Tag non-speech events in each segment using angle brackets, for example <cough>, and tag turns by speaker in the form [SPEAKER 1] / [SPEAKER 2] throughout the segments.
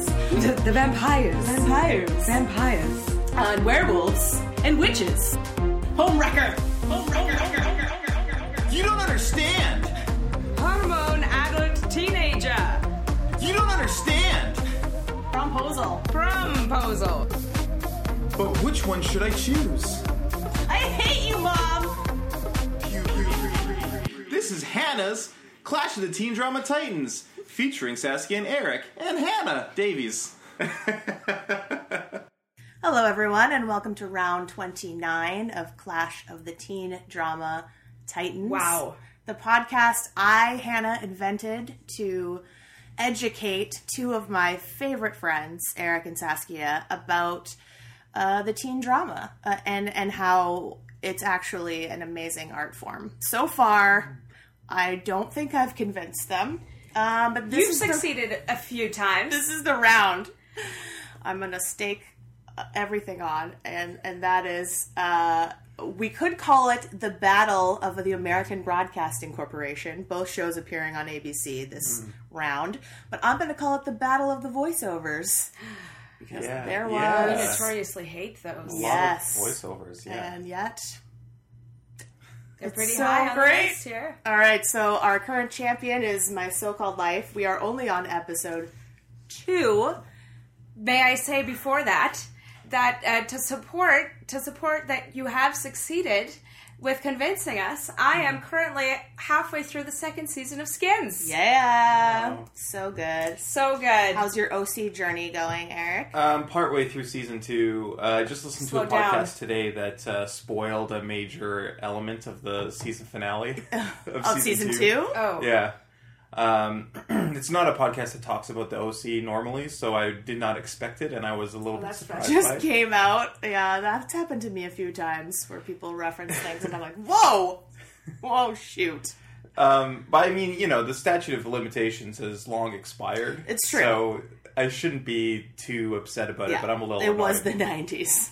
[SPEAKER 1] The vampires.
[SPEAKER 2] Vampires.
[SPEAKER 1] Vampires.
[SPEAKER 2] And werewolves. And witches. Homewrecker. Homewrecker. Homewrecker. Homewrecker.
[SPEAKER 3] You don't understand.
[SPEAKER 2] Hormone adult teenager.
[SPEAKER 3] You don't understand.
[SPEAKER 2] Promposal.
[SPEAKER 1] Promposal.
[SPEAKER 3] But which one should I choose?
[SPEAKER 2] I hate you, Mom.
[SPEAKER 3] This is Hannah's Clash of the Teen Drama Titans, featuring Saskia and Eric and Hannah Davies. <laughs>
[SPEAKER 4] Hello, everyone, and welcome to round 29 of Clash of the Teen Drama Titans.
[SPEAKER 2] Wow.
[SPEAKER 4] The podcast I, Hannah, invented to educate two of my favorite friends, Eric and Saskia, about uh, the teen drama uh, and, and how it's actually an amazing art form. So far, I don't think I've convinced them. Um, but this
[SPEAKER 2] You've
[SPEAKER 4] is the-
[SPEAKER 2] succeeded a few times.
[SPEAKER 4] this is the round. I'm gonna stake uh, everything on, and and that is, uh, we could call it the battle of the American Broadcasting Corporation. Both shows appearing on ABC this round, but I'm gonna call it the battle of the voiceovers.
[SPEAKER 3] Because
[SPEAKER 4] there
[SPEAKER 2] I
[SPEAKER 4] was- Yes.
[SPEAKER 2] notoriously hate those.
[SPEAKER 4] Yeah. Yes.
[SPEAKER 3] voiceovers, yeah.
[SPEAKER 4] And yet,
[SPEAKER 2] They're pretty
[SPEAKER 4] so
[SPEAKER 2] high on
[SPEAKER 4] great.
[SPEAKER 2] the list here.
[SPEAKER 4] all right. So our current champion is my so-called life. We are only on episode two.
[SPEAKER 2] May I say before that that uh, to support to support that you have succeeded with convincing us, I am currently halfway through the second season of Skins.
[SPEAKER 4] Yeah,
[SPEAKER 3] Wow.
[SPEAKER 4] so good.
[SPEAKER 2] So good.
[SPEAKER 4] How's your OC journey going, Eric?
[SPEAKER 3] Um, partway through season two, uh, I just listened
[SPEAKER 2] Slow
[SPEAKER 3] to a
[SPEAKER 2] down.
[SPEAKER 3] podcast today that uh, spoiled a major element of the season finale of,
[SPEAKER 4] Of season, two?
[SPEAKER 2] oh.
[SPEAKER 3] Yeah. Um, <clears throat> it's not a podcast that talks about the OC normally, so I did not expect it, and I was a little bit
[SPEAKER 2] that's
[SPEAKER 3] surprised. by
[SPEAKER 4] Oh, just
[SPEAKER 3] it.
[SPEAKER 4] came out. Yeah, that's happened to me a few times where people reference things and I'm like, whoa, whoa, shoot.
[SPEAKER 3] Um, but I mean, you know, the statute of limitations has long expired.
[SPEAKER 4] It's true.
[SPEAKER 3] So I shouldn't be too upset about
[SPEAKER 4] Yeah,
[SPEAKER 3] it, but I'm a little.
[SPEAKER 4] It was the
[SPEAKER 3] annoyed.
[SPEAKER 4] 90s.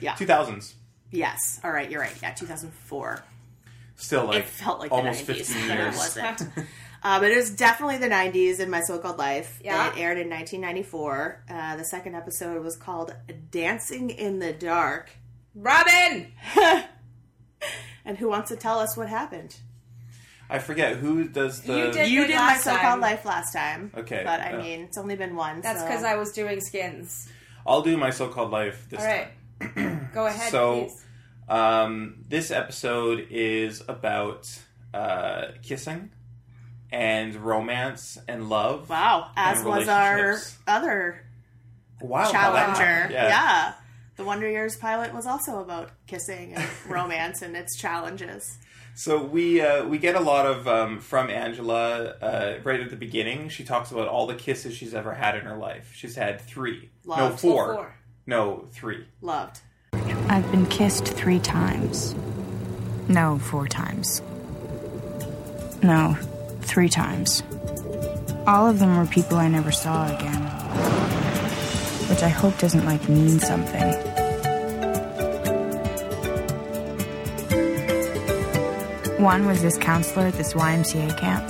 [SPEAKER 3] 2000s.
[SPEAKER 4] Yes. All right, you're right. Yeah, 2004.
[SPEAKER 3] Still like
[SPEAKER 4] it felt like
[SPEAKER 3] almost
[SPEAKER 4] the 90s,
[SPEAKER 3] 15
[SPEAKER 4] but <laughs> it
[SPEAKER 3] years.
[SPEAKER 2] <laughs>
[SPEAKER 4] wasn't. um, it was definitely the 90s in my so-called life.
[SPEAKER 2] Yeah.
[SPEAKER 4] It aired in 1994. Uh, the second episode was called "Dancing in the Dark."
[SPEAKER 2] Robin.
[SPEAKER 4] And who wants to tell us what happened?
[SPEAKER 3] I forget who does the.
[SPEAKER 2] You did-
[SPEAKER 4] You did my
[SPEAKER 2] last
[SPEAKER 4] so-called
[SPEAKER 2] time.
[SPEAKER 4] life last time.
[SPEAKER 3] Okay,
[SPEAKER 4] but I
[SPEAKER 3] uh,
[SPEAKER 4] mean, it's only been one.
[SPEAKER 2] That's
[SPEAKER 4] so-
[SPEAKER 2] because I was doing Skins.
[SPEAKER 3] I'll do my so-called life this <clears throat>
[SPEAKER 2] All right. Go ahead,
[SPEAKER 3] So-
[SPEAKER 2] please.
[SPEAKER 3] time. Um, this episode is about uh, kissing, and romance, and love.
[SPEAKER 4] Wow, as
[SPEAKER 3] and
[SPEAKER 4] was our
[SPEAKER 3] relationships.
[SPEAKER 4] other
[SPEAKER 3] Oh, Wow, how that
[SPEAKER 4] challenger.
[SPEAKER 3] happened.
[SPEAKER 4] Yeah.
[SPEAKER 3] yeah.
[SPEAKER 4] The Wonder Years pilot was also about kissing and romance and its challenges.
[SPEAKER 3] So we uh, we get a lot of um, from Angela uh, right at the beginning. She talks about all the kisses she's ever had in her life. She's had three, no
[SPEAKER 4] Loved. Oh,
[SPEAKER 3] four.
[SPEAKER 2] Well, four.
[SPEAKER 3] no three.
[SPEAKER 4] Loved.
[SPEAKER 5] I've been kissed three times. No, four times. No, three times. All of them were people I never saw again. Which I hope doesn't like mean something. One was this counselor at this YMCA camp.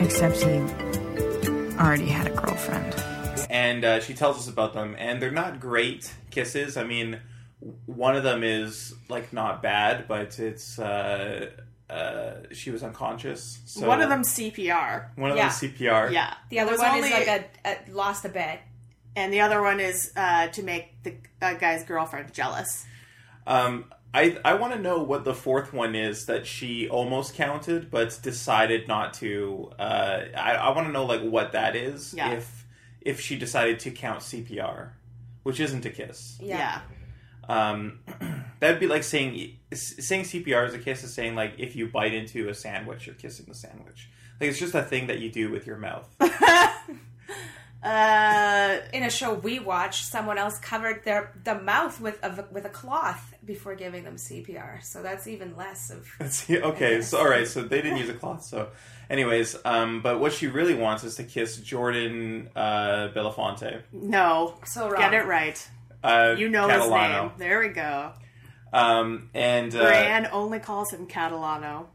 [SPEAKER 5] Except he already had a girlfriend.
[SPEAKER 3] And uh, she tells us about them, and they're not great kisses. I mean, w- one of them is like not bad, but it's uh, uh, she was unconscious. So
[SPEAKER 4] one of them CPR.
[SPEAKER 3] one of
[SPEAKER 2] yeah.
[SPEAKER 3] them CPR.
[SPEAKER 4] Yeah.
[SPEAKER 2] The other
[SPEAKER 4] It was
[SPEAKER 2] one
[SPEAKER 4] only-
[SPEAKER 2] is like a, a lost a bet.
[SPEAKER 4] and the other one is uh, to make the uh, guy's girlfriend jealous.
[SPEAKER 3] Um, I I want to know what the fourth one is that she almost counted but decided not to. Uh, I I want to know like what that is.
[SPEAKER 4] Yeah.
[SPEAKER 3] If if she decided to count CPR, which isn't a kiss.
[SPEAKER 4] Yeah.
[SPEAKER 3] Um, <clears throat> that'd be like saying saying CPR is a kiss is saying like if you bite into a sandwich, you're kissing the sandwich. Like it's just a thing that you do with your mouth. <laughs>
[SPEAKER 4] Uh,
[SPEAKER 2] In a show we watched, someone else covered their the mouth with a with a cloth before giving them CPR. So that's even less of
[SPEAKER 3] That's- okay, so all right, so they didn't use a cloth. So, anyways, um, but what she really wants is to kiss Jordan uh, Belafonte.
[SPEAKER 4] no.
[SPEAKER 2] so wrong.
[SPEAKER 4] Get it right.
[SPEAKER 3] Uh,
[SPEAKER 4] You know
[SPEAKER 3] Catalano.
[SPEAKER 4] his name. There we go.
[SPEAKER 3] Um, and uh,
[SPEAKER 4] Bran only calls him Catalano.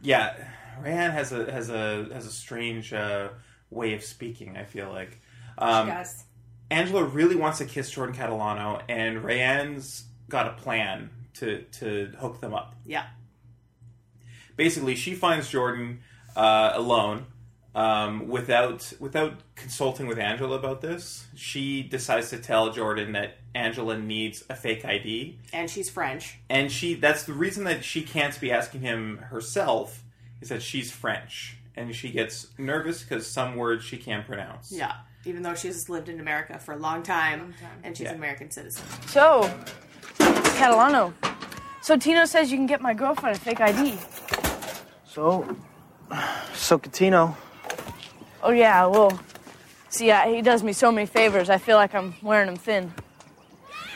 [SPEAKER 3] yeah, Rand has a has a has a strange uh, way of speaking. I feel like um,
[SPEAKER 2] Yes.
[SPEAKER 3] Angela really wants to kiss Jordan Catalano, and Rayanne's got a plan to to hook them up.
[SPEAKER 4] Yeah.
[SPEAKER 3] Basically, she finds Jordan uh, alone um, without without consulting with Angela about this. She decides to tell Jordan that Angela needs a fake ID,
[SPEAKER 4] And she's French.
[SPEAKER 3] and she that's the reason that she can't be asking him herself is that she's French, and she gets nervous because some words she can't pronounce.
[SPEAKER 4] Yeah. Even though she's lived in America for a long time, and she's
[SPEAKER 3] Yeah.
[SPEAKER 4] an American citizen.
[SPEAKER 6] So, Catalano. So Tino says you can get my girlfriend a fake ID.
[SPEAKER 7] So, so Catino,
[SPEAKER 6] Oh yeah, well, see, I, he does me so many favors. I feel like I'm wearing him thin.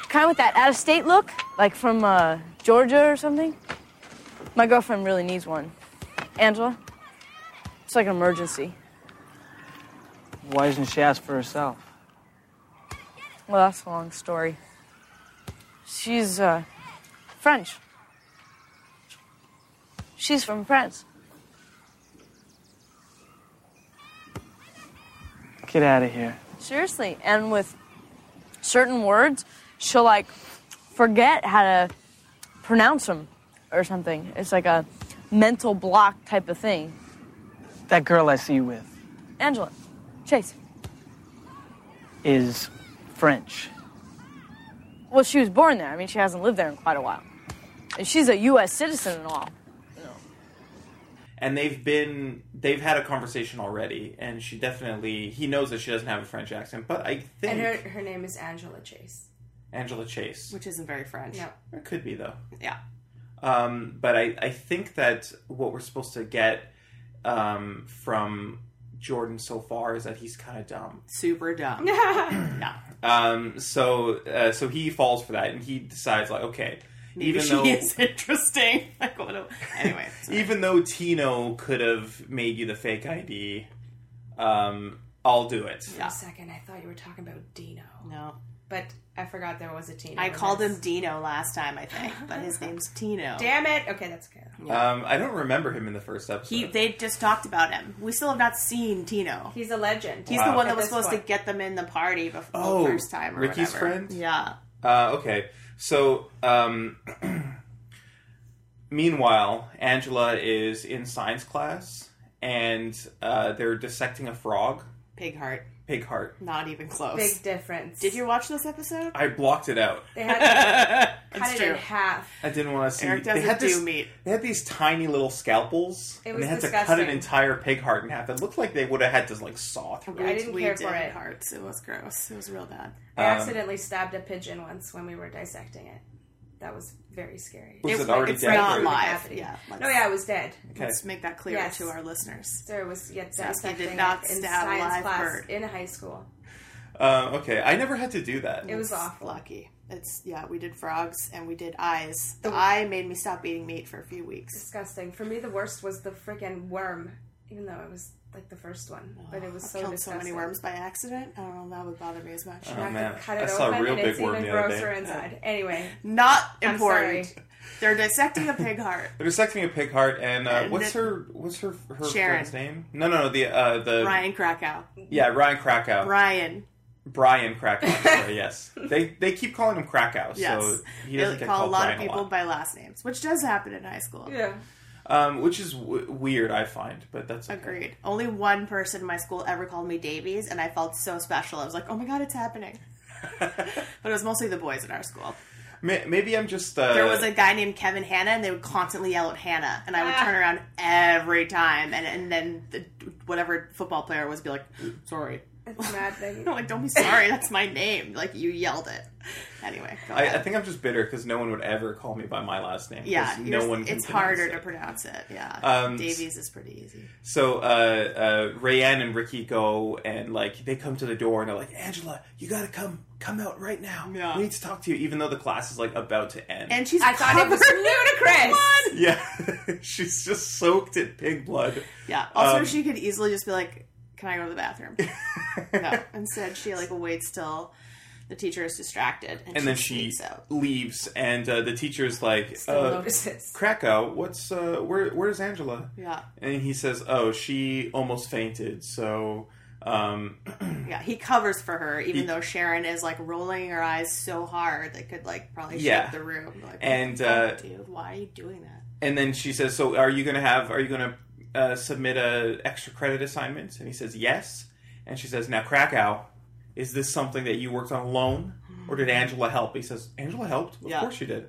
[SPEAKER 6] Kind of with that out-of-state look, like from uh, Georgia or something. My girlfriend really needs one. Angela, it's like an emergency.
[SPEAKER 7] why doesn't she ask for herself?
[SPEAKER 6] Well, that's a long story. She's uh, French. She's from France.
[SPEAKER 7] Get out of here.
[SPEAKER 6] Seriously, and with certain words, she'll like forget how to pronounce them or something. It's like a mental block type of thing.
[SPEAKER 7] That girl I see you with
[SPEAKER 6] Angela, Chase.
[SPEAKER 7] is French.
[SPEAKER 6] Well, she was born there. I mean, she hasn't lived there in quite a while. And she's a U.S. citizen and all.
[SPEAKER 3] and they've been they've had a conversation already and she definitely he knows that she doesn't have a french accent but i think
[SPEAKER 2] And her her name is Angela Chase.
[SPEAKER 3] angela chase
[SPEAKER 4] Which isn't very French.
[SPEAKER 2] No.
[SPEAKER 3] it could be though
[SPEAKER 4] Yeah.
[SPEAKER 3] um, but I, I think that what we're supposed to get um, from jordan so far is that he's kind of dumb
[SPEAKER 4] Super dumb.
[SPEAKER 3] um, so uh, so he falls for that and he decides like okay
[SPEAKER 4] Maybe
[SPEAKER 3] even
[SPEAKER 4] she
[SPEAKER 3] though
[SPEAKER 4] is <laughs> interesting. Like, what a- anyway. sorry.
[SPEAKER 3] even though tino could have made you the fake id um, i'll do it
[SPEAKER 2] For a second, I thought you were talking about Dino,
[SPEAKER 4] <laughs> no.
[SPEAKER 2] but I forgot there was a Dino.
[SPEAKER 4] I
[SPEAKER 2] in
[SPEAKER 4] called
[SPEAKER 2] this.
[SPEAKER 4] him Dino last time, I think, but his name's Tino.
[SPEAKER 2] Damn it! Okay, that's good.
[SPEAKER 3] um, i don't remember him in the first episode
[SPEAKER 4] He, they just talked about him. We still have not seen Tino.
[SPEAKER 2] He's a legend.
[SPEAKER 4] He's
[SPEAKER 3] Wow.
[SPEAKER 4] the one that
[SPEAKER 2] At
[SPEAKER 4] was
[SPEAKER 2] this
[SPEAKER 4] supposed
[SPEAKER 2] point.
[SPEAKER 4] to get them in the party before
[SPEAKER 3] Oh,
[SPEAKER 4] the first time. Or
[SPEAKER 3] Ricky's
[SPEAKER 4] whatever.
[SPEAKER 3] friend?
[SPEAKER 4] Yeah.
[SPEAKER 3] Uh, okay. So, um, <clears throat> meanwhile, Angela is in science class and uh, they're dissecting a frog,
[SPEAKER 4] Pig heart.
[SPEAKER 3] pig heart.
[SPEAKER 4] Not even close.
[SPEAKER 2] big difference.
[SPEAKER 4] Did you watch this episode?
[SPEAKER 3] I blocked it out.
[SPEAKER 2] They had
[SPEAKER 4] <laughs>
[SPEAKER 2] to
[SPEAKER 4] That's
[SPEAKER 2] cut it
[SPEAKER 4] true.
[SPEAKER 2] in half.
[SPEAKER 3] I didn't want to see.
[SPEAKER 4] Eric
[SPEAKER 3] they
[SPEAKER 4] doesn't
[SPEAKER 3] had this,
[SPEAKER 4] do meat.
[SPEAKER 3] They had these tiny little scalpels,
[SPEAKER 2] It
[SPEAKER 3] and
[SPEAKER 2] was
[SPEAKER 3] they had to cut an
[SPEAKER 2] disgusting.
[SPEAKER 3] entire pig heart in half. It looked like they would have had to like saw through.
[SPEAKER 2] I
[SPEAKER 3] it.
[SPEAKER 2] didn't
[SPEAKER 4] we
[SPEAKER 2] care
[SPEAKER 4] did
[SPEAKER 2] for it.
[SPEAKER 4] Hearts. It was gross. It was real bad.
[SPEAKER 2] I accidentally stabbed a pigeon once when we were dissecting it. That was very scary.
[SPEAKER 3] Was
[SPEAKER 4] It's
[SPEAKER 3] it,
[SPEAKER 4] like-
[SPEAKER 3] already
[SPEAKER 4] it's
[SPEAKER 3] dead?
[SPEAKER 4] not
[SPEAKER 3] or-
[SPEAKER 2] It was
[SPEAKER 4] live.
[SPEAKER 2] happening.
[SPEAKER 4] yeah, let's-
[SPEAKER 2] No, yeah, I was dead.
[SPEAKER 3] Okay.
[SPEAKER 4] Let's make that clear
[SPEAKER 2] Yes.
[SPEAKER 4] to our listeners.
[SPEAKER 2] There was yet
[SPEAKER 4] Saskia
[SPEAKER 2] dissecting
[SPEAKER 4] did not
[SPEAKER 2] in
[SPEAKER 4] stab a
[SPEAKER 2] science
[SPEAKER 4] live
[SPEAKER 2] class
[SPEAKER 4] bird.
[SPEAKER 2] in high school.
[SPEAKER 3] Um, okay, I never had to do that.
[SPEAKER 2] It was awful.
[SPEAKER 4] Lucky. It's yeah. We did frogs and we did eyes. The eye made me stop eating meat for a few weeks.
[SPEAKER 2] disgusting. For me, the worst was the freaking worm, even though it was like the first one, but it was
[SPEAKER 4] I've
[SPEAKER 2] so
[SPEAKER 4] killed so
[SPEAKER 2] disgusting.
[SPEAKER 4] many worms by accident. I don't know. That would bother me as much.
[SPEAKER 2] I
[SPEAKER 3] Oh, man,
[SPEAKER 2] have to cut it
[SPEAKER 3] I saw a
[SPEAKER 2] open,
[SPEAKER 3] real
[SPEAKER 2] and
[SPEAKER 3] big
[SPEAKER 2] it's
[SPEAKER 3] worm
[SPEAKER 2] even
[SPEAKER 3] the other day.
[SPEAKER 2] grosser inside. Anyway,
[SPEAKER 4] Not
[SPEAKER 2] I'm
[SPEAKER 4] important.
[SPEAKER 2] sorry.
[SPEAKER 4] They're dissecting a pig
[SPEAKER 3] <laughs>
[SPEAKER 4] heart.
[SPEAKER 3] They're dissecting a pig heart, and uh,
[SPEAKER 4] And
[SPEAKER 3] what's
[SPEAKER 4] the-
[SPEAKER 3] her what's her her
[SPEAKER 4] Sharon.
[SPEAKER 3] friend's name? No, no, no. The uh, the
[SPEAKER 4] Ryan Krakow.
[SPEAKER 3] Yeah, Ryan Krakow.
[SPEAKER 4] Ryan.
[SPEAKER 3] Brian Krakow.
[SPEAKER 4] <laughs>
[SPEAKER 3] Sorry, yes. They they keep calling him Krakow,
[SPEAKER 4] Yes.
[SPEAKER 3] so he
[SPEAKER 4] they
[SPEAKER 3] doesn't get
[SPEAKER 4] call a
[SPEAKER 3] called
[SPEAKER 4] lot
[SPEAKER 3] Brian
[SPEAKER 4] of people
[SPEAKER 3] a lot.
[SPEAKER 4] by last names, which does happen in high school.
[SPEAKER 2] yeah.
[SPEAKER 3] Um, which is w- weird, I find, but that's okay.
[SPEAKER 4] Agreed. Only one person in my school ever called me Davies, and I felt so special. I was like, oh my god, it's happening. but it was mostly the boys in our school.
[SPEAKER 3] <laughs> May- maybe I'm just uh,
[SPEAKER 4] There was a guy named Kevin Hanna, and they would constantly yell at Hannah, and I would
[SPEAKER 2] Ah.
[SPEAKER 4] turn around every time, and, and then the, whatever football player was be like, sorry.
[SPEAKER 2] It's mad thing.
[SPEAKER 4] I'm like, don't be sorry, that's my name. Like, you yelled it. Anyway, go
[SPEAKER 3] I,
[SPEAKER 4] ahead.
[SPEAKER 3] I think I'm just bitter because no one would ever call me by my last name. 'cause
[SPEAKER 4] yeah,
[SPEAKER 3] no one. Can
[SPEAKER 4] it's
[SPEAKER 3] pronounce
[SPEAKER 4] harder
[SPEAKER 3] it.
[SPEAKER 4] to pronounce it. Yeah,
[SPEAKER 3] Um,
[SPEAKER 4] Davies is pretty easy.
[SPEAKER 3] So uh, uh, Rayanne and Ricky go and like they come to the door and they're like, Angela, you gotta come, come out right now.
[SPEAKER 4] Yeah.
[SPEAKER 3] We need to talk to you, even though the class is like about to end.
[SPEAKER 4] And she's
[SPEAKER 2] I thought it was
[SPEAKER 4] covered-
[SPEAKER 2] ludicrous.
[SPEAKER 3] <laughs> yeah, <laughs> she's just soaked in pig blood.
[SPEAKER 4] Yeah. Also,
[SPEAKER 3] Um,
[SPEAKER 4] she
[SPEAKER 3] <laughs>
[SPEAKER 4] could easily just be like, "Can I go to the bathroom?" no. Instead, she like waits till The teacher is distracted, and,
[SPEAKER 3] and then she
[SPEAKER 4] sneaks out.
[SPEAKER 3] leaves, and uh, the teacher's like,
[SPEAKER 2] Still
[SPEAKER 3] uh,
[SPEAKER 2] notices.
[SPEAKER 3] Krakow, what's uh, where? Where's Angela?
[SPEAKER 4] Yeah,
[SPEAKER 3] And he says, "Oh, she almost fainted." So, um,
[SPEAKER 4] yeah. He covers for her, even
[SPEAKER 3] He-
[SPEAKER 4] though Sharon is like rolling her eyes so hard they could like probably
[SPEAKER 3] Yeah.
[SPEAKER 4] shake the room. Like,
[SPEAKER 3] And,
[SPEAKER 4] "Oh,
[SPEAKER 3] uh,
[SPEAKER 4] dude, why are you doing that?
[SPEAKER 3] and then she says, "So, are you gonna have? Are you gonna uh, submit a extra credit assignment?" And he says, "Yes." And she says, "Now, Krakow, is this something that you worked on alone, or did Angela help?" He says, "Angela helped. Of
[SPEAKER 4] Yeah.
[SPEAKER 3] course she did."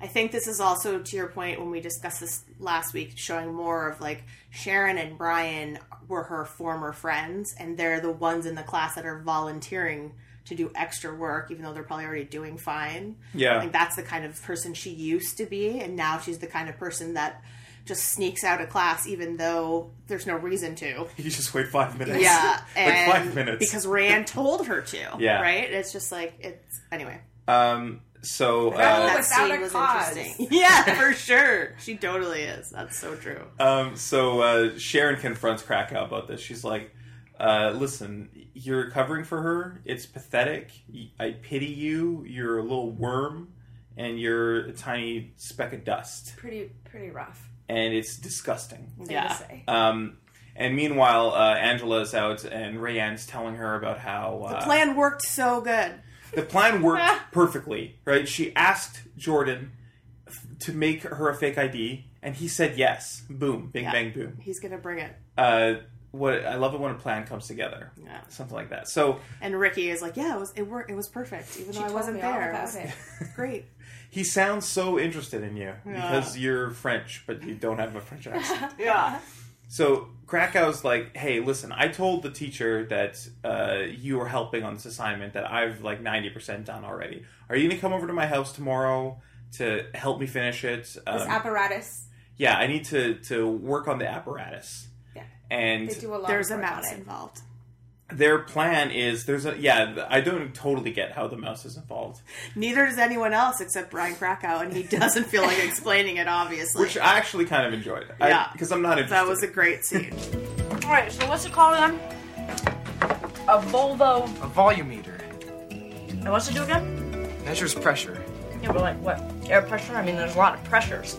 [SPEAKER 4] I think this is also to your point when we discussed this last week, showing more of like Sharon and Brian were her former friends, and they're the ones in the class that are volunteering to do extra work, even though they're probably already doing fine.
[SPEAKER 3] Yeah.
[SPEAKER 4] Like that's the kind of person she used to be, and now she's the kind of person that just sneaks out of class even though there's no reason to.
[SPEAKER 3] You just wait five minutes.
[SPEAKER 4] Yeah.
[SPEAKER 3] <laughs> like
[SPEAKER 4] And
[SPEAKER 3] five minutes.
[SPEAKER 4] Because Rand told her to.
[SPEAKER 3] <laughs> Yeah.
[SPEAKER 4] Right? It's just like it's anyway.
[SPEAKER 3] um, so uh,
[SPEAKER 2] Well,
[SPEAKER 4] That
[SPEAKER 2] without
[SPEAKER 4] scene
[SPEAKER 2] a
[SPEAKER 4] was
[SPEAKER 3] <laughs>
[SPEAKER 2] cause.
[SPEAKER 4] interesting. Yeah, for sure. She totally is. That's so true.
[SPEAKER 3] Um, so uh, Sharon confronts Krakow about this. She's like, uh, "Listen, you're covering for her. It's pathetic. Y- I pity you. You're a little worm, and you're a tiny speck of dust,
[SPEAKER 2] Pretty, pretty rough.
[SPEAKER 3] and it's disgusting."
[SPEAKER 2] thing to say.
[SPEAKER 3] Um, and meanwhile, uh, Angela's out, and Rayanne's telling her about how uh,
[SPEAKER 4] The plan worked so good.
[SPEAKER 3] the plan
[SPEAKER 4] <laughs>
[SPEAKER 3] worked perfectly. Right? She asked Jordan f- to make her a fake ID, and he said yes. Boom, bing,
[SPEAKER 4] Yeah.
[SPEAKER 3] bang, boom.
[SPEAKER 4] He's gonna bring it.
[SPEAKER 3] uh, what I love it when a plan comes together, something like that. So
[SPEAKER 4] And Ricky is like, Yeah, it was it worked it was perfect, even though I
[SPEAKER 2] told
[SPEAKER 4] wasn't
[SPEAKER 2] me all
[SPEAKER 4] there. It
[SPEAKER 2] about
[SPEAKER 3] <laughs>
[SPEAKER 4] was
[SPEAKER 2] it. <laughs>
[SPEAKER 4] great.
[SPEAKER 3] he sounds so interested in you because you're French, but you don't have a French accent.
[SPEAKER 4] Yeah.
[SPEAKER 3] so Krakow's like, "Hey, listen, I told the teacher that uh, you were helping on this assignment that I've like ninety percent done already. Are you gonna come over to my house tomorrow?" To help me finish it,
[SPEAKER 2] This
[SPEAKER 3] um,
[SPEAKER 2] apparatus,
[SPEAKER 3] yeah, I need to to work on the apparatus.
[SPEAKER 2] Yeah.
[SPEAKER 3] and
[SPEAKER 2] they do a lot.
[SPEAKER 4] There's a
[SPEAKER 2] of work on
[SPEAKER 4] mouse
[SPEAKER 2] it.
[SPEAKER 4] involved.
[SPEAKER 3] their plan is there's a yeah. I don't totally get how the mouse is involved.
[SPEAKER 4] Neither does anyone else except Brian Krakow, and he doesn't feel
[SPEAKER 2] <laughs>
[SPEAKER 4] like explaining it obviously.
[SPEAKER 3] which I actually kind of enjoyed. I-
[SPEAKER 4] Yeah.
[SPEAKER 3] because I'm not interested.
[SPEAKER 4] that was a great scene.
[SPEAKER 6] All right, so what's it called again? A Volvo.
[SPEAKER 7] A volumeter
[SPEAKER 6] And what's it do again?
[SPEAKER 7] measures pressure.
[SPEAKER 6] Yeah, but like what? Air pressure? I mean, there's a lot of pressures.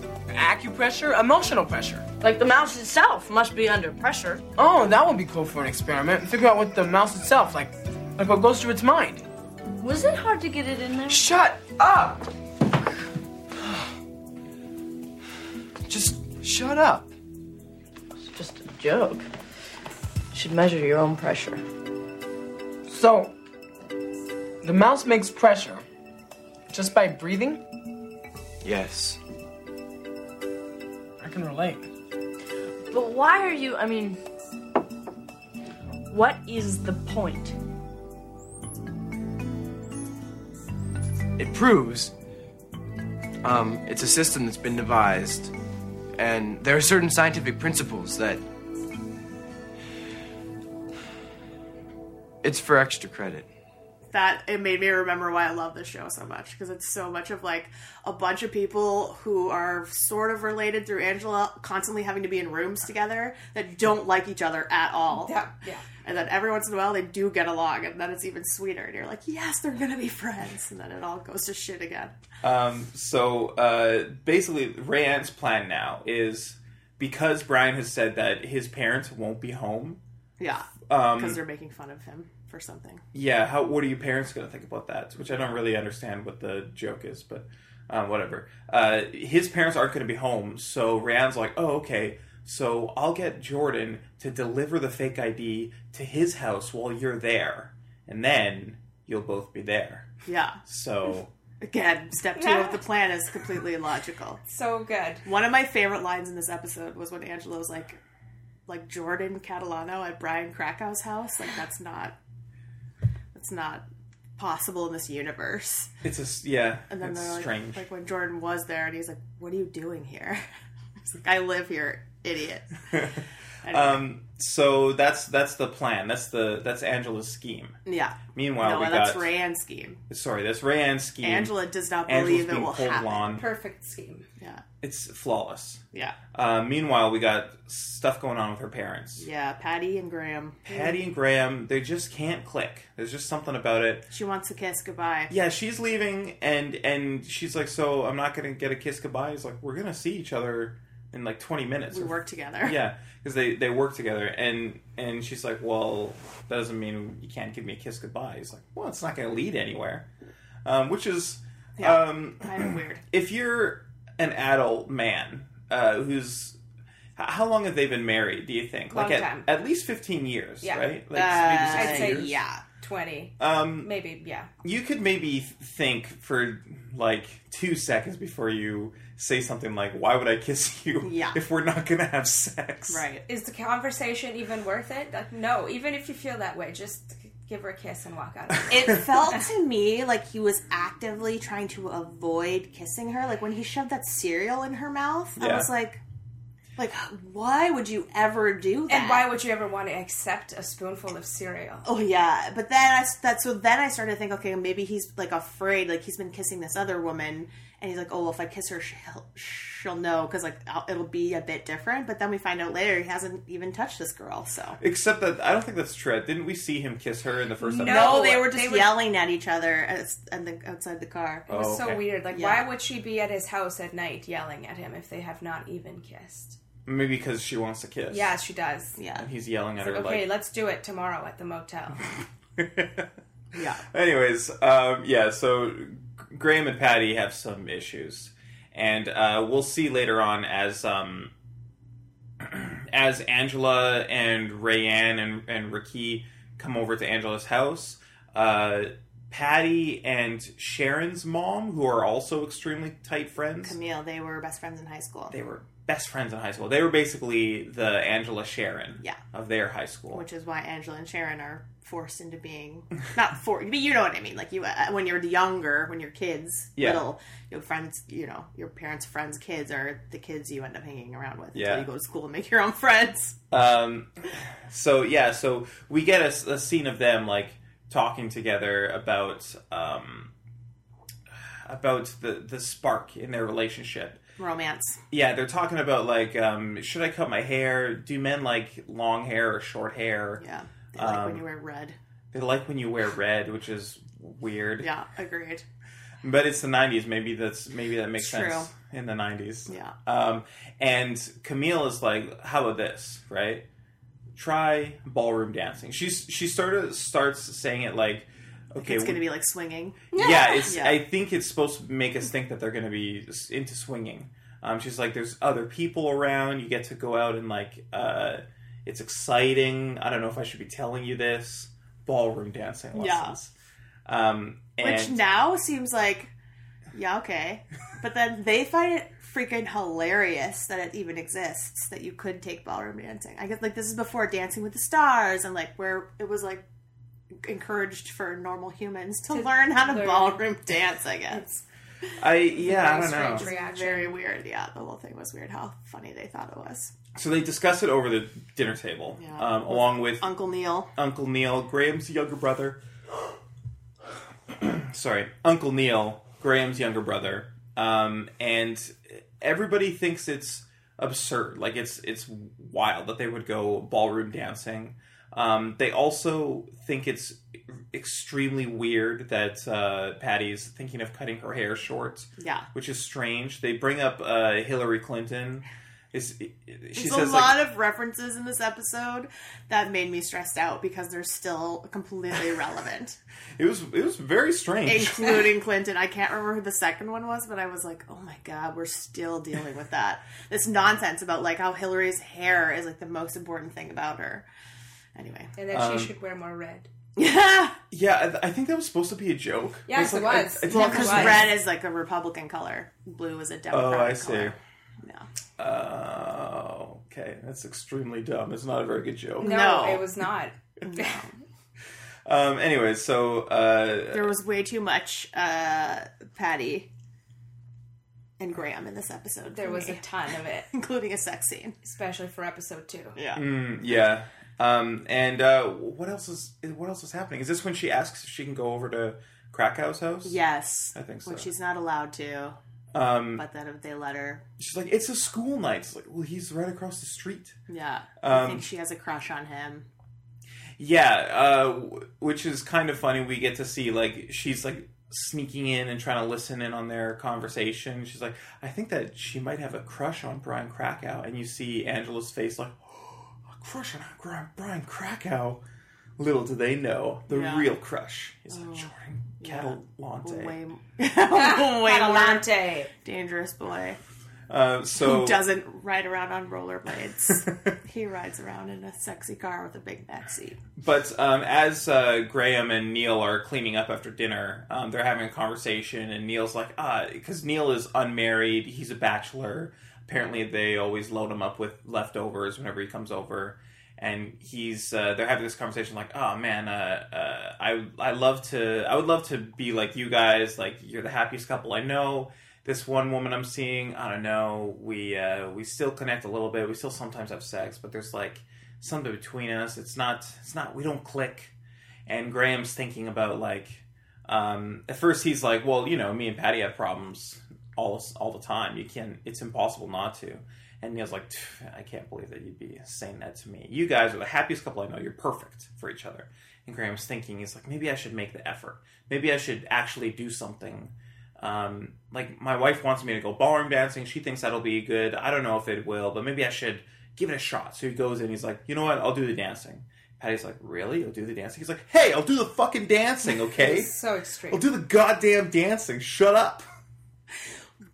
[SPEAKER 7] Acupressure, emotional pressure.
[SPEAKER 6] Like the mouse itself must be under pressure.
[SPEAKER 7] Oh, that would be cool for an experiment. Figure out what the mouse itself, like, like what goes through its mind.
[SPEAKER 6] Was it hard to get it in there?
[SPEAKER 7] Shut up! <sighs> Just shut up.
[SPEAKER 6] It's just a joke. You should measure your own pressure.
[SPEAKER 7] So, the mouse makes pressure just by breathing?
[SPEAKER 8] Yes.
[SPEAKER 7] I can relate.
[SPEAKER 6] But why are you? I mean, what is the point?
[SPEAKER 8] It proves um, it's a system that's been devised, and there are certain scientific principles that. It's for extra credit.
[SPEAKER 4] that it made me remember why I love this show so much because it's so much of like a bunch of people who are sort of related through Angela constantly having to be in rooms together that don't like each other at all.
[SPEAKER 2] Yeah, yeah.
[SPEAKER 4] And then every once in a while they do get along, and then it's even sweeter. And you're like, yes, they're gonna be friends. And then it all goes to shit again.
[SPEAKER 3] Um, so uh, basically, Ray Ant's plan now is because Brian has said that his parents won't be home.
[SPEAKER 4] Yeah,
[SPEAKER 3] Um,
[SPEAKER 4] because they're making fun of him for something.
[SPEAKER 3] yeah, how what are your parents going to think about that? Which I don't really understand what the joke is, but um, whatever. Uh, his parents aren't going to be home, so Rand's like, oh, okay. So I'll get Jordan to deliver the fake ID to his house while you're there, and then you'll both be there.
[SPEAKER 4] Yeah.
[SPEAKER 3] So
[SPEAKER 4] Again, step two
[SPEAKER 2] Yeah.
[SPEAKER 4] of the plan is completely illogical.
[SPEAKER 2] So good.
[SPEAKER 4] One of my favorite lines in this episode was when Angela was like, like Jordan Catalano at Brian Krakow's house. Like that's not, that's not possible in this universe.
[SPEAKER 3] It's just yeah,
[SPEAKER 4] And then
[SPEAKER 3] it's
[SPEAKER 4] they're like,
[SPEAKER 3] strange.
[SPEAKER 4] <laughs> like when Jordan was there and he's like, "What are you doing here?" He's like, "I live here. idiot.
[SPEAKER 3] Um, so that's that's the plan. That's the that's Angela's scheme.
[SPEAKER 4] Yeah.
[SPEAKER 3] Meanwhile,
[SPEAKER 4] no,
[SPEAKER 3] we
[SPEAKER 4] that's
[SPEAKER 3] got
[SPEAKER 4] Rayanne's scheme.
[SPEAKER 3] sorry, that's Rayanne's scheme.
[SPEAKER 4] Angela does not
[SPEAKER 3] Angela's
[SPEAKER 4] believe it
[SPEAKER 3] being
[SPEAKER 4] will
[SPEAKER 3] pulled
[SPEAKER 4] happen.
[SPEAKER 3] along.
[SPEAKER 2] Perfect scheme.
[SPEAKER 4] Yeah.
[SPEAKER 3] It's flawless.
[SPEAKER 4] Yeah.
[SPEAKER 3] Uh, meanwhile, we got stuff going on with her parents.
[SPEAKER 4] Yeah. Patty and Graham.
[SPEAKER 3] Patty and Graham, they just can't click. There's just something about it.
[SPEAKER 4] She wants to kiss goodbye.
[SPEAKER 3] Yeah, she's leaving, and and she's like, "So I'm not gonna get a kiss goodbye." He's like, "We're gonna see each other in like 20 minutes."
[SPEAKER 4] We
[SPEAKER 3] or
[SPEAKER 4] work together.
[SPEAKER 3] yeah because they they work together and and she's like well that doesn't mean you can't give me a kiss goodbye he's like well it's not going to lead anywhere um, which is um,
[SPEAKER 4] Kind of weird.
[SPEAKER 3] if you're an adult man uh, who's h- how long have they been married do you think like
[SPEAKER 2] Long
[SPEAKER 3] at,
[SPEAKER 2] time.
[SPEAKER 3] at least 15 years
[SPEAKER 2] Yeah.
[SPEAKER 3] right like
[SPEAKER 4] Uh,
[SPEAKER 2] I'd say
[SPEAKER 3] years?
[SPEAKER 4] yeah.
[SPEAKER 2] 20.
[SPEAKER 3] um,
[SPEAKER 2] Maybe, yeah.
[SPEAKER 3] you could maybe think for like two seconds before you say something like why would i kiss you
[SPEAKER 4] Yeah.
[SPEAKER 3] if we're not gonna have sex
[SPEAKER 4] Right.
[SPEAKER 2] Is the conversation even worth it? Like, no, even if you feel that way, just give her a kiss and walk out.
[SPEAKER 3] <laughs>
[SPEAKER 4] It felt to me like he was actively trying to avoid kissing her. Like when he shoved that cereal in her mouth, I
[SPEAKER 3] Yeah.
[SPEAKER 4] was like, like why would you ever do that?
[SPEAKER 2] and why would you ever want to accept a spoonful of cereal?
[SPEAKER 4] Oh yeah, but then I s- that so then I started to think, okay, maybe he's like afraid, like he's been kissing this other woman, and he's like, oh well, if I kiss her, she'll she'll know because like I'll, it'll be a bit different. But then we find out later he hasn't even touched this girl. So
[SPEAKER 3] Except that I don't think that's true. Didn't we see him kiss her in the first episode?
[SPEAKER 4] no, they were just
[SPEAKER 2] they were-
[SPEAKER 4] yelling at each other as, and the, outside the car.
[SPEAKER 2] It was
[SPEAKER 3] Oh, okay.
[SPEAKER 2] so weird. Like,
[SPEAKER 4] Yeah.
[SPEAKER 2] why would she be at his house at night yelling at him if they have not even kissed?
[SPEAKER 3] Maybe because she wants to kiss.
[SPEAKER 2] Yeah, she does.
[SPEAKER 4] Yeah,
[SPEAKER 3] And he's yelling at her
[SPEAKER 2] Okay,
[SPEAKER 3] like.
[SPEAKER 2] let's do it tomorrow at the motel.
[SPEAKER 3] <laughs>
[SPEAKER 4] yeah.
[SPEAKER 3] Anyways, um, yeah. So Graham and Patty have some issues, and uh, we'll see later on as um, <clears throat> as Angela and Rayanne and and Ricky come over to Angela's house. Uh, Patty and Sharon's mom, who are also extremely tight friends,
[SPEAKER 4] Camille, they were best friends in high school,
[SPEAKER 3] they were best friends in high school. They were basically the Angela Sharon
[SPEAKER 4] Yeah.
[SPEAKER 3] of their high school.
[SPEAKER 4] which is why Angela and Sharon are forced into being not forced, but you know what I mean. Like you, uh, when you're younger, when you're kids,
[SPEAKER 3] Yeah.
[SPEAKER 4] little, your friends, you know, your parents' friends' kids are the kids you end up hanging around with
[SPEAKER 3] Yeah.
[SPEAKER 4] until you go to school and make your own friends.
[SPEAKER 3] um, so yeah, so we get a, s- a scene of them like talking together about um, about the the spark in their relationship.
[SPEAKER 4] Romance.
[SPEAKER 3] Yeah, they're talking about like um, should I cut my hair? Do men like long hair or short hair?
[SPEAKER 4] Yeah, they like
[SPEAKER 3] Um,
[SPEAKER 4] when you wear red.
[SPEAKER 3] They like when you wear red, which is weird.
[SPEAKER 4] Yeah, agreed.
[SPEAKER 3] But it's the '90s. Maybe that's maybe that makes
[SPEAKER 4] It's
[SPEAKER 3] sense
[SPEAKER 4] true.
[SPEAKER 3] in the '90s.
[SPEAKER 4] Yeah.
[SPEAKER 3] Um, and Camille is like, "How about this? Right? Try ballroom dancing." She's she sort of starts saying it like, "Okay,
[SPEAKER 4] It's
[SPEAKER 3] we-
[SPEAKER 4] gonna be like swinging.
[SPEAKER 3] yeah." It's
[SPEAKER 4] Yeah.
[SPEAKER 3] I think it's supposed to make us think that they're going to be s- into swinging. Um, she's like, "There's other people around. You get to go out and like, uh, it's exciting. I don't know if I should be telling you this ballroom dancing
[SPEAKER 4] Yeah.
[SPEAKER 3] lessons." Um, and
[SPEAKER 4] Which now seems like, yeah, okay. But then they find it freaking hilarious that it even exists, that you could take ballroom dancing. I guess, like, this is before Dancing with the Stars and, like, where it was, like, encouraged for normal humans to, learn how to
[SPEAKER 2] learn.
[SPEAKER 4] ballroom dance, I guess.
[SPEAKER 3] I yeah, <laughs> I don't know.
[SPEAKER 2] strange reaction.
[SPEAKER 4] Very weird. Yeah, the whole thing was weird how funny they thought it was.
[SPEAKER 3] So they discuss it over the dinner table,
[SPEAKER 4] Yeah.
[SPEAKER 3] um, along with
[SPEAKER 4] Uncle Neil.
[SPEAKER 3] Uncle Neil, Graham's younger brother. <clears throat> Sorry, Uncle Neil, Graham's younger brother, um, and everybody thinks it's absurd. Like it's it's wild that they would go ballroom dancing. Um, they also think it's extremely weird that uh, Patty's thinking of cutting her hair short,
[SPEAKER 4] Yeah.
[SPEAKER 3] which is strange. They bring up uh, Hillary Clinton. Is she
[SPEAKER 4] There's
[SPEAKER 3] says
[SPEAKER 4] a
[SPEAKER 3] like,
[SPEAKER 4] lot of references in this episode that made me stressed out because they're still completely relevant.
[SPEAKER 3] It was it was very strange.
[SPEAKER 4] including Clinton. I can't remember who the second one was, but I was like, oh my god, we're still dealing with that. This nonsense about like how Hillary's hair is like the most important thing about her. Anyway, <laughs>
[SPEAKER 2] And then
[SPEAKER 3] Um,
[SPEAKER 2] she should wear more red.
[SPEAKER 4] yeah,
[SPEAKER 3] yeah, I th- I think that was supposed to be a joke. It's
[SPEAKER 2] Yes, it
[SPEAKER 3] like-
[SPEAKER 2] was.
[SPEAKER 3] I- I think
[SPEAKER 2] Well,
[SPEAKER 3] it was-
[SPEAKER 4] because
[SPEAKER 2] Right.
[SPEAKER 4] red is like a Republican color, blue is a
[SPEAKER 3] oh,
[SPEAKER 4] Democratic.
[SPEAKER 3] I see.
[SPEAKER 4] Color. No,
[SPEAKER 3] Oh, okay. That's extremely dumb. It's not a very good joke.
[SPEAKER 2] No,
[SPEAKER 4] No.
[SPEAKER 2] it was
[SPEAKER 4] <laughs>
[SPEAKER 2] not.
[SPEAKER 3] Um. Anyway, so uh,
[SPEAKER 4] there was way too much uh, Patty and Graham in this episode.
[SPEAKER 2] There
[SPEAKER 4] for
[SPEAKER 2] was
[SPEAKER 4] me,
[SPEAKER 2] a ton of it,
[SPEAKER 4] <laughs> including a sex scene.
[SPEAKER 2] especially for episode two.
[SPEAKER 4] Yeah.
[SPEAKER 3] Yeah. Um, and uh, what else is what else is happening? Is this when she asks if she can go over to Krakow's house?
[SPEAKER 4] Yes.
[SPEAKER 3] I think
[SPEAKER 4] When
[SPEAKER 3] so.
[SPEAKER 4] she's not allowed to,
[SPEAKER 3] Um,
[SPEAKER 4] but then if they let her,
[SPEAKER 3] she's like, it's a school night. It's like, well, he's right across the street.
[SPEAKER 4] yeah, I
[SPEAKER 3] Um,
[SPEAKER 4] think she has a crush on him.
[SPEAKER 3] Yeah. Uh, w- which is kind of funny. We get to see like she's like sneaking in and trying to listen in on their conversation. She's like, I think that she might have a crush on Brian Krakow, and you see Angela's face like, a crush on Brian, Brian Krakow. Little do they know, the
[SPEAKER 4] Yeah. Oh.
[SPEAKER 3] real crush is like Jordan Catalante.
[SPEAKER 4] <laughs> Way, way more
[SPEAKER 2] Adelante.
[SPEAKER 4] dangerous boy.
[SPEAKER 3] Uh, so
[SPEAKER 2] Oh.
[SPEAKER 4] Who doesn't ride around on
[SPEAKER 2] <laughs>
[SPEAKER 4] rollerblades? he rides around in a sexy car with a big back seat.
[SPEAKER 3] But um, as uh, Graham and Neil are cleaning up after dinner, um, they're having a conversation, and Neil's like, ah, because Neil is unmarried, he's a bachelor. Apparently, they always load him up with leftovers whenever he comes over. And he's, uh, they're having this conversation like, oh man, uh, uh, I, I love to, I would love to be like you guys, like you're the happiest couple I know. This one woman I'm seeing, I don't know, we, uh, we still connect a little bit, we still sometimes have sex, but there's like, something between us. It's not. It's not. We don't click. And Graham's thinking about like. Um, at first, he's like, "Well, you know, me and Patty have problems all all the time. You can. It's impossible not to." And Neil's like, "Pff, "I can't believe that you'd be saying that to me. You guys are the happiest couple I know. You're perfect for each other." And Graham's thinking, he's like, "Maybe I should make the effort. Maybe I should actually do something." Um, like my wife wants me to go ballroom dancing. She thinks that'll be good. I don't know if it will, but maybe I should give it a shot. So he goes in. He's like, you know what? I'll do the dancing. Patty's like, really? You'll do the dancing? He's like, hey, I'll do the fucking dancing, okay?
[SPEAKER 2] So extreme.
[SPEAKER 3] I'll do the goddamn dancing. Shut up.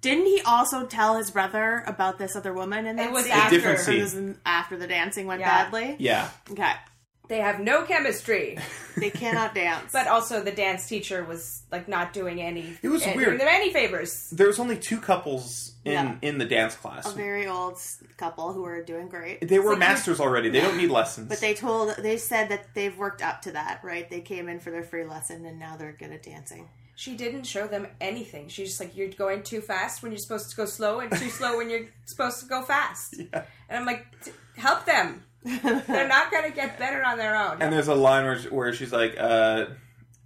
[SPEAKER 4] Didn't he also tell his brother about this other woman? And
[SPEAKER 2] It was
[SPEAKER 4] scene?
[SPEAKER 2] after.
[SPEAKER 3] different scene.
[SPEAKER 4] It was in- after the dancing went
[SPEAKER 2] Yeah.
[SPEAKER 4] badly.
[SPEAKER 3] Yeah.
[SPEAKER 4] Okay,
[SPEAKER 2] They have
[SPEAKER 3] <laughs>
[SPEAKER 2] no chemistry.
[SPEAKER 4] they cannot dance.
[SPEAKER 2] <laughs> But also, the dance teacher was like not doing any.
[SPEAKER 3] It was
[SPEAKER 2] doing
[SPEAKER 3] weird.
[SPEAKER 2] them any favors.
[SPEAKER 3] There was only two couples in
[SPEAKER 4] Yeah.
[SPEAKER 3] in the dance class.
[SPEAKER 4] a very old s- couple who are doing great.
[SPEAKER 3] They were masters already. They don't need lessons.
[SPEAKER 4] But they told, they said that they've worked up to that, right? They came in for their free lesson and now they're good at dancing.
[SPEAKER 2] She didn't show them anything. She's just like, "You're going too fast when you're supposed to go slow, and too slow when you're <laughs> supposed to go fast." And I'm like, "T-
[SPEAKER 3] <laughs>
[SPEAKER 2] "Help them. They're not going to get better on their own."
[SPEAKER 3] And there's a line where, where she's like, uh,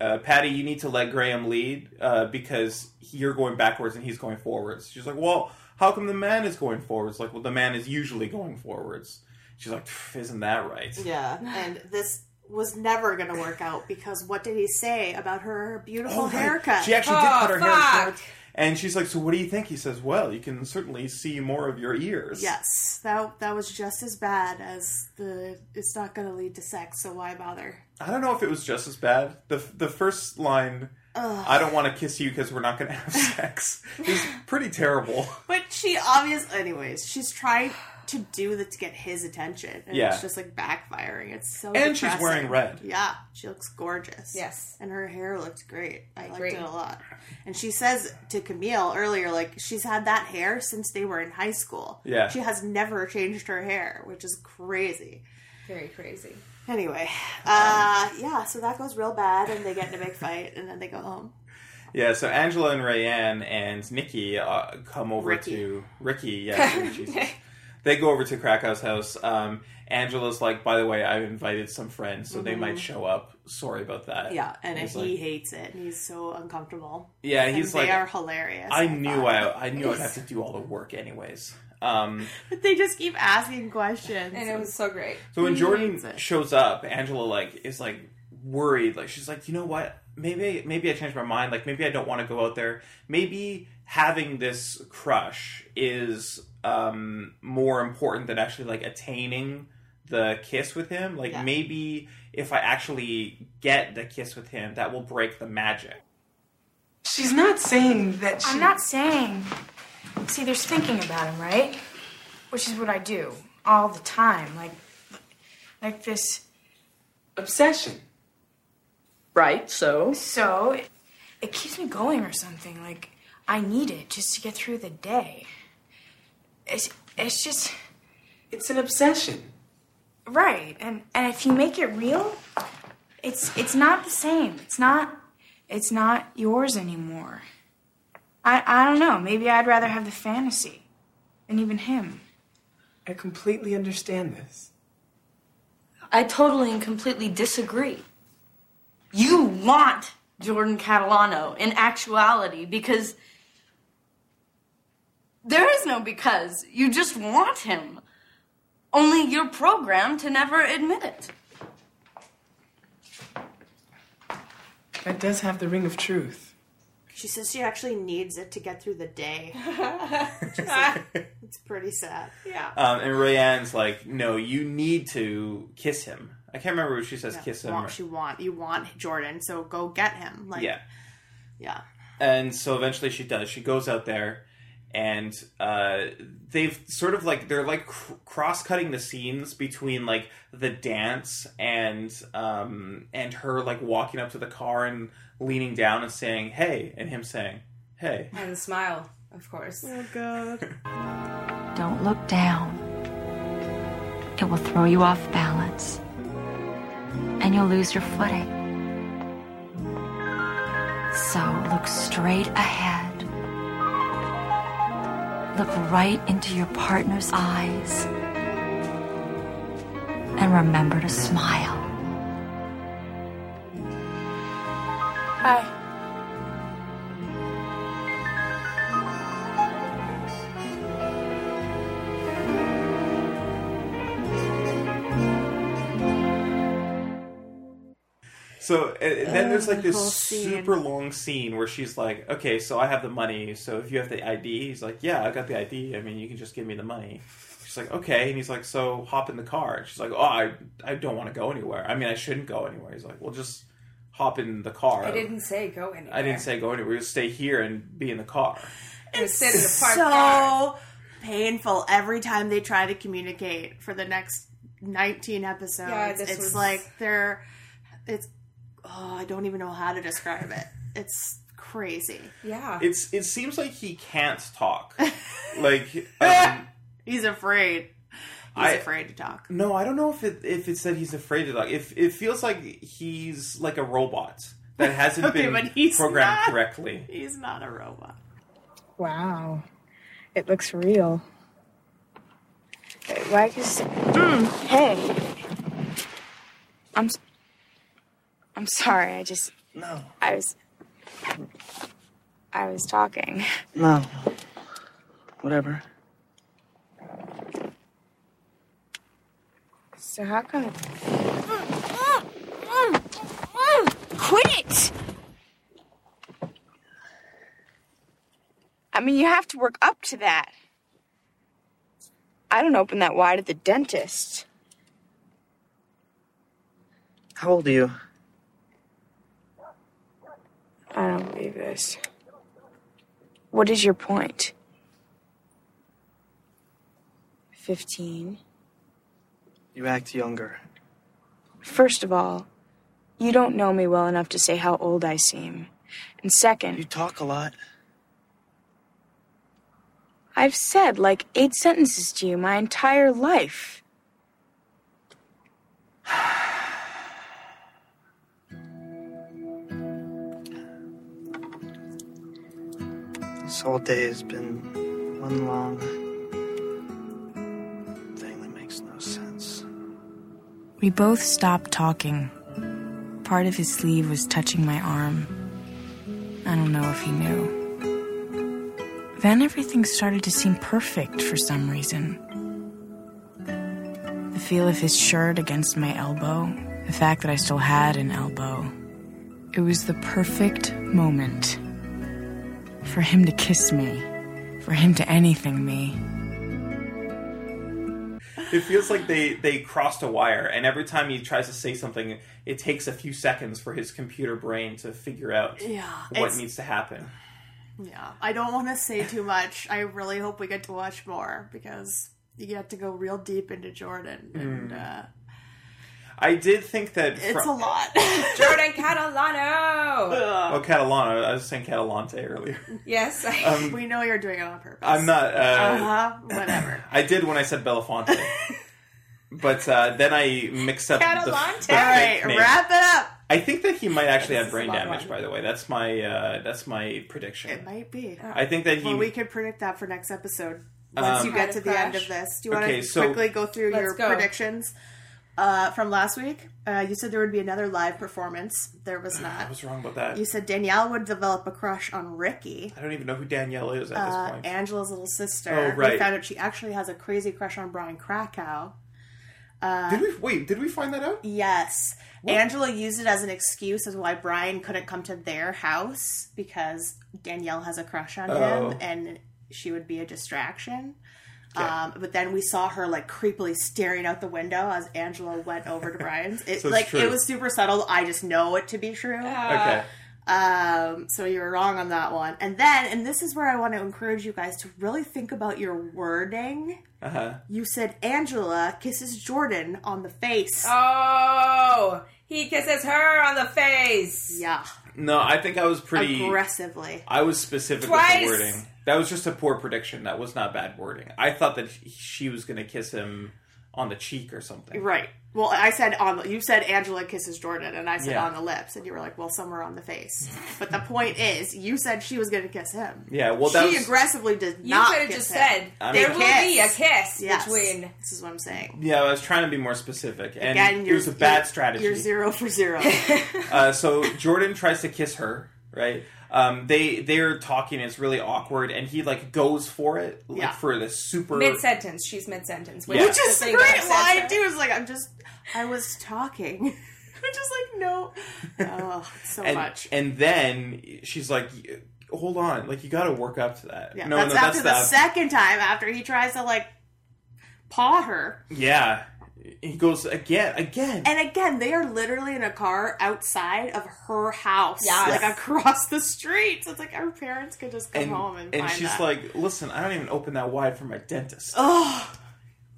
[SPEAKER 3] uh, Patty, you need to let Graham lead uh, because you're going backwards and he's going forwards. She's like, well, how come the man is going forwards? Like, well, the man is usually going forwards. She's like, "Pff, isn't that right? <laughs>
[SPEAKER 4] Yeah. And this was never going to work out because what did he say about her beautiful
[SPEAKER 3] right.
[SPEAKER 4] haircut?
[SPEAKER 3] Oh She actually did
[SPEAKER 2] Oh,
[SPEAKER 3] cut her hair
[SPEAKER 2] fuck.
[SPEAKER 3] short. And she's like, so what do you think? He says, well, you can certainly see more of your ears.
[SPEAKER 4] yes. That, that was just as bad as the, it's not going to lead to sex, so why bother?
[SPEAKER 3] I don't know if it was just as bad. The, the first line, I don't want to kiss you because we're not going to
[SPEAKER 4] <laughs>
[SPEAKER 3] have sex, is pretty terrible.
[SPEAKER 4] But she obvious, anyways. She's trying to do that to get his attention, and
[SPEAKER 3] Yeah.
[SPEAKER 4] it's just like backfiring. It's so.
[SPEAKER 3] And she's
[SPEAKER 4] depressing.
[SPEAKER 3] wearing red.
[SPEAKER 4] Yeah, she looks gorgeous.
[SPEAKER 2] Yes.
[SPEAKER 4] and her hair looked great. I liked
[SPEAKER 2] agree.
[SPEAKER 4] it a lot. And she says to Camille earlier, like she's had that hair since they were in high school.
[SPEAKER 3] Yeah.
[SPEAKER 4] she has never changed her hair, which is crazy.
[SPEAKER 2] Very crazy.
[SPEAKER 4] Anyway,
[SPEAKER 3] Um,
[SPEAKER 4] uh, yeah, so that goes real bad, and they get in a big fight, and then they go home.
[SPEAKER 3] Yeah, so Angela and Rayanne and Nikki uh, come over
[SPEAKER 4] Ricky.
[SPEAKER 3] to
[SPEAKER 4] <laughs>
[SPEAKER 3] Ricky. Yes, Jesus. they go over to Krakow's house. Um, Angela's like, by the way, I invited some friends, so they might show up. Sorry about that.
[SPEAKER 4] Mm-hmm. Yeah, and
[SPEAKER 3] He's
[SPEAKER 4] he
[SPEAKER 3] like-
[SPEAKER 4] hates it, and he's so uncomfortable.
[SPEAKER 3] yeah,
[SPEAKER 4] And
[SPEAKER 3] he's
[SPEAKER 4] they
[SPEAKER 3] like,
[SPEAKER 4] are hilarious.
[SPEAKER 3] I knew
[SPEAKER 4] thought.
[SPEAKER 3] I, I knew I'd have to do all the work anyways. Um,
[SPEAKER 2] <laughs>
[SPEAKER 4] They just keep asking questions.
[SPEAKER 2] And it was so great.
[SPEAKER 3] So when
[SPEAKER 4] He
[SPEAKER 3] Jordan
[SPEAKER 4] hates it.
[SPEAKER 3] shows up, Angela like is like worried. Like she's like, you know what? Maybe maybe I changed my mind. Like maybe I don't want to go out there. Maybe having this crush is um, more important than actually like attaining the kiss with him. Like
[SPEAKER 4] Yeah.
[SPEAKER 3] maybe if I actually get the kiss with him, that will break the magic.
[SPEAKER 7] She's not saying that she.
[SPEAKER 5] I'm not saying. See, there's thinking about him, right? Which is what I do all the time. Like, like this.
[SPEAKER 7] Obsession.
[SPEAKER 9] Right, so?
[SPEAKER 5] So, it, it keeps me going or something. Like, I need it just to get through the day. It's, it's just
[SPEAKER 7] It's an obsession.
[SPEAKER 5] right. And and if you make it real, it's it's not the same. It's not it's not yours anymore. I, I don't know. Maybe I'd rather have the fantasy than even him.
[SPEAKER 7] I completely understand this.
[SPEAKER 9] I totally and completely disagree. You want Jordan Catalano in actuality because there is no because. You just want him. Only you're programmed to never admit it.
[SPEAKER 7] That does have the ring of truth.
[SPEAKER 4] She says she actually needs it to get through
[SPEAKER 2] <laughs>
[SPEAKER 4] the day. it's pretty sad.
[SPEAKER 3] Um, and Rayanne's like, no, you need to kiss him. I can't remember if she says kiss him.
[SPEAKER 4] Want,
[SPEAKER 3] or-
[SPEAKER 4] she want you want Jordan, so go get him. Like
[SPEAKER 3] yeah.
[SPEAKER 4] yeah.
[SPEAKER 3] And so eventually she does. She goes out there, and uh, they've sort of like they're like cr- cross cutting the scenes between like the dance and um, and her like walking up to the car and leaning down and saying hey, and him saying hey.
[SPEAKER 2] And smile, of course.
[SPEAKER 10] Don't look down. It will throw you off balance. And you'll lose your footing. So look straight ahead. Look right into your partner's eyes. And remember to smile.
[SPEAKER 6] Hi.
[SPEAKER 3] So and, and then there's like
[SPEAKER 4] whole
[SPEAKER 3] this
[SPEAKER 4] scene.
[SPEAKER 3] super long scene where she's like, okay, so I have the money. So if you have the ID, he's like, yeah, I got the ID. I mean, you can just give me the money. She's like, okay, and he's like, so hop in the car. She's like, oh, I I don't want to go anywhere. I mean, I shouldn't go anywhere. He's like, well, just hop in the car.
[SPEAKER 2] I didn't say go anywhere.
[SPEAKER 3] I didn't say go anywhere. Just stay here and be in the car.
[SPEAKER 2] Just sit in the park. car.
[SPEAKER 4] So painful every time they try to communicate for the next 19 episodes.
[SPEAKER 2] Yeah, this
[SPEAKER 4] it's
[SPEAKER 2] was-
[SPEAKER 4] like they're it's oh, I don't even know how to describe it. It's crazy.
[SPEAKER 2] Yeah.
[SPEAKER 3] It's it seems like he can't talk. like um,
[SPEAKER 4] He's afraid. He's
[SPEAKER 3] I-
[SPEAKER 4] afraid to talk.
[SPEAKER 3] No, I don't know if it if it's that he's afraid to talk. If it feels like he's like a robot that hasn't
[SPEAKER 4] <laughs> Okay,
[SPEAKER 3] been
[SPEAKER 4] but he's
[SPEAKER 3] programmed
[SPEAKER 4] not.
[SPEAKER 3] correctly.
[SPEAKER 4] He's not a robot.
[SPEAKER 5] Wow. It looks real. Wait, Why is. hey. I'm. s- I'm sorry. I just.
[SPEAKER 7] No.
[SPEAKER 5] I was. I was talking.
[SPEAKER 7] No. Whatever.
[SPEAKER 5] So how come.
[SPEAKER 6] Quit it!
[SPEAKER 5] I mean, you have to work up to that. I don't open that wide at the dentist.
[SPEAKER 7] How old are you?
[SPEAKER 5] I don't believe this. What is your point? 15.
[SPEAKER 7] You act younger.
[SPEAKER 5] First of all, you don't know me well enough to say how old I seem. And second,
[SPEAKER 7] talk a lot.
[SPEAKER 5] I've said like eight sentences to you my entire life.
[SPEAKER 7] This whole day has been one long thing that makes no sense.
[SPEAKER 5] We both stopped talking. Part of his sleeve was touching my arm. I don't know if he knew. Then everything started to seem perfect for some reason. The feel of his shirt against my elbow, the fact that I still had an elbow. It was the perfect moment. For him to kiss me, for him to anything me.
[SPEAKER 3] It feels like they they crossed a wire, and every time he tries to say something, it takes a few seconds for his computer brain to figure out what
[SPEAKER 4] it's-
[SPEAKER 3] needs to happen.
[SPEAKER 4] Yeah. I don't want to say too much. I really hope we get to watch more because you get to go real deep into Jordan and uh,
[SPEAKER 3] I did think that
[SPEAKER 4] it's
[SPEAKER 3] fro-
[SPEAKER 4] a lot.
[SPEAKER 2] <laughs>
[SPEAKER 3] <laughs>
[SPEAKER 2] Jordan Catalano.
[SPEAKER 3] Oh, Catalano. I was saying Catalante earlier.
[SPEAKER 2] yes. <laughs> I-
[SPEAKER 3] Um,
[SPEAKER 4] we know you're doing it on purpose.
[SPEAKER 3] I'm not. Uh,
[SPEAKER 4] uh-huh, whatever.
[SPEAKER 3] <laughs> I did when I said
[SPEAKER 4] <laughs>
[SPEAKER 3] Belafonte, but uh, then I mixed up the- the,
[SPEAKER 2] Catalante.
[SPEAKER 3] fake
[SPEAKER 4] All right,
[SPEAKER 3] name.
[SPEAKER 4] wrap it up.
[SPEAKER 3] I think that he might actually
[SPEAKER 4] This
[SPEAKER 3] have
[SPEAKER 4] is a
[SPEAKER 3] brain
[SPEAKER 4] long
[SPEAKER 3] damage.
[SPEAKER 4] one.
[SPEAKER 3] By the way, that's my uh, that's my prediction.
[SPEAKER 4] It might be.
[SPEAKER 3] I think that he-
[SPEAKER 4] Well, we could predict that for next episode once
[SPEAKER 3] Um,
[SPEAKER 4] you get to the end of
[SPEAKER 2] Crash.
[SPEAKER 4] this. Do you want to
[SPEAKER 3] Okay, so-
[SPEAKER 4] quickly go through
[SPEAKER 2] Let's
[SPEAKER 4] your
[SPEAKER 2] go.
[SPEAKER 4] predictions uh, from last week? Uh, you said there would be another live performance. There was
[SPEAKER 3] <sighs> I
[SPEAKER 4] not.
[SPEAKER 3] was wrong about that.
[SPEAKER 4] You said Danielle would develop a crush on Ricky.
[SPEAKER 3] I don't even know who Danielle is at this
[SPEAKER 4] uh,
[SPEAKER 3] point.
[SPEAKER 4] Angela's little sister.
[SPEAKER 3] Oh,
[SPEAKER 4] We
[SPEAKER 3] right.
[SPEAKER 4] found out she actually has a crazy crush on Brian Krakow.
[SPEAKER 3] did we wait? Did we find that out?
[SPEAKER 4] Yes. Angela used it as an excuse as why Brian couldn't come to their house because Danielle has a crush on
[SPEAKER 3] Oh.
[SPEAKER 4] him and she would be a distraction.
[SPEAKER 3] Okay.
[SPEAKER 4] Um, but then we saw her like creepily staring out the window as Angela went over to
[SPEAKER 3] <laughs>
[SPEAKER 4] Brian's. It,
[SPEAKER 3] So it's
[SPEAKER 4] like
[SPEAKER 3] true.
[SPEAKER 4] it was super subtle. I just know it to be true.
[SPEAKER 3] Okay.
[SPEAKER 4] Um, so you were wrong on that one. And then, and this is where I want to encourage you guys to really think about your wording.
[SPEAKER 3] Uh huh.
[SPEAKER 4] You said Angela kisses Jordan on the face.
[SPEAKER 2] Oh, he kisses her on the face.
[SPEAKER 4] Yeah,
[SPEAKER 3] No, I think I was pretty.
[SPEAKER 4] aggressively.
[SPEAKER 3] I was specific
[SPEAKER 2] Twice!
[SPEAKER 3] with the wording. That was just a poor prediction. That was not bad wording. I thought that he- she was going to kiss him on the cheek or something.
[SPEAKER 4] Right. Well, I said on the, you said Angela kisses Jordan, and I said
[SPEAKER 3] Yeah.
[SPEAKER 4] on the lips, and you were like, well, somewhere on the face. but the point is, you said she was going to kiss him.
[SPEAKER 3] Yeah. Well, that
[SPEAKER 4] she
[SPEAKER 3] was.
[SPEAKER 4] aggressively did
[SPEAKER 2] You
[SPEAKER 4] not.
[SPEAKER 2] could have
[SPEAKER 4] kiss
[SPEAKER 2] just
[SPEAKER 4] him.
[SPEAKER 2] said
[SPEAKER 3] I mean-
[SPEAKER 2] there will be a
[SPEAKER 4] Kiss.
[SPEAKER 2] kiss
[SPEAKER 4] Yes.
[SPEAKER 2] between.
[SPEAKER 4] This is what I'm saying.
[SPEAKER 3] yeah, I was trying to be more specific, and
[SPEAKER 4] Again,
[SPEAKER 3] it was a
[SPEAKER 4] you're-
[SPEAKER 3] bad strategy.
[SPEAKER 4] You're zero
[SPEAKER 2] <laughs>
[SPEAKER 4] for zero.
[SPEAKER 3] Uh, so Jordan tries to kiss her, right? Um, they they're talking. It's really awkward, and he like goes for it, like
[SPEAKER 4] Yeah.
[SPEAKER 3] for the super.
[SPEAKER 2] Mid sentence, she's mid sentence, which
[SPEAKER 3] Yeah.
[SPEAKER 2] is
[SPEAKER 3] Which
[SPEAKER 2] the
[SPEAKER 4] Just
[SPEAKER 2] thing
[SPEAKER 4] great
[SPEAKER 2] that upsets
[SPEAKER 4] line
[SPEAKER 2] her.
[SPEAKER 4] too. It's like I'm just, I was talking. <laughs> I'm just like no, oh, so
[SPEAKER 3] and,
[SPEAKER 4] much.
[SPEAKER 3] And then she's like, "Hold on, like you got to work up to that."
[SPEAKER 4] Yeah,
[SPEAKER 3] no,
[SPEAKER 4] that's
[SPEAKER 3] no,
[SPEAKER 4] after the
[SPEAKER 3] that's
[SPEAKER 4] second time after he tries to like paw her.
[SPEAKER 3] Yeah, he goes again, again.
[SPEAKER 4] And again, they are literally in a car outside of her house,
[SPEAKER 2] Yes.
[SPEAKER 4] like across the street. So it's like our parents could just come
[SPEAKER 3] and,
[SPEAKER 4] home and,
[SPEAKER 3] and
[SPEAKER 4] find
[SPEAKER 3] she's
[SPEAKER 4] that.
[SPEAKER 3] like, "Listen, I don't even open that wide for my dentist."
[SPEAKER 4] "Oh,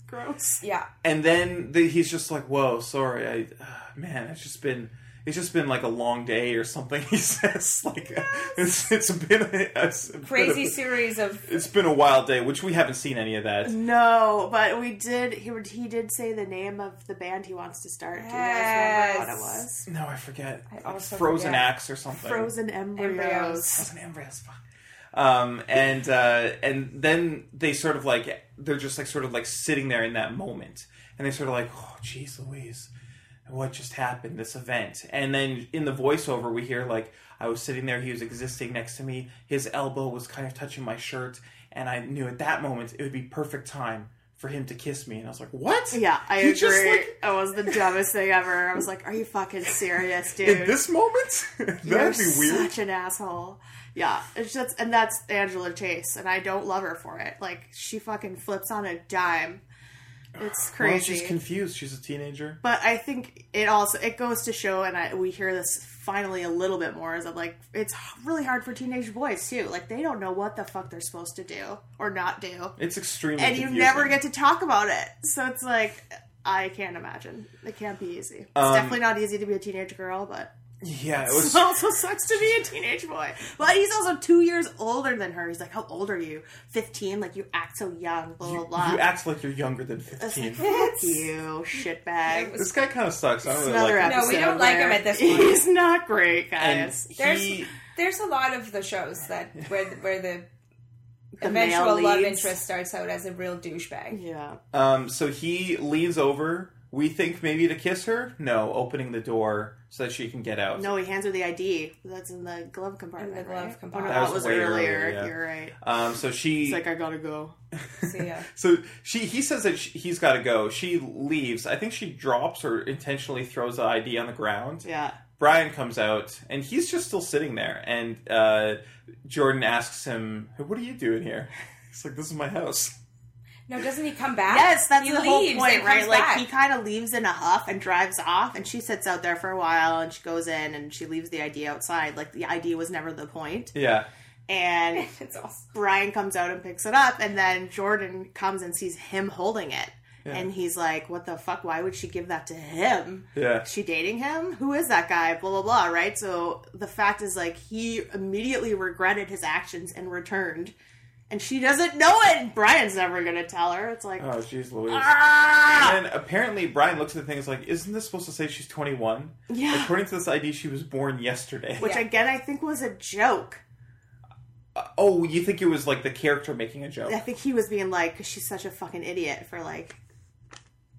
[SPEAKER 4] gross."
[SPEAKER 2] Yeah.
[SPEAKER 3] And then the, he's just like, "Whoa, sorry, I, ah, man, it's just been." It's just been like a long day or something. <laughs> He says, like it's, it's been a, it's been a-
[SPEAKER 2] Crazy series of
[SPEAKER 3] it's been a wild day, which we haven't seen any of that.
[SPEAKER 2] Mm-hmm.
[SPEAKER 4] No, but we did. He would- he did say the name of the band he wants to start. Do you guys remember what it
[SPEAKER 2] Yes.
[SPEAKER 4] was?
[SPEAKER 3] No, I forget. Like
[SPEAKER 2] also
[SPEAKER 3] frozen
[SPEAKER 2] forget.
[SPEAKER 3] axe or something.
[SPEAKER 4] Frozen embryos.
[SPEAKER 2] Embryos.
[SPEAKER 3] Frozen embryos. Fuck. Um, and uh, and then they sort of like they're just like sort of like sitting there in that moment, and they sort of like, oh, jeez, Louise, what just happened? This event, and then in the voiceover we hear like, I was sitting there, he was existing next to me, his elbow was kind of touching my shirt, and I knew at that moment it would be perfect time for him to kiss me, and I was like, what?
[SPEAKER 4] Yeah, I
[SPEAKER 3] He
[SPEAKER 4] agree.
[SPEAKER 3] just, like-
[SPEAKER 4] it was the dumbest thing ever. I was like, "Are you fucking serious,
[SPEAKER 3] <laughs>
[SPEAKER 4] dude?"
[SPEAKER 3] in this moment, <laughs> that'd be
[SPEAKER 4] You're
[SPEAKER 3] weird.
[SPEAKER 4] Such an asshole. Yeah, it's just and that's Angela Chase, and I don't love her for it. Like she fucking flips on a dime. It's
[SPEAKER 3] <sighs> Well,
[SPEAKER 4] crazy.
[SPEAKER 3] she's confused. She's a teenager.
[SPEAKER 4] but I think it also it goes to show, and I, we hear this finally a little bit more. Is that like it's h- really hard for teenage boys too. Like they don't know what the fuck they're supposed to do or not do,
[SPEAKER 3] It's extremely
[SPEAKER 4] and you
[SPEAKER 3] confusing.
[SPEAKER 4] never get to talk about it. So it's like I can't imagine. It can't be easy. It's
[SPEAKER 3] Um,
[SPEAKER 4] definitely not easy to be a teenage girl, but
[SPEAKER 3] Yeah, it was
[SPEAKER 4] it <laughs> also sucks to be a teenage boy. But he's also two years older than her. He's like, How old are you? 15? Like, you act so young, blah, blah,
[SPEAKER 3] you,
[SPEAKER 4] blah.
[SPEAKER 3] you act like you're younger than
[SPEAKER 4] It's
[SPEAKER 3] 15.
[SPEAKER 4] like, Fuck
[SPEAKER 2] <laughs>
[SPEAKER 4] you, shitbag.
[SPEAKER 3] this guy kind of sucks. I don't
[SPEAKER 4] It's
[SPEAKER 3] really
[SPEAKER 4] another
[SPEAKER 3] like him.
[SPEAKER 4] episode.
[SPEAKER 2] No, we don't like him
[SPEAKER 4] where
[SPEAKER 2] at this point.
[SPEAKER 4] He's not great,
[SPEAKER 3] And
[SPEAKER 4] guys.
[SPEAKER 2] There's
[SPEAKER 3] he,
[SPEAKER 2] there's a lot of the shows that where the, where the,
[SPEAKER 4] The male
[SPEAKER 2] eventual love
[SPEAKER 4] leads.
[SPEAKER 2] interest starts out as a real douchebag.
[SPEAKER 4] Yeah.
[SPEAKER 3] um, so he leans over. We think maybe to kiss her. No, opening the door so that she can get out.
[SPEAKER 4] No, he hands her the ID. That's in the glove compartment.
[SPEAKER 2] In the glove
[SPEAKER 4] right?
[SPEAKER 2] compartment.
[SPEAKER 4] Oh, no,
[SPEAKER 3] That
[SPEAKER 4] that,
[SPEAKER 3] was
[SPEAKER 4] was,
[SPEAKER 3] way
[SPEAKER 4] earlier.
[SPEAKER 3] earlier, yeah.
[SPEAKER 4] You're right.
[SPEAKER 3] Um, so she.
[SPEAKER 4] He's like, I gotta go.
[SPEAKER 2] So, yeah.
[SPEAKER 3] so she. He says that she, he's got to go. She leaves. I think she drops or intentionally throws the ID on the ground.
[SPEAKER 4] Yeah.
[SPEAKER 3] Brian comes out and he's just still sitting there. And uh, Jordan asks him, "Hey, "What are you doing here?" <laughs> He's like, "This is my house."
[SPEAKER 4] <laughs>
[SPEAKER 2] No, doesn't he come back?
[SPEAKER 4] Yes, that's
[SPEAKER 2] he
[SPEAKER 4] the whole
[SPEAKER 2] leaves
[SPEAKER 4] point,
[SPEAKER 2] and
[SPEAKER 4] right?
[SPEAKER 2] comes
[SPEAKER 4] Like
[SPEAKER 2] back.
[SPEAKER 4] he kind of leaves in a huff and drives off, and she sits out there for a while, and she goes in and she leaves the ID outside. Like the ID was never
[SPEAKER 2] <laughs>
[SPEAKER 4] the point,
[SPEAKER 3] Yeah.
[SPEAKER 4] and
[SPEAKER 2] it's awesome.
[SPEAKER 4] Brian comes out and picks it up, and then Jordan comes and sees him holding it. And he's like, "What the fuck? Why would she give that to him?
[SPEAKER 3] Yeah.
[SPEAKER 4] Is she dating him? Who is that guy? Blah blah blah." Right. So the fact is, like, he immediately regretted his actions and returned and she doesn't know it. and Brian's never gonna tell her. It's like
[SPEAKER 3] Oh, jeez Louise.
[SPEAKER 4] Ah!
[SPEAKER 3] And then apparently Brian looks at things like, isn't this supposed to say she's 21?
[SPEAKER 4] Yeah.
[SPEAKER 3] According to this ID, she was born yesterday.
[SPEAKER 4] which again I think was a joke.
[SPEAKER 3] oh, you think it was like the character making a joke?
[SPEAKER 4] I think he was being like, 'Cause she's such a fucking idiot for like,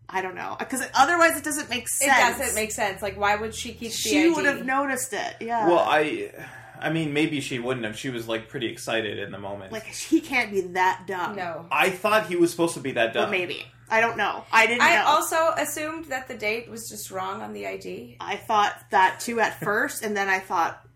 [SPEAKER 4] I don't know, because otherwise it doesn't make
[SPEAKER 2] It
[SPEAKER 4] sense.
[SPEAKER 2] doesn't make sense. Like, why would she keep the
[SPEAKER 4] She
[SPEAKER 2] ID?
[SPEAKER 4] would have noticed it. Yeah.
[SPEAKER 3] Well, I, I mean, maybe she wouldn't have. She was like pretty excited in the moment.
[SPEAKER 4] like he can't be that dumb.
[SPEAKER 2] No.
[SPEAKER 3] I thought he was supposed to be that
[SPEAKER 4] But
[SPEAKER 3] dumb.
[SPEAKER 4] maybe I don't know. I didn't.
[SPEAKER 2] I
[SPEAKER 4] know.
[SPEAKER 2] also assumed that the date was just wrong on the ID.
[SPEAKER 4] I thought that too at first, and then I thought,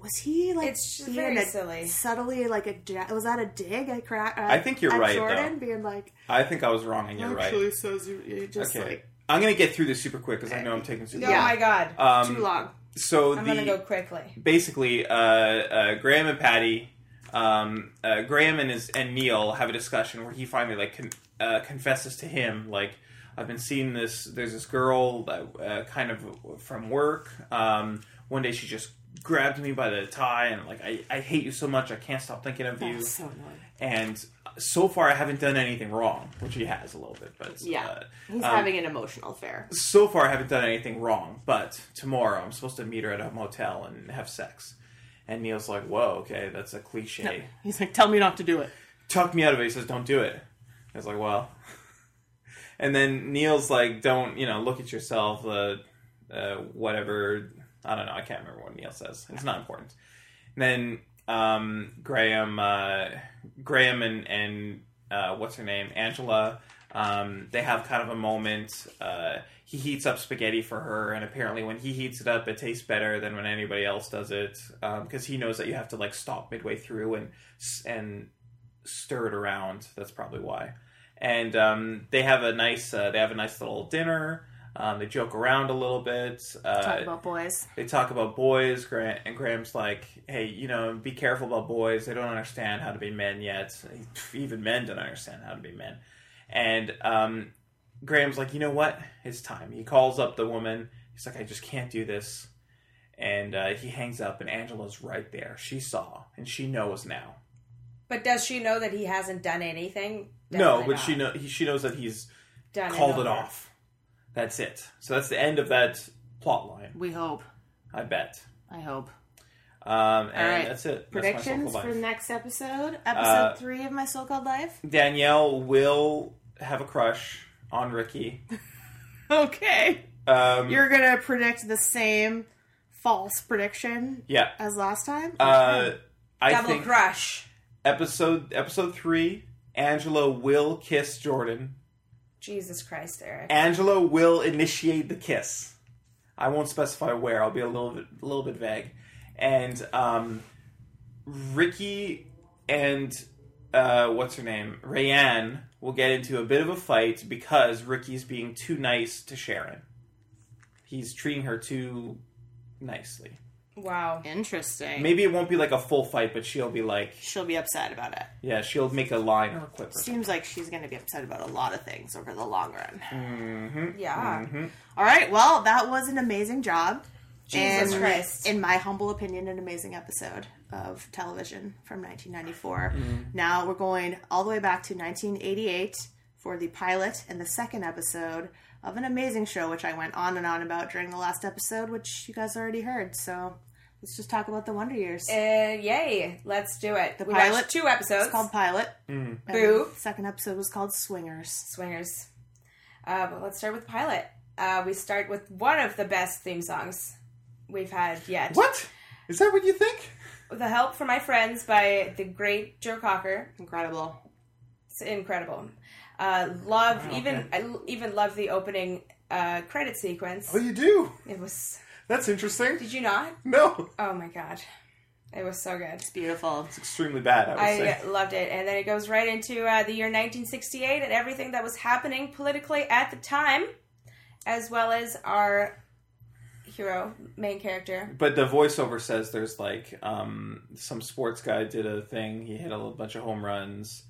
[SPEAKER 4] was he like
[SPEAKER 2] It's just
[SPEAKER 4] being
[SPEAKER 2] very
[SPEAKER 4] a-
[SPEAKER 2] silly.
[SPEAKER 4] subtly like a ja- was that a dig? I crack.
[SPEAKER 3] I think you're
[SPEAKER 4] at
[SPEAKER 3] right,
[SPEAKER 4] Jordan
[SPEAKER 3] though.
[SPEAKER 4] being like
[SPEAKER 3] I think I was wrong, and you're
[SPEAKER 4] actually
[SPEAKER 3] right.
[SPEAKER 4] says you, you just
[SPEAKER 3] Okay,
[SPEAKER 4] like
[SPEAKER 3] I'm gonna get through this super quick because I know I'm taking super.
[SPEAKER 2] Oh my god.
[SPEAKER 3] Um,
[SPEAKER 4] too long.
[SPEAKER 3] So
[SPEAKER 2] I'm
[SPEAKER 3] the
[SPEAKER 2] gonna go quickly.
[SPEAKER 3] basically, uh, uh, Graham and Patty, um, uh, Graham and his and Neil have a discussion where he finally like con- uh, confesses to him, like, I've been seeing this. There's this girl that uh, kind of from work. Um, one day she just grabbed me by the tie and like, I, I hate you so much. I can't stop thinking of you.
[SPEAKER 4] So annoying.
[SPEAKER 3] and so far I haven't done anything wrong, which he has a little bit, but
[SPEAKER 4] Yeah.
[SPEAKER 3] uh,
[SPEAKER 4] He's having an emotional affair.
[SPEAKER 3] so far I haven't done anything wrong, but tomorrow I'm supposed to meet her at a motel and have sex. And Neil's like, whoa, okay, that's a cliche.
[SPEAKER 4] He's like, tell me not to do it.
[SPEAKER 3] Tuck me out of it. He says, don't do it. I was like, well. <laughs> And then Neil's like, don't, you know, look at yourself, uh, uh, whatever. I don't know. I can't remember what Neil says. It's not important. And then um, Graham, uh, Graham and, and uh, what's her name? Angela. Um, they have kind of a moment. Uh, he heats up spaghetti for her, and apparently, when he heats it up, it tastes better than when anybody else does it because he knows that you have to like stop midway through and s- and stir it around. That's probably why. And um, they have a nice uh, they have a nice little dinner. Um, they joke around a little bit. Uh,
[SPEAKER 4] Talk about boys.
[SPEAKER 3] they talk about boys, Grant, and Graham's like, "Hey, you know, be careful about boys. They don't understand how to be men yet. Even men don't understand how to be men." And um, Graham's like, "You know what? It's time." He calls up the woman. He's like, "I just can't do this." And uh, he hangs up, and Angela's right there. She saw, and she knows now.
[SPEAKER 2] But does she know that he hasn't done anything?
[SPEAKER 3] no,
[SPEAKER 2] Definitely
[SPEAKER 3] but
[SPEAKER 2] not.
[SPEAKER 3] she know he, she knows that he's
[SPEAKER 2] Done
[SPEAKER 3] called it
[SPEAKER 2] over.
[SPEAKER 3] off. That's it. So that's the end of that plot line.
[SPEAKER 4] We hope.
[SPEAKER 3] I bet.
[SPEAKER 4] I hope.
[SPEAKER 3] Um, and
[SPEAKER 4] All right.
[SPEAKER 3] that's it. That's my Soulful
[SPEAKER 4] Predictions
[SPEAKER 3] Life.
[SPEAKER 4] for next episode, episode
[SPEAKER 3] Uh,
[SPEAKER 4] three of my so called life.
[SPEAKER 3] Danielle will have a crush on
[SPEAKER 4] <laughs>
[SPEAKER 3] Ricky.
[SPEAKER 4] <laughs> Okay,
[SPEAKER 3] Um,
[SPEAKER 4] you're gonna predict the same false prediction
[SPEAKER 3] yeah.
[SPEAKER 4] as last time.
[SPEAKER 3] Uh, I
[SPEAKER 2] Double
[SPEAKER 3] think
[SPEAKER 2] crush.
[SPEAKER 3] episode episode three. Angela will kiss Jordan.
[SPEAKER 2] Jesus Christ, Eric.
[SPEAKER 3] Angela will initiate the kiss. I won't specify where. I'll be a little bit, a little bit vague. And um, Ricky and uh, what's her name, Rayanne, will get into a bit of a fight because Ricky's being too nice to Sharon. He's treating her too nicely.
[SPEAKER 2] Wow.
[SPEAKER 4] Interesting.
[SPEAKER 3] Maybe it won't be like a full fight, but she'll be like,
[SPEAKER 4] She'll be upset about it.
[SPEAKER 3] yeah, she'll make a line or a quip. or-
[SPEAKER 4] Seems like she's going to be upset about a lot of things over the long run.
[SPEAKER 3] Mm-hmm.
[SPEAKER 2] Yeah.
[SPEAKER 4] All right. Well, that was an amazing job.
[SPEAKER 2] Jesus
[SPEAKER 4] and,
[SPEAKER 2] Christ.
[SPEAKER 4] In my humble opinion, an amazing episode of television from 1994.
[SPEAKER 2] Mm-hmm.
[SPEAKER 4] Now we're going all the way back to 1988 for the pilot and the second episode of an amazing show, which I went on and on about during the last episode, which you guys already heard. So let's just talk about the Wonder Years.
[SPEAKER 2] Uh, yay. Let's do it. The we
[SPEAKER 4] pilot-
[SPEAKER 2] watched two episodes. Mm-hmm.
[SPEAKER 4] it's called Pilot. And
[SPEAKER 2] Boo.
[SPEAKER 4] the Second episode was called Swingers.
[SPEAKER 2] Swingers. Uh, but let's start with Pilot. Uh, we start with one of the best theme songs we've had yet.
[SPEAKER 3] What? Is that what you think?
[SPEAKER 2] The Help from My Friends by the great Joe Cocker.
[SPEAKER 4] Incredible.
[SPEAKER 2] It's incredible. Uh, love even I l- even love the opening uh, credit sequence.
[SPEAKER 3] Oh, you do?
[SPEAKER 2] It was.
[SPEAKER 3] That's interesting.
[SPEAKER 2] Did you not?
[SPEAKER 3] No.
[SPEAKER 2] Oh my god, it was so good.
[SPEAKER 4] Beautiful.
[SPEAKER 3] It's extremely bad, I would say.
[SPEAKER 2] I loved it. And then it goes right into uh, the year 1968 and everything that was happening politically at the time, as well as our hero, main character.
[SPEAKER 3] But the voiceover says there's like um, some sports guy did a thing. He hit a little bunch of home runs.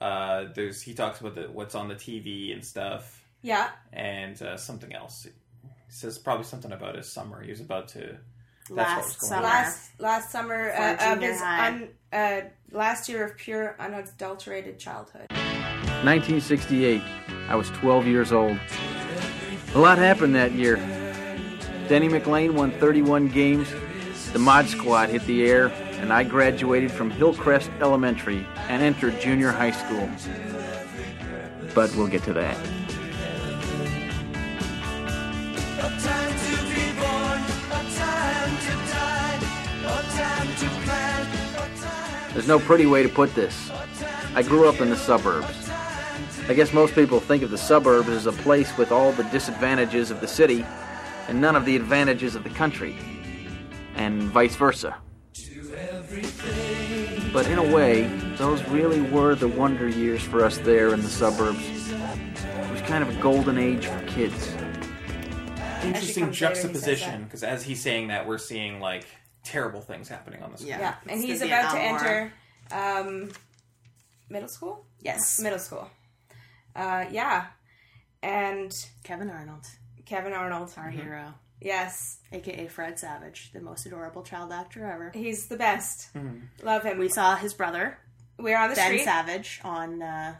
[SPEAKER 3] Uh, there's he talks about the, what's on the TV and stuff,
[SPEAKER 2] Yeah.
[SPEAKER 3] and uh, something else. He says probably something about his summer. He was about to
[SPEAKER 4] last summer.
[SPEAKER 2] Last last summer
[SPEAKER 4] For
[SPEAKER 2] uh, of
[SPEAKER 4] junior
[SPEAKER 2] his
[SPEAKER 4] high.
[SPEAKER 2] un, uh, last year of pure unadulterated childhood.
[SPEAKER 11] 1968. I was 12 years old. A lot happened that year. Denny McLean won 31 games, the Mod Squad hit the air, and I graduated from Hillcrest Elementary and entered junior high school. But we'll get to that.
[SPEAKER 12] A time to be born, a time to die, a time to plan, a time.
[SPEAKER 11] There's no pretty way to put this. I grew up in the suburbs. I guess most people think of the suburbs as a place with all the disadvantages of the city and none of the advantages of the country, and vice versa. But in a way, those really were the wonder years for us there in the suburbs. It was kind of a golden age for kids.
[SPEAKER 3] Interesting juxtaposition because as he's saying that, we're seeing like terrible things happening on the screen.
[SPEAKER 2] Yeah, and
[SPEAKER 4] It's
[SPEAKER 2] he's
[SPEAKER 4] the
[SPEAKER 2] about to
[SPEAKER 4] Vietnam
[SPEAKER 2] enter um, middle school.
[SPEAKER 4] Yes.
[SPEAKER 2] middle school. Uh, yeah, and
[SPEAKER 4] Kevin Arnold,
[SPEAKER 2] Kevin Arnold, Mm-hmm.
[SPEAKER 4] our hero.
[SPEAKER 2] Yes,
[SPEAKER 4] aka Fred Savage, the most adorable child actor ever.
[SPEAKER 2] He's the best. Love him.
[SPEAKER 4] We saw his brother.
[SPEAKER 2] We're on the
[SPEAKER 4] ben
[SPEAKER 2] street.
[SPEAKER 4] Savage on uh,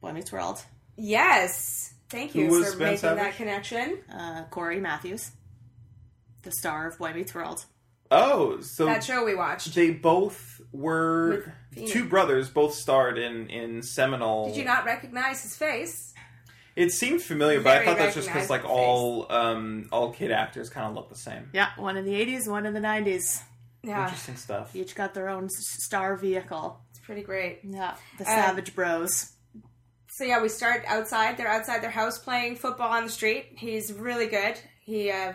[SPEAKER 4] Boy Meets World.
[SPEAKER 2] Yes, thank you
[SPEAKER 4] Who was
[SPEAKER 2] for
[SPEAKER 4] Ben
[SPEAKER 2] making that
[SPEAKER 4] Savage?
[SPEAKER 2] connection.
[SPEAKER 4] Uh, Corey Matthews, the star of Boy Meets World.
[SPEAKER 3] Oh, so
[SPEAKER 2] That show we watched.
[SPEAKER 3] They both were
[SPEAKER 2] With Phoenix.
[SPEAKER 3] two brothers, both starred in in seminal.
[SPEAKER 2] Did you not recognize his face?
[SPEAKER 3] It seemed familiar, but I
[SPEAKER 2] Very
[SPEAKER 3] thought that's just because like
[SPEAKER 2] recognizable
[SPEAKER 3] all um all kid actors kind of look the same.
[SPEAKER 4] Yeah, one in the 80s, one in the 90s.
[SPEAKER 2] Yeah.
[SPEAKER 3] Interesting stuff.
[SPEAKER 4] Each got their own s- star vehicle.
[SPEAKER 2] It's pretty great.
[SPEAKER 4] Yeah. The
[SPEAKER 2] Um,
[SPEAKER 4] Savage Bros.
[SPEAKER 2] So yeah, we start outside. They're outside their house playing football on the street. He's really good. He uh,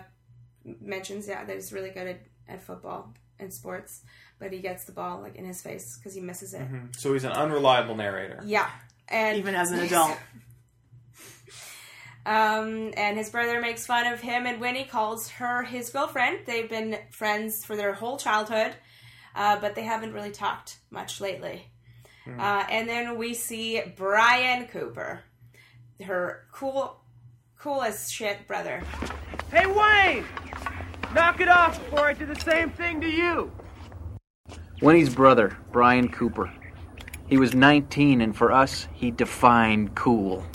[SPEAKER 2] mentions yeah that he's really good at, at football and sports, but he gets the ball like in his face because he misses it.
[SPEAKER 4] Mm-hmm.
[SPEAKER 3] Mhm. So he's an unreliable narrator.
[SPEAKER 2] Yeah, and
[SPEAKER 4] Even as an adult.
[SPEAKER 2] um, and his brother makes fun of him, and Winnie calls her his girlfriend. They've been friends for their whole childhood, uh, but they haven't really talked much lately.
[SPEAKER 9] Hmm.
[SPEAKER 2] Uh, and then we see Brian Cooper, her cool, cool as shit brother.
[SPEAKER 13] Hey, Wayne! Knock it off before I do the same thing to you!
[SPEAKER 11] Winnie's brother, Brian Cooper. He was 19, and for us, he defined cool.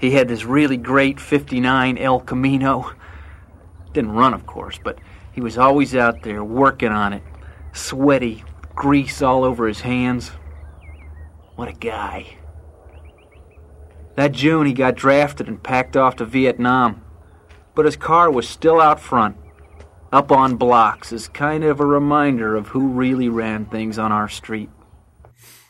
[SPEAKER 11] He had this really great 59 El Camino. Didn't run, of course, but he was always out there working on it. Sweaty, grease all over his hands. What a guy. That June, he got drafted and packed off to Vietnam. But his car was still out front, up on blocks, as kind of a reminder of who really ran things on our street.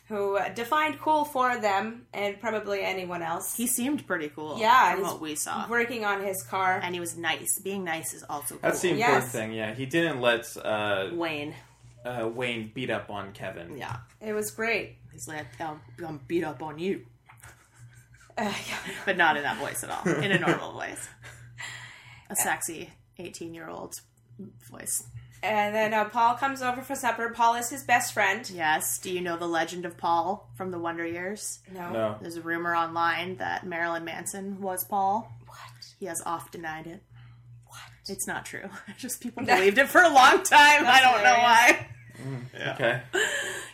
[SPEAKER 2] who uh, defined cool for them and probably anyone else. He
[SPEAKER 4] seemed pretty cool.
[SPEAKER 2] Yeah,
[SPEAKER 4] from
[SPEAKER 2] he's
[SPEAKER 4] what we saw.
[SPEAKER 2] Working on his car,
[SPEAKER 4] and he was nice. Being nice is also cool.
[SPEAKER 3] That's the important thing. Yeah, he didn't let uh,
[SPEAKER 4] Wayne
[SPEAKER 3] uh, Wayne beat up on Kevin.
[SPEAKER 4] Yeah,
[SPEAKER 2] it was great. <laughs>
[SPEAKER 4] He's like, um, I'm beat up on you, but not in that voice at all. In a normal voice, a sexy 18 year old voice.
[SPEAKER 2] And then uh, Paul comes over for supper. Paul is his best friend.
[SPEAKER 4] Yes. Do you know the legend of Paul from the Wonder Years?
[SPEAKER 2] No. No.
[SPEAKER 4] There's a rumor online that Marilyn Manson was Paul. What? He has oft denied it. What? It's not true. <laughs> Just people believed it for a long time.
[SPEAKER 2] <laughs>
[SPEAKER 4] I
[SPEAKER 2] That's
[SPEAKER 4] don't know why.
[SPEAKER 3] Okay.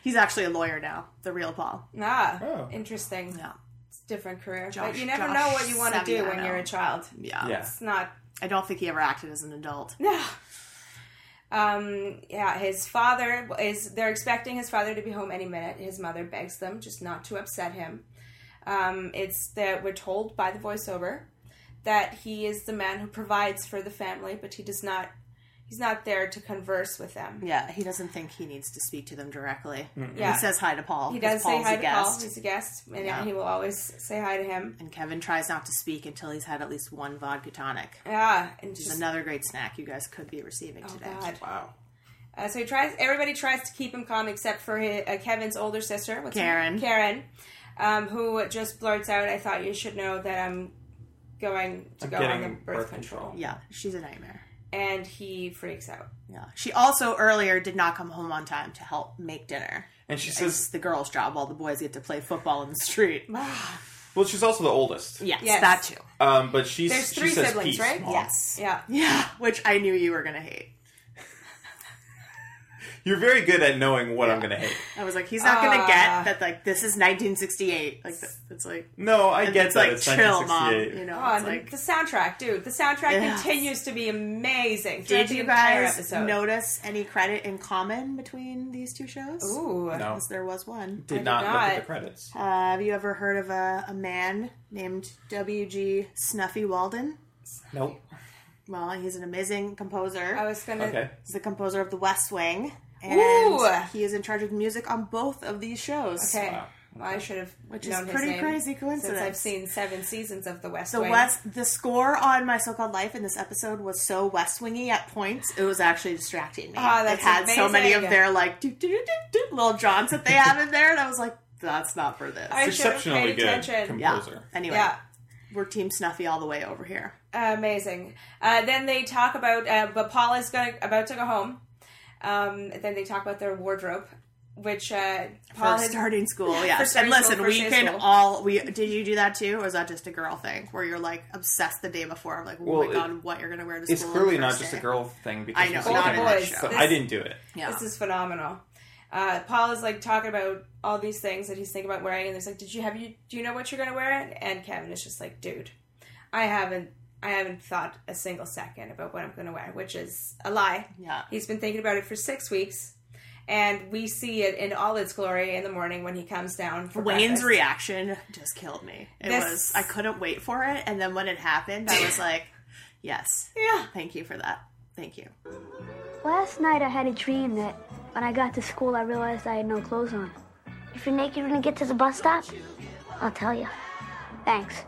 [SPEAKER 4] He's actually a lawyer now, the real Paul.
[SPEAKER 2] Ah, interesting.
[SPEAKER 4] Yeah.
[SPEAKER 2] It's a different career.
[SPEAKER 4] Josh-
[SPEAKER 2] but you never
[SPEAKER 4] Josh
[SPEAKER 2] know what you want to do when
[SPEAKER 4] Saviano.
[SPEAKER 2] you're a child.
[SPEAKER 4] Yeah.
[SPEAKER 2] Yeah. It's not.
[SPEAKER 4] I don't think he ever acted as an adult.
[SPEAKER 2] No. Um, yeah, his father is, they're expecting his father to be home any minute. His mother begs them just not to upset him. Um, it's that we're told by the voiceover that he is the man who provides for the family, but he does not, he's not there to converse with them.
[SPEAKER 4] Yeah, he doesn't think he needs to speak to them directly.
[SPEAKER 2] Mm-mm. Yeah.
[SPEAKER 4] He says hi to Paul.
[SPEAKER 2] He
[SPEAKER 4] 'cause
[SPEAKER 2] does say
[SPEAKER 4] Paul's
[SPEAKER 2] hi
[SPEAKER 4] a
[SPEAKER 2] to
[SPEAKER 4] guest.
[SPEAKER 2] Paul. He's a guest, and
[SPEAKER 4] Yeah.
[SPEAKER 2] he will always say hi to him.
[SPEAKER 4] And Kevin tries not to speak until he's had at least one vodka tonic.
[SPEAKER 2] Yeah, and
[SPEAKER 4] which is
[SPEAKER 2] just-
[SPEAKER 4] another great snack you guys could be receiving today.
[SPEAKER 2] Oh, God.
[SPEAKER 3] Wow.
[SPEAKER 2] Uh, so he tries. Everybody tries to keep him calm, except for his, uh, Kevin's older sister, her-
[SPEAKER 4] Karen.
[SPEAKER 2] Karen, um, who just blurts out, "I thought you should know that I'm going to
[SPEAKER 4] I'm
[SPEAKER 2] go on
[SPEAKER 4] getting
[SPEAKER 2] the
[SPEAKER 4] birth
[SPEAKER 2] birth, control.
[SPEAKER 4] Yeah, she's a nightmare.
[SPEAKER 2] And he freaks out.
[SPEAKER 4] Yeah, she also earlier did not come home on time to help make dinner.
[SPEAKER 3] And she
[SPEAKER 4] says the girl's job while the boys get to play football in the street.
[SPEAKER 3] Well, she's also the oldest.
[SPEAKER 4] Yes, that too.
[SPEAKER 3] Um, but she's she says peace, Mom.
[SPEAKER 4] Yes.
[SPEAKER 2] Yeah.
[SPEAKER 4] Yeah. Which I knew you were gonna hate.
[SPEAKER 3] You're very good at knowing what I'm going to hate.
[SPEAKER 4] I was like, he's not gonna
[SPEAKER 2] Ah.
[SPEAKER 4] get that. Like this is 1968. Like th- it's like
[SPEAKER 3] No, I
[SPEAKER 4] and
[SPEAKER 3] get
[SPEAKER 4] it's
[SPEAKER 3] that.
[SPEAKER 4] Like
[SPEAKER 3] It's
[SPEAKER 4] chill, mom.
[SPEAKER 3] 1968.
[SPEAKER 4] You know,
[SPEAKER 2] Oh,
[SPEAKER 4] it's
[SPEAKER 2] and
[SPEAKER 4] like
[SPEAKER 2] the soundtrack, dude. The soundtrack
[SPEAKER 4] Yeah.
[SPEAKER 2] continues to be amazing. throughout
[SPEAKER 4] Did
[SPEAKER 2] the
[SPEAKER 4] you
[SPEAKER 2] entire
[SPEAKER 4] guys
[SPEAKER 2] episode.
[SPEAKER 4] notice any credit in common between these two shows?
[SPEAKER 2] Ooh. No.
[SPEAKER 4] Because there was one.
[SPEAKER 3] Did not look at the credits.
[SPEAKER 4] Uh, have you ever heard of a, a man named W.G. Snuffy Walden? <laughs>
[SPEAKER 3] Nope.
[SPEAKER 4] Well, he's an amazing composer. I
[SPEAKER 2] was gonna.
[SPEAKER 3] Okay.
[SPEAKER 4] He's the composer of The West Wing, and
[SPEAKER 2] Ooh.
[SPEAKER 4] he is in charge of music on both of these shows.
[SPEAKER 2] Okay. Well, I should have
[SPEAKER 4] Which is
[SPEAKER 2] known his
[SPEAKER 4] pretty
[SPEAKER 2] name
[SPEAKER 4] crazy
[SPEAKER 2] Since I've
[SPEAKER 4] coincidence.
[SPEAKER 2] seen seven seasons of The West
[SPEAKER 4] The
[SPEAKER 2] Wing.
[SPEAKER 4] West, the score on My So Called Life in this episode was so West Wingy at points, it was actually distracting me.
[SPEAKER 2] Oh, that's
[SPEAKER 4] it had so many of
[SPEAKER 2] amazing.
[SPEAKER 4] their like do, do, do, do, do, little jaunts that they have in there, and I was like, that's not for this.
[SPEAKER 2] I It's should've exceptionally paid good attention. composer.
[SPEAKER 4] Yeah. Anyway,
[SPEAKER 2] Yeah.
[SPEAKER 4] we're Team Snuffy all the way over here.
[SPEAKER 2] Amazing. Uh, then they talk about, uh, but Paula's going about to go home. Um, then they talk about their wardrobe, which uh, Paula
[SPEAKER 4] For starting school,
[SPEAKER 2] For
[SPEAKER 4] yes.
[SPEAKER 2] starting
[SPEAKER 4] And listen,
[SPEAKER 2] school, for
[SPEAKER 4] we
[SPEAKER 2] starting
[SPEAKER 4] can
[SPEAKER 2] school.
[SPEAKER 4] all we did you do that too, or is that just a girl thing where you're like obsessed the day before, like, oh
[SPEAKER 3] Well,
[SPEAKER 4] my
[SPEAKER 3] it-
[SPEAKER 4] god, what you're gonna wear to school?
[SPEAKER 3] It's clearly
[SPEAKER 4] on the
[SPEAKER 3] not
[SPEAKER 4] first
[SPEAKER 3] just
[SPEAKER 4] day.
[SPEAKER 3] a girl thing because
[SPEAKER 4] I know,
[SPEAKER 3] it's
[SPEAKER 4] not
[SPEAKER 3] okay.
[SPEAKER 4] in that show.
[SPEAKER 3] So
[SPEAKER 4] This-
[SPEAKER 3] I didn't do it.
[SPEAKER 2] This is phenomenal. Uh, Paul is like talking about all these things that he's thinking about wearing, and he's like, "Did you have you? Do you know what you're gonna wear?" And Kevin is just like, "Dude, I haven't, I haven't thought a single second about what I'm gonna wear," which is a lie.
[SPEAKER 4] Yeah.
[SPEAKER 2] he's been thinking about it for six weeks, and we see it in all its glory in the morning when he comes down. For
[SPEAKER 4] Wayne's
[SPEAKER 2] breakfast.
[SPEAKER 4] reaction just killed me. It
[SPEAKER 2] This-
[SPEAKER 4] was I couldn't wait for it, and then when it happened, I
[SPEAKER 2] <laughs>
[SPEAKER 4] was like, "Yes,
[SPEAKER 2] yeah,
[SPEAKER 4] thank you for that, thank you."
[SPEAKER 14] Last night I had a dream that when I got to school I realized I had no clothes on. If you're naked when you get to the bus stop, I'll tell you. Thanks.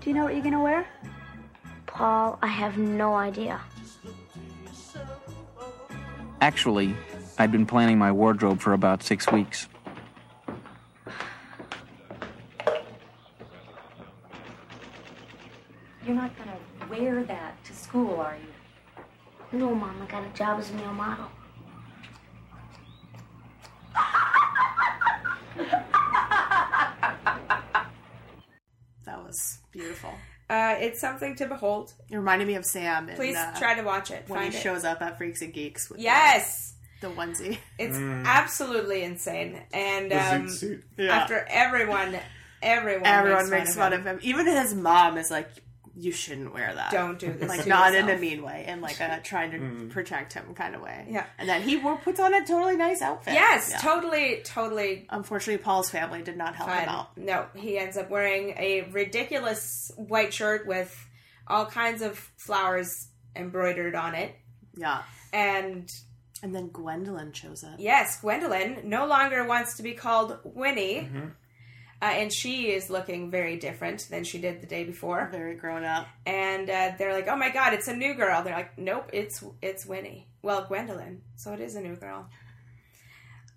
[SPEAKER 14] Do you know what you're gonna wear? Paul, I have no idea.
[SPEAKER 11] Actually, I'd been planning my wardrobe for about six weeks.
[SPEAKER 14] You're not gonna wear that to school, are you? No, Mom, I got a job as a male model.
[SPEAKER 4] That was beautiful.
[SPEAKER 2] Uh, it's something to behold.
[SPEAKER 4] It reminded me of Sam. in,
[SPEAKER 2] Please
[SPEAKER 4] uh,
[SPEAKER 2] try to watch it.
[SPEAKER 4] when he
[SPEAKER 2] Find it.
[SPEAKER 4] shows up at Freaks and Geeks. With
[SPEAKER 2] Yes.
[SPEAKER 4] the, the onesie.
[SPEAKER 2] It's
[SPEAKER 4] Mm.
[SPEAKER 2] absolutely insane. And
[SPEAKER 4] The zoot
[SPEAKER 2] um,
[SPEAKER 4] suit. Yeah.
[SPEAKER 2] after everyone, everyone,
[SPEAKER 4] Everyone makes fun of him. Even his mom is like, "You shouldn't wear that.
[SPEAKER 2] Don't do this
[SPEAKER 4] Like
[SPEAKER 2] to
[SPEAKER 4] not in a
[SPEAKER 2] yourself.
[SPEAKER 4] mean way, in
[SPEAKER 2] <laughs>
[SPEAKER 4] like a trying to
[SPEAKER 2] Mm.
[SPEAKER 4] protect him kind of way.
[SPEAKER 2] Yeah.
[SPEAKER 4] And then he wo- puts on a totally nice outfit.
[SPEAKER 2] Yes,
[SPEAKER 4] Yeah.
[SPEAKER 2] totally, totally.
[SPEAKER 4] Unfortunately, Paul's family did not help him
[SPEAKER 2] fun.
[SPEAKER 4] out.
[SPEAKER 2] No, he ends up wearing a ridiculous white shirt with all kinds of flowers embroidered on it.
[SPEAKER 4] Yeah.
[SPEAKER 2] And
[SPEAKER 4] And then Gwendolyn shows up.
[SPEAKER 2] yes, Gwendolyn no longer wants to be called Winnie.
[SPEAKER 4] Mm-hmm.
[SPEAKER 2] Uh, and she is looking very different than she did the day before.
[SPEAKER 4] Very grown up.
[SPEAKER 2] And uh, they're like, "Oh my god, it's a new girl." They're like, "Nope, it's it's Winnie." Well, Gwendolyn. So it is a new girl.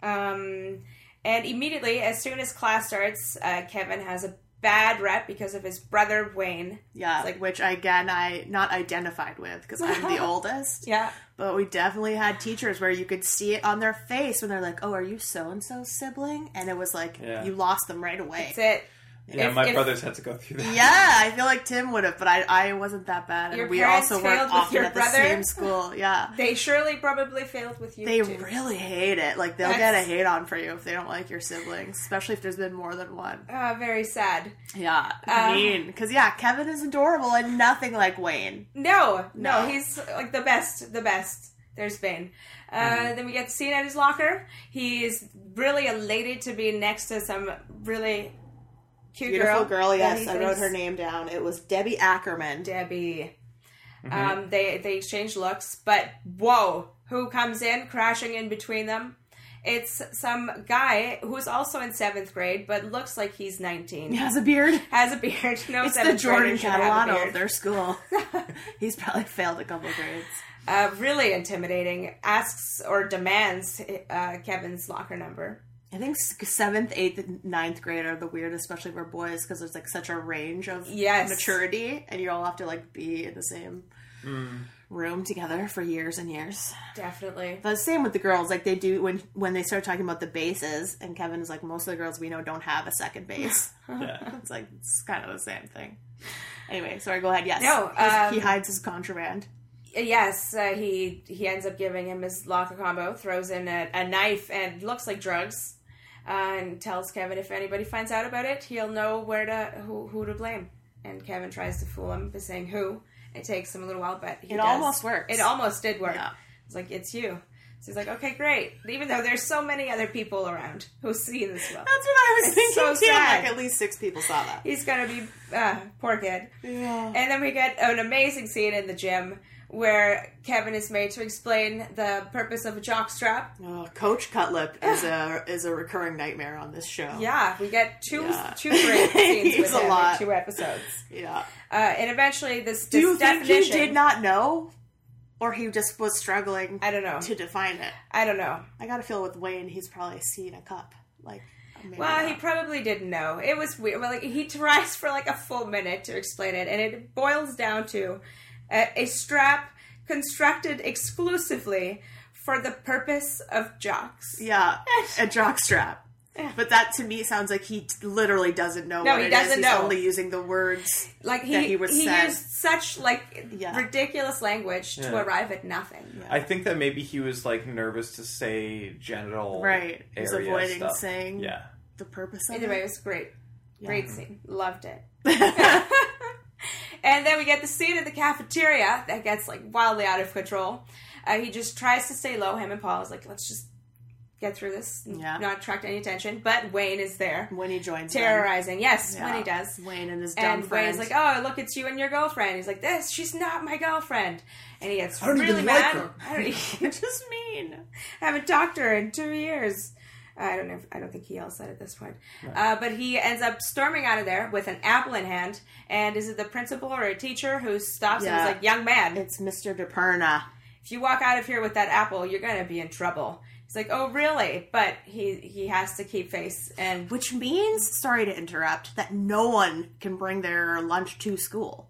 [SPEAKER 2] Um, and immediately, as soon as class starts, uh, Kevin has a bad rep because of his brother Wayne.
[SPEAKER 4] Yeah,
[SPEAKER 2] It's like
[SPEAKER 4] which again I not identified with because I'm
[SPEAKER 2] <laughs>
[SPEAKER 4] the oldest.
[SPEAKER 2] Yeah,
[SPEAKER 4] but we definitely had teachers where you could see it on their face when they're like, "Oh, are you so and so's sibling?" And it was like
[SPEAKER 3] Yeah.
[SPEAKER 4] you lost them right away.
[SPEAKER 2] that's it.
[SPEAKER 3] Yeah,
[SPEAKER 2] If-
[SPEAKER 3] my
[SPEAKER 2] if-
[SPEAKER 3] brothers had to go through that.
[SPEAKER 4] Yeah, I feel like Tim would have, but I I wasn't that bad,
[SPEAKER 2] Your
[SPEAKER 4] and we
[SPEAKER 2] parents
[SPEAKER 4] also
[SPEAKER 2] failed
[SPEAKER 4] weren't
[SPEAKER 2] with
[SPEAKER 4] often
[SPEAKER 2] your
[SPEAKER 4] at
[SPEAKER 2] brother?
[SPEAKER 4] the same
[SPEAKER 2] <laughs>
[SPEAKER 4] school. Yeah,
[SPEAKER 2] They surely probably failed with you.
[SPEAKER 4] they
[SPEAKER 2] too.
[SPEAKER 4] really hate it. Like they'll get
[SPEAKER 2] That's-
[SPEAKER 4] a hate on for you if they don't like your siblings, especially if there's been more than one.
[SPEAKER 2] Ah, very sad.
[SPEAKER 4] Yeah,
[SPEAKER 2] Um,
[SPEAKER 4] mean because yeah, Kevin is adorable and nothing like Wayne.
[SPEAKER 2] No, no,
[SPEAKER 4] No.
[SPEAKER 2] he's like the best, the best. There's Bane. Uh,
[SPEAKER 4] Mm-hmm.
[SPEAKER 2] Then we get to see it at his locker. He's really elated to be next to some really cute
[SPEAKER 4] Beautiful girl,
[SPEAKER 2] that
[SPEAKER 4] yes.
[SPEAKER 2] he
[SPEAKER 4] I wrote
[SPEAKER 2] thinks-
[SPEAKER 4] her name down. It was Debbie Ackerman.
[SPEAKER 2] Debbie.
[SPEAKER 4] Mm-hmm.
[SPEAKER 2] Um, they they exchange looks, but whoa, who comes in crashing in between them? It's some guy who's also in seventh grade, but looks like he's nineteen.
[SPEAKER 4] He has a beard.
[SPEAKER 2] Has a beard. <laughs> No,
[SPEAKER 4] it's the
[SPEAKER 2] seventh
[SPEAKER 4] Jordan
[SPEAKER 2] grader should have a
[SPEAKER 4] Catalano of
[SPEAKER 2] beard.
[SPEAKER 4] their <laughs> school. He's probably failed a couple grades.
[SPEAKER 2] uh, really intimidating, asks or demands uh, Kevin's locker number.
[SPEAKER 4] I think s- seventh, eighth, and ninth grade are the weird, especially for boys, because there's like such a range of
[SPEAKER 2] Yes.
[SPEAKER 4] maturity, and you all have to like be in the same room together for years and years.
[SPEAKER 2] Definitely.
[SPEAKER 4] The same with the girls, like they do when when they start talking about the bases, and Kevin is like, most of the girls we know don't have a second base. <laughs>
[SPEAKER 2] Yeah.
[SPEAKER 4] it's like it's kind of the same thing. Anyway, sorry. Go ahead. Yes.
[SPEAKER 2] No,
[SPEAKER 4] He's- he
[SPEAKER 2] um,
[SPEAKER 4] hides his contraband.
[SPEAKER 2] Yes, uh, he he ends up giving him his locker combo, throws in a, a knife and looks like drugs, uh, and tells Kevin if anybody finds out about it, he'll know where to who who to blame. And Kevin tries to fool him by saying who. It takes him a little while, but he
[SPEAKER 4] It
[SPEAKER 2] does.
[SPEAKER 4] almost works.
[SPEAKER 2] It almost did work.
[SPEAKER 4] Yeah.
[SPEAKER 2] It's like it's you. So he's like, okay, great. Even though there's so many other people around who see this
[SPEAKER 4] <laughs>
[SPEAKER 2] well.
[SPEAKER 4] That's what I was
[SPEAKER 2] It's
[SPEAKER 4] thinking
[SPEAKER 2] so
[SPEAKER 4] too. I'm
[SPEAKER 2] sad.
[SPEAKER 4] Like at least six people saw that.
[SPEAKER 2] He's gonna be uh, poor kid.
[SPEAKER 4] Yeah.
[SPEAKER 2] And then we get an amazing scene in the gym where Kevin is made to explain the purpose of a jock strap.
[SPEAKER 4] Oh, Coach Cutlip is a is a recurring nightmare on this show.
[SPEAKER 2] Yeah, we get two
[SPEAKER 4] Yeah.
[SPEAKER 2] two
[SPEAKER 4] <laughs>
[SPEAKER 2] great scenes with
[SPEAKER 4] He's a
[SPEAKER 2] him
[SPEAKER 4] lot.
[SPEAKER 2] in two episodes.
[SPEAKER 4] Yeah.
[SPEAKER 2] Uh, and eventually, this, this
[SPEAKER 4] Do you think
[SPEAKER 2] definition.
[SPEAKER 4] he did not know, or he just was struggling?
[SPEAKER 2] I don't know
[SPEAKER 4] to define it.
[SPEAKER 2] I don't know.
[SPEAKER 4] I gotta feel with Wayne. He's probably seen a cup. Like, maybe
[SPEAKER 2] Well, he
[SPEAKER 4] not.
[SPEAKER 2] probably didn't know. It was weird. Well, like he tries for like a full minute to explain it, and it boils down to a, a strap constructed exclusively for the purpose of jocks. <laughs>
[SPEAKER 4] yeah, a jockstrap. But that to me sounds like he t- literally doesn't know.
[SPEAKER 2] No,
[SPEAKER 4] what
[SPEAKER 2] he
[SPEAKER 4] it is.
[SPEAKER 2] doesn't
[SPEAKER 4] He's
[SPEAKER 2] know.
[SPEAKER 4] only using the words
[SPEAKER 2] Like he
[SPEAKER 4] that he was
[SPEAKER 2] he
[SPEAKER 4] sent.
[SPEAKER 2] used such like ridiculous language to
[SPEAKER 3] Yeah.
[SPEAKER 2] arrive at nothing.
[SPEAKER 3] I think that maybe he was like nervous to say genital
[SPEAKER 2] Right.
[SPEAKER 4] He was
[SPEAKER 3] area
[SPEAKER 4] avoiding
[SPEAKER 3] stuff.
[SPEAKER 4] saying-
[SPEAKER 3] Yeah.
[SPEAKER 4] the purpose of
[SPEAKER 2] Either
[SPEAKER 4] it.
[SPEAKER 2] way, it was great.
[SPEAKER 4] Yeah.
[SPEAKER 2] Great scene. Loved
[SPEAKER 4] <laughs>
[SPEAKER 2] it. <laughs> and then we get the scene in the cafeteria that gets like wildly out of control. Uh, he just tries to stay low. Him and Paul is like, let's just get through this, and
[SPEAKER 4] Yeah.
[SPEAKER 2] not attract any attention. But Wayne is there.
[SPEAKER 4] when he joins them.
[SPEAKER 2] Terrorizing, yes,
[SPEAKER 4] Yeah.
[SPEAKER 2] when he does.
[SPEAKER 4] Wayne and his dumb
[SPEAKER 2] And
[SPEAKER 4] friend.
[SPEAKER 2] Wayne's like, "Oh, look, it's you and your girlfriend." He's like, "This, she's not my girlfriend," and he gets
[SPEAKER 4] I don't
[SPEAKER 2] really
[SPEAKER 4] even like
[SPEAKER 2] mad.
[SPEAKER 4] her.
[SPEAKER 2] I don't, you're <laughs> just mean. I haven't talked to her in two years. I don't know. If, I don't think he yells that at this point. Uh, but he ends up storming out of there with an apple in hand. And is it the principal or a teacher who stops him? and
[SPEAKER 4] Yeah.
[SPEAKER 2] is like, "Young man,
[SPEAKER 4] it's Mr. DePerna."
[SPEAKER 2] if you walk out of here with that apple, you're gonna be in trouble." He's like, "Oh, really?" But he he has to keep face and
[SPEAKER 4] Which means, sorry to interrupt, that no one can bring their lunch to school.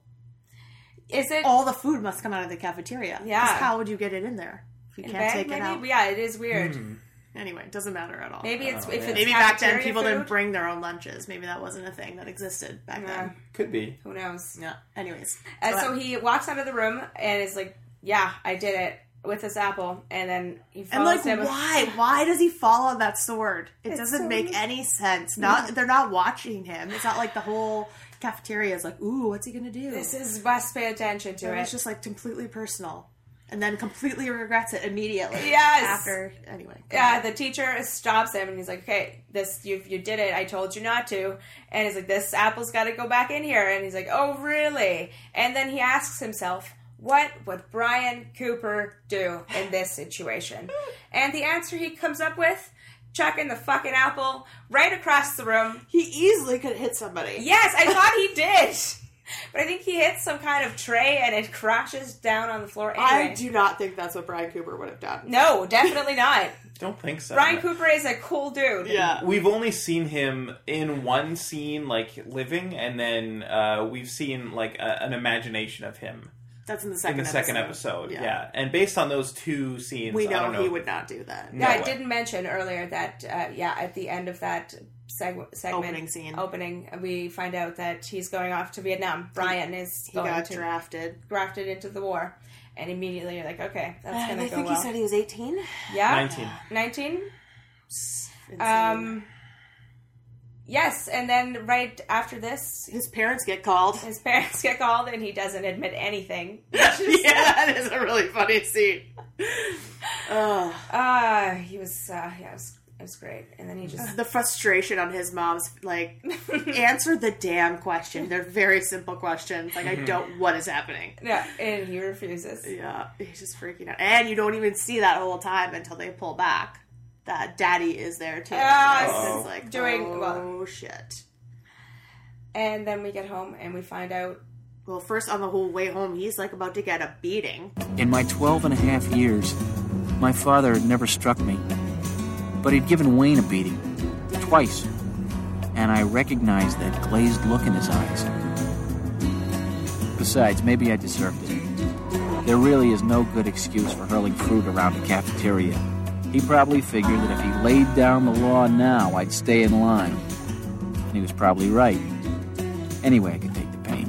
[SPEAKER 2] Is it
[SPEAKER 4] all the food must come out of the cafeteria? 'Cause
[SPEAKER 2] Yeah.
[SPEAKER 4] How would you get it in there if you
[SPEAKER 2] In
[SPEAKER 4] can't
[SPEAKER 2] bed,
[SPEAKER 4] take
[SPEAKER 2] maybe?
[SPEAKER 4] it out?
[SPEAKER 2] Yeah, it is weird.
[SPEAKER 4] Hmm. Anyway, it doesn't matter at all.
[SPEAKER 2] Maybe it's- Oh, if yeah. it's
[SPEAKER 4] maybe back then
[SPEAKER 2] cafeteria
[SPEAKER 4] people
[SPEAKER 2] food?
[SPEAKER 4] didn't bring their own lunches. Maybe that wasn't a thing that existed back then.
[SPEAKER 3] Could be.
[SPEAKER 2] Who knows?
[SPEAKER 4] Yeah. Anyways,
[SPEAKER 2] And
[SPEAKER 4] Go
[SPEAKER 2] Uh, so
[SPEAKER 4] ahead.
[SPEAKER 2] he walks out of the room and is like, "Yeah, I did it with this apple." And then he
[SPEAKER 4] And
[SPEAKER 2] follows
[SPEAKER 4] like,
[SPEAKER 2] him.
[SPEAKER 4] why? Why does he fall on that sword? It
[SPEAKER 2] It's
[SPEAKER 4] doesn't
[SPEAKER 2] so
[SPEAKER 4] make
[SPEAKER 2] neat.
[SPEAKER 4] any sense. Not
[SPEAKER 2] Yeah.
[SPEAKER 4] they're not watching him. It's not like the whole cafeteria is like, ooh, what's he gonna do?
[SPEAKER 2] This is must pay attention to
[SPEAKER 4] So
[SPEAKER 2] it.
[SPEAKER 4] It's just like completely personal, and then completely regrets it immediately.
[SPEAKER 2] Yes.
[SPEAKER 4] After anyway. go
[SPEAKER 2] yeah,
[SPEAKER 4] ahead.
[SPEAKER 2] uh, the teacher stops him and he's like, "Okay, this you you did it. I told you not to." And he's like, "This apple's got to go back in here." And he's like, "Oh, really?" And then he asks himself, "What would Brian Cooper do in this
[SPEAKER 4] <laughs>
[SPEAKER 2] situation?" and the answer he comes up with, chucking the fucking apple right across the room.
[SPEAKER 4] he easily could hit somebody.
[SPEAKER 2] Yes, I thought
[SPEAKER 4] <laughs>
[SPEAKER 2] he did. But I think he hits some kind of tray and it crashes down on the floor. Anyway.
[SPEAKER 4] I do not think that's what Brian Cooper would have done.
[SPEAKER 2] No, definitely not.
[SPEAKER 3] Don't think so. Uh,
[SPEAKER 2] Brian Cooper is a cool dude.
[SPEAKER 3] We've only seen him in one scene, like living, and then uh, we've seen like a, an imagination of him
[SPEAKER 4] That's in the second
[SPEAKER 3] in the second episode. Yeah. and based on those two scenes,
[SPEAKER 4] We
[SPEAKER 3] I don't
[SPEAKER 4] know
[SPEAKER 3] know
[SPEAKER 4] he
[SPEAKER 3] if-
[SPEAKER 4] would not do that.
[SPEAKER 3] No
[SPEAKER 2] yeah, I
[SPEAKER 3] way.
[SPEAKER 2] didn't mention earlier that uh, yeah, at the end of that seg- segment
[SPEAKER 4] Opening scene.
[SPEAKER 2] opening, we find out that he's going off to Vietnam. Brian is
[SPEAKER 4] He
[SPEAKER 2] going
[SPEAKER 4] got
[SPEAKER 2] to
[SPEAKER 4] drafted.
[SPEAKER 2] drafted into the war, and immediately you're like, okay, that's
[SPEAKER 4] And
[SPEAKER 2] gonna
[SPEAKER 4] Ah, I
[SPEAKER 2] go
[SPEAKER 4] think
[SPEAKER 2] well.
[SPEAKER 4] he said he was eighteen.
[SPEAKER 2] yeah,
[SPEAKER 3] 19.
[SPEAKER 2] 19 um yes and then right after this
[SPEAKER 4] his parents get called
[SPEAKER 2] his <laughs> parents get called and he doesn't admit
[SPEAKER 4] <laughs>
[SPEAKER 2] anything
[SPEAKER 4] yeah, that is a really funny scene. Ugh.
[SPEAKER 2] uh he was uh yeah it was, it was great and then he
[SPEAKER 4] <laughs>
[SPEAKER 2] just
[SPEAKER 4] the frustration on his mom's like <laughs> answer the damn question. They're very simple questions. Like I
[SPEAKER 2] Mhm.
[SPEAKER 4] don't what is happening.
[SPEAKER 2] yeah and he refuses
[SPEAKER 4] Yeah, he's just freaking out. And you don't even see that whole time until they pull back. That daddy is there too.
[SPEAKER 2] Yes.
[SPEAKER 4] It's
[SPEAKER 2] Uh-oh.
[SPEAKER 4] like
[SPEAKER 2] Doing-
[SPEAKER 4] oh
[SPEAKER 2] well-
[SPEAKER 4] shit.
[SPEAKER 2] and then we get home and we find out
[SPEAKER 4] Well, first on the whole way home, he's like about to get a beating.
[SPEAKER 11] In my 12 and a half years, my father had never struck me, but he'd given Wayne a beating, twice, and I recognized that glazed look in his eyes. Besides, maybe I deserved it.
[SPEAKER 15] There really is no good excuse for hurling fruit around a cafeteria. He probably figured that if he laid down the law now, I'd stay in line. And he was probably right. Anyway, I could take the pain.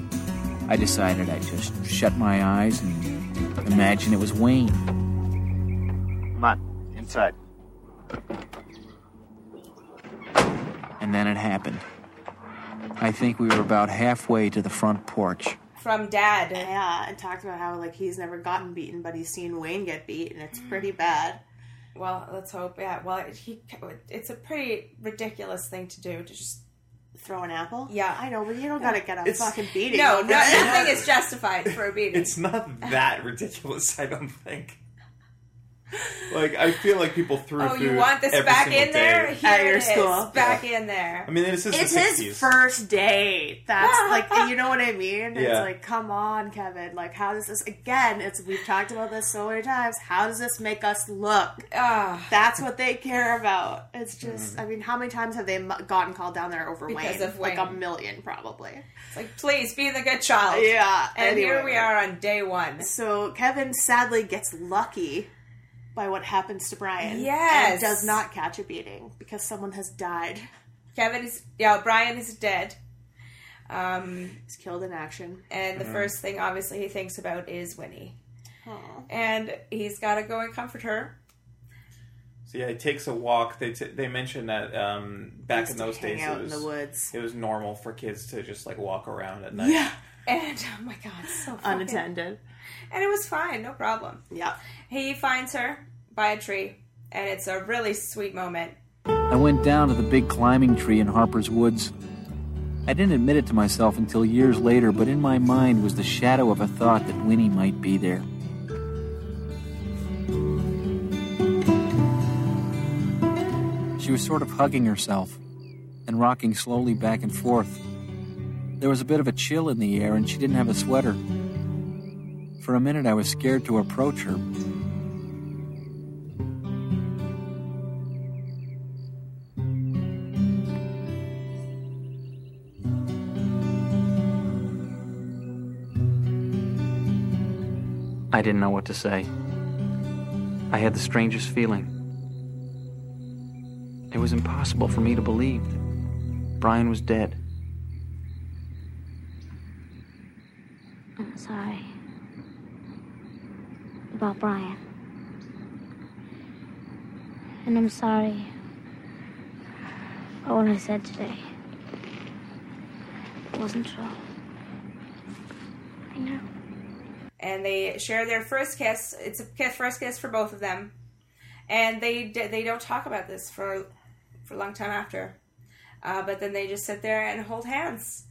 [SPEAKER 15] I decided I'd just shut my eyes and imagine it was Wayne.
[SPEAKER 16] Come on, inside.
[SPEAKER 15] And then it happened. I think we were about halfway to the front porch.
[SPEAKER 2] From dad.
[SPEAKER 4] Yeah, and talked about how like he's never gotten beaten, but he's seen Wayne get beat, and it's pretty bad.
[SPEAKER 2] Well, let's hope. Yeah. Well, he. It's a pretty ridiculous thing to do to just
[SPEAKER 4] throw an apple.
[SPEAKER 2] Yeah,
[SPEAKER 4] I know, but you don't gotta get a
[SPEAKER 2] It's-
[SPEAKER 4] fucking beating.
[SPEAKER 2] No,
[SPEAKER 4] over
[SPEAKER 2] no,
[SPEAKER 4] it.
[SPEAKER 2] nothing is justified for a
[SPEAKER 3] <laughs>
[SPEAKER 2] beating.
[SPEAKER 3] It's not that ridiculous, I don't think. Like, I feel like people threw
[SPEAKER 2] Oh,
[SPEAKER 3] food
[SPEAKER 2] you want this
[SPEAKER 3] every
[SPEAKER 2] back
[SPEAKER 3] single
[SPEAKER 2] in there?
[SPEAKER 3] day.
[SPEAKER 2] Here it is, Back in there.
[SPEAKER 3] I mean, this is the
[SPEAKER 4] it's <laughs> his
[SPEAKER 3] 60s.
[SPEAKER 4] first date. That's like you know what I mean. It's
[SPEAKER 3] Yeah.
[SPEAKER 4] like, come on, Kevin. Like, how does this? Again, it's we've talked about this so many times. How does this make us look? That's what they care about. It's just, I mean, how many times have they mu- gotten called down there over
[SPEAKER 2] Because
[SPEAKER 4] Wayne?
[SPEAKER 2] of
[SPEAKER 4] Like a
[SPEAKER 2] Wayne.
[SPEAKER 4] million, probably.
[SPEAKER 2] It's like, please be the good child.
[SPEAKER 4] Yeah.
[SPEAKER 2] And here
[SPEAKER 4] anyway.
[SPEAKER 2] we are on day one.
[SPEAKER 4] So Kevin sadly gets lucky by what happens to Brian.
[SPEAKER 2] Yes.
[SPEAKER 4] And does not catch a beating because someone has died.
[SPEAKER 2] Kevin is yeah. Brian is dead. Um,
[SPEAKER 4] He's killed in action.
[SPEAKER 2] And the
[SPEAKER 3] Mm-hmm.
[SPEAKER 4] Mhm.
[SPEAKER 2] first thing, obviously, he thinks about is Winnie, and he's got to go and comfort her.
[SPEAKER 3] So yeah, it takes a walk. They t- they mentioned that um, back
[SPEAKER 4] Used
[SPEAKER 3] in
[SPEAKER 4] to
[SPEAKER 3] those
[SPEAKER 4] hang
[SPEAKER 3] days, it
[SPEAKER 4] out in
[SPEAKER 3] was,
[SPEAKER 4] the woods.
[SPEAKER 3] It was normal for kids to just like walk around at night.
[SPEAKER 4] Yeah.
[SPEAKER 2] And <laughs> oh my god, so fucking-
[SPEAKER 4] Unattended.
[SPEAKER 2] And it was fine, no problem.
[SPEAKER 4] Yeah. <laughs>
[SPEAKER 2] He finds her by a tree, and it's a really sweet moment.
[SPEAKER 15] I went down to the big climbing tree in Harper's Woods. I didn't admit it to myself until years later, but in my mind was the shadow of a thought that Winnie might be there. She was sort of hugging herself and rocking slowly back and forth. There was a bit of a chill in the air, and she didn't have a sweater. For a minute, I was scared to approach her,
[SPEAKER 11] I didn't know what to say. I had the strangest feeling. It was impossible for me to believe that Brian was dead.
[SPEAKER 14] I'm sorry. About Brian. And I'm sorry about what I said today. It wasn't true. I know.
[SPEAKER 2] and they share their first kiss. It's a kiss, first kiss for both of them, and they d- they don't talk about this for for a long time after. Uh, but then they just sit there and hold hands,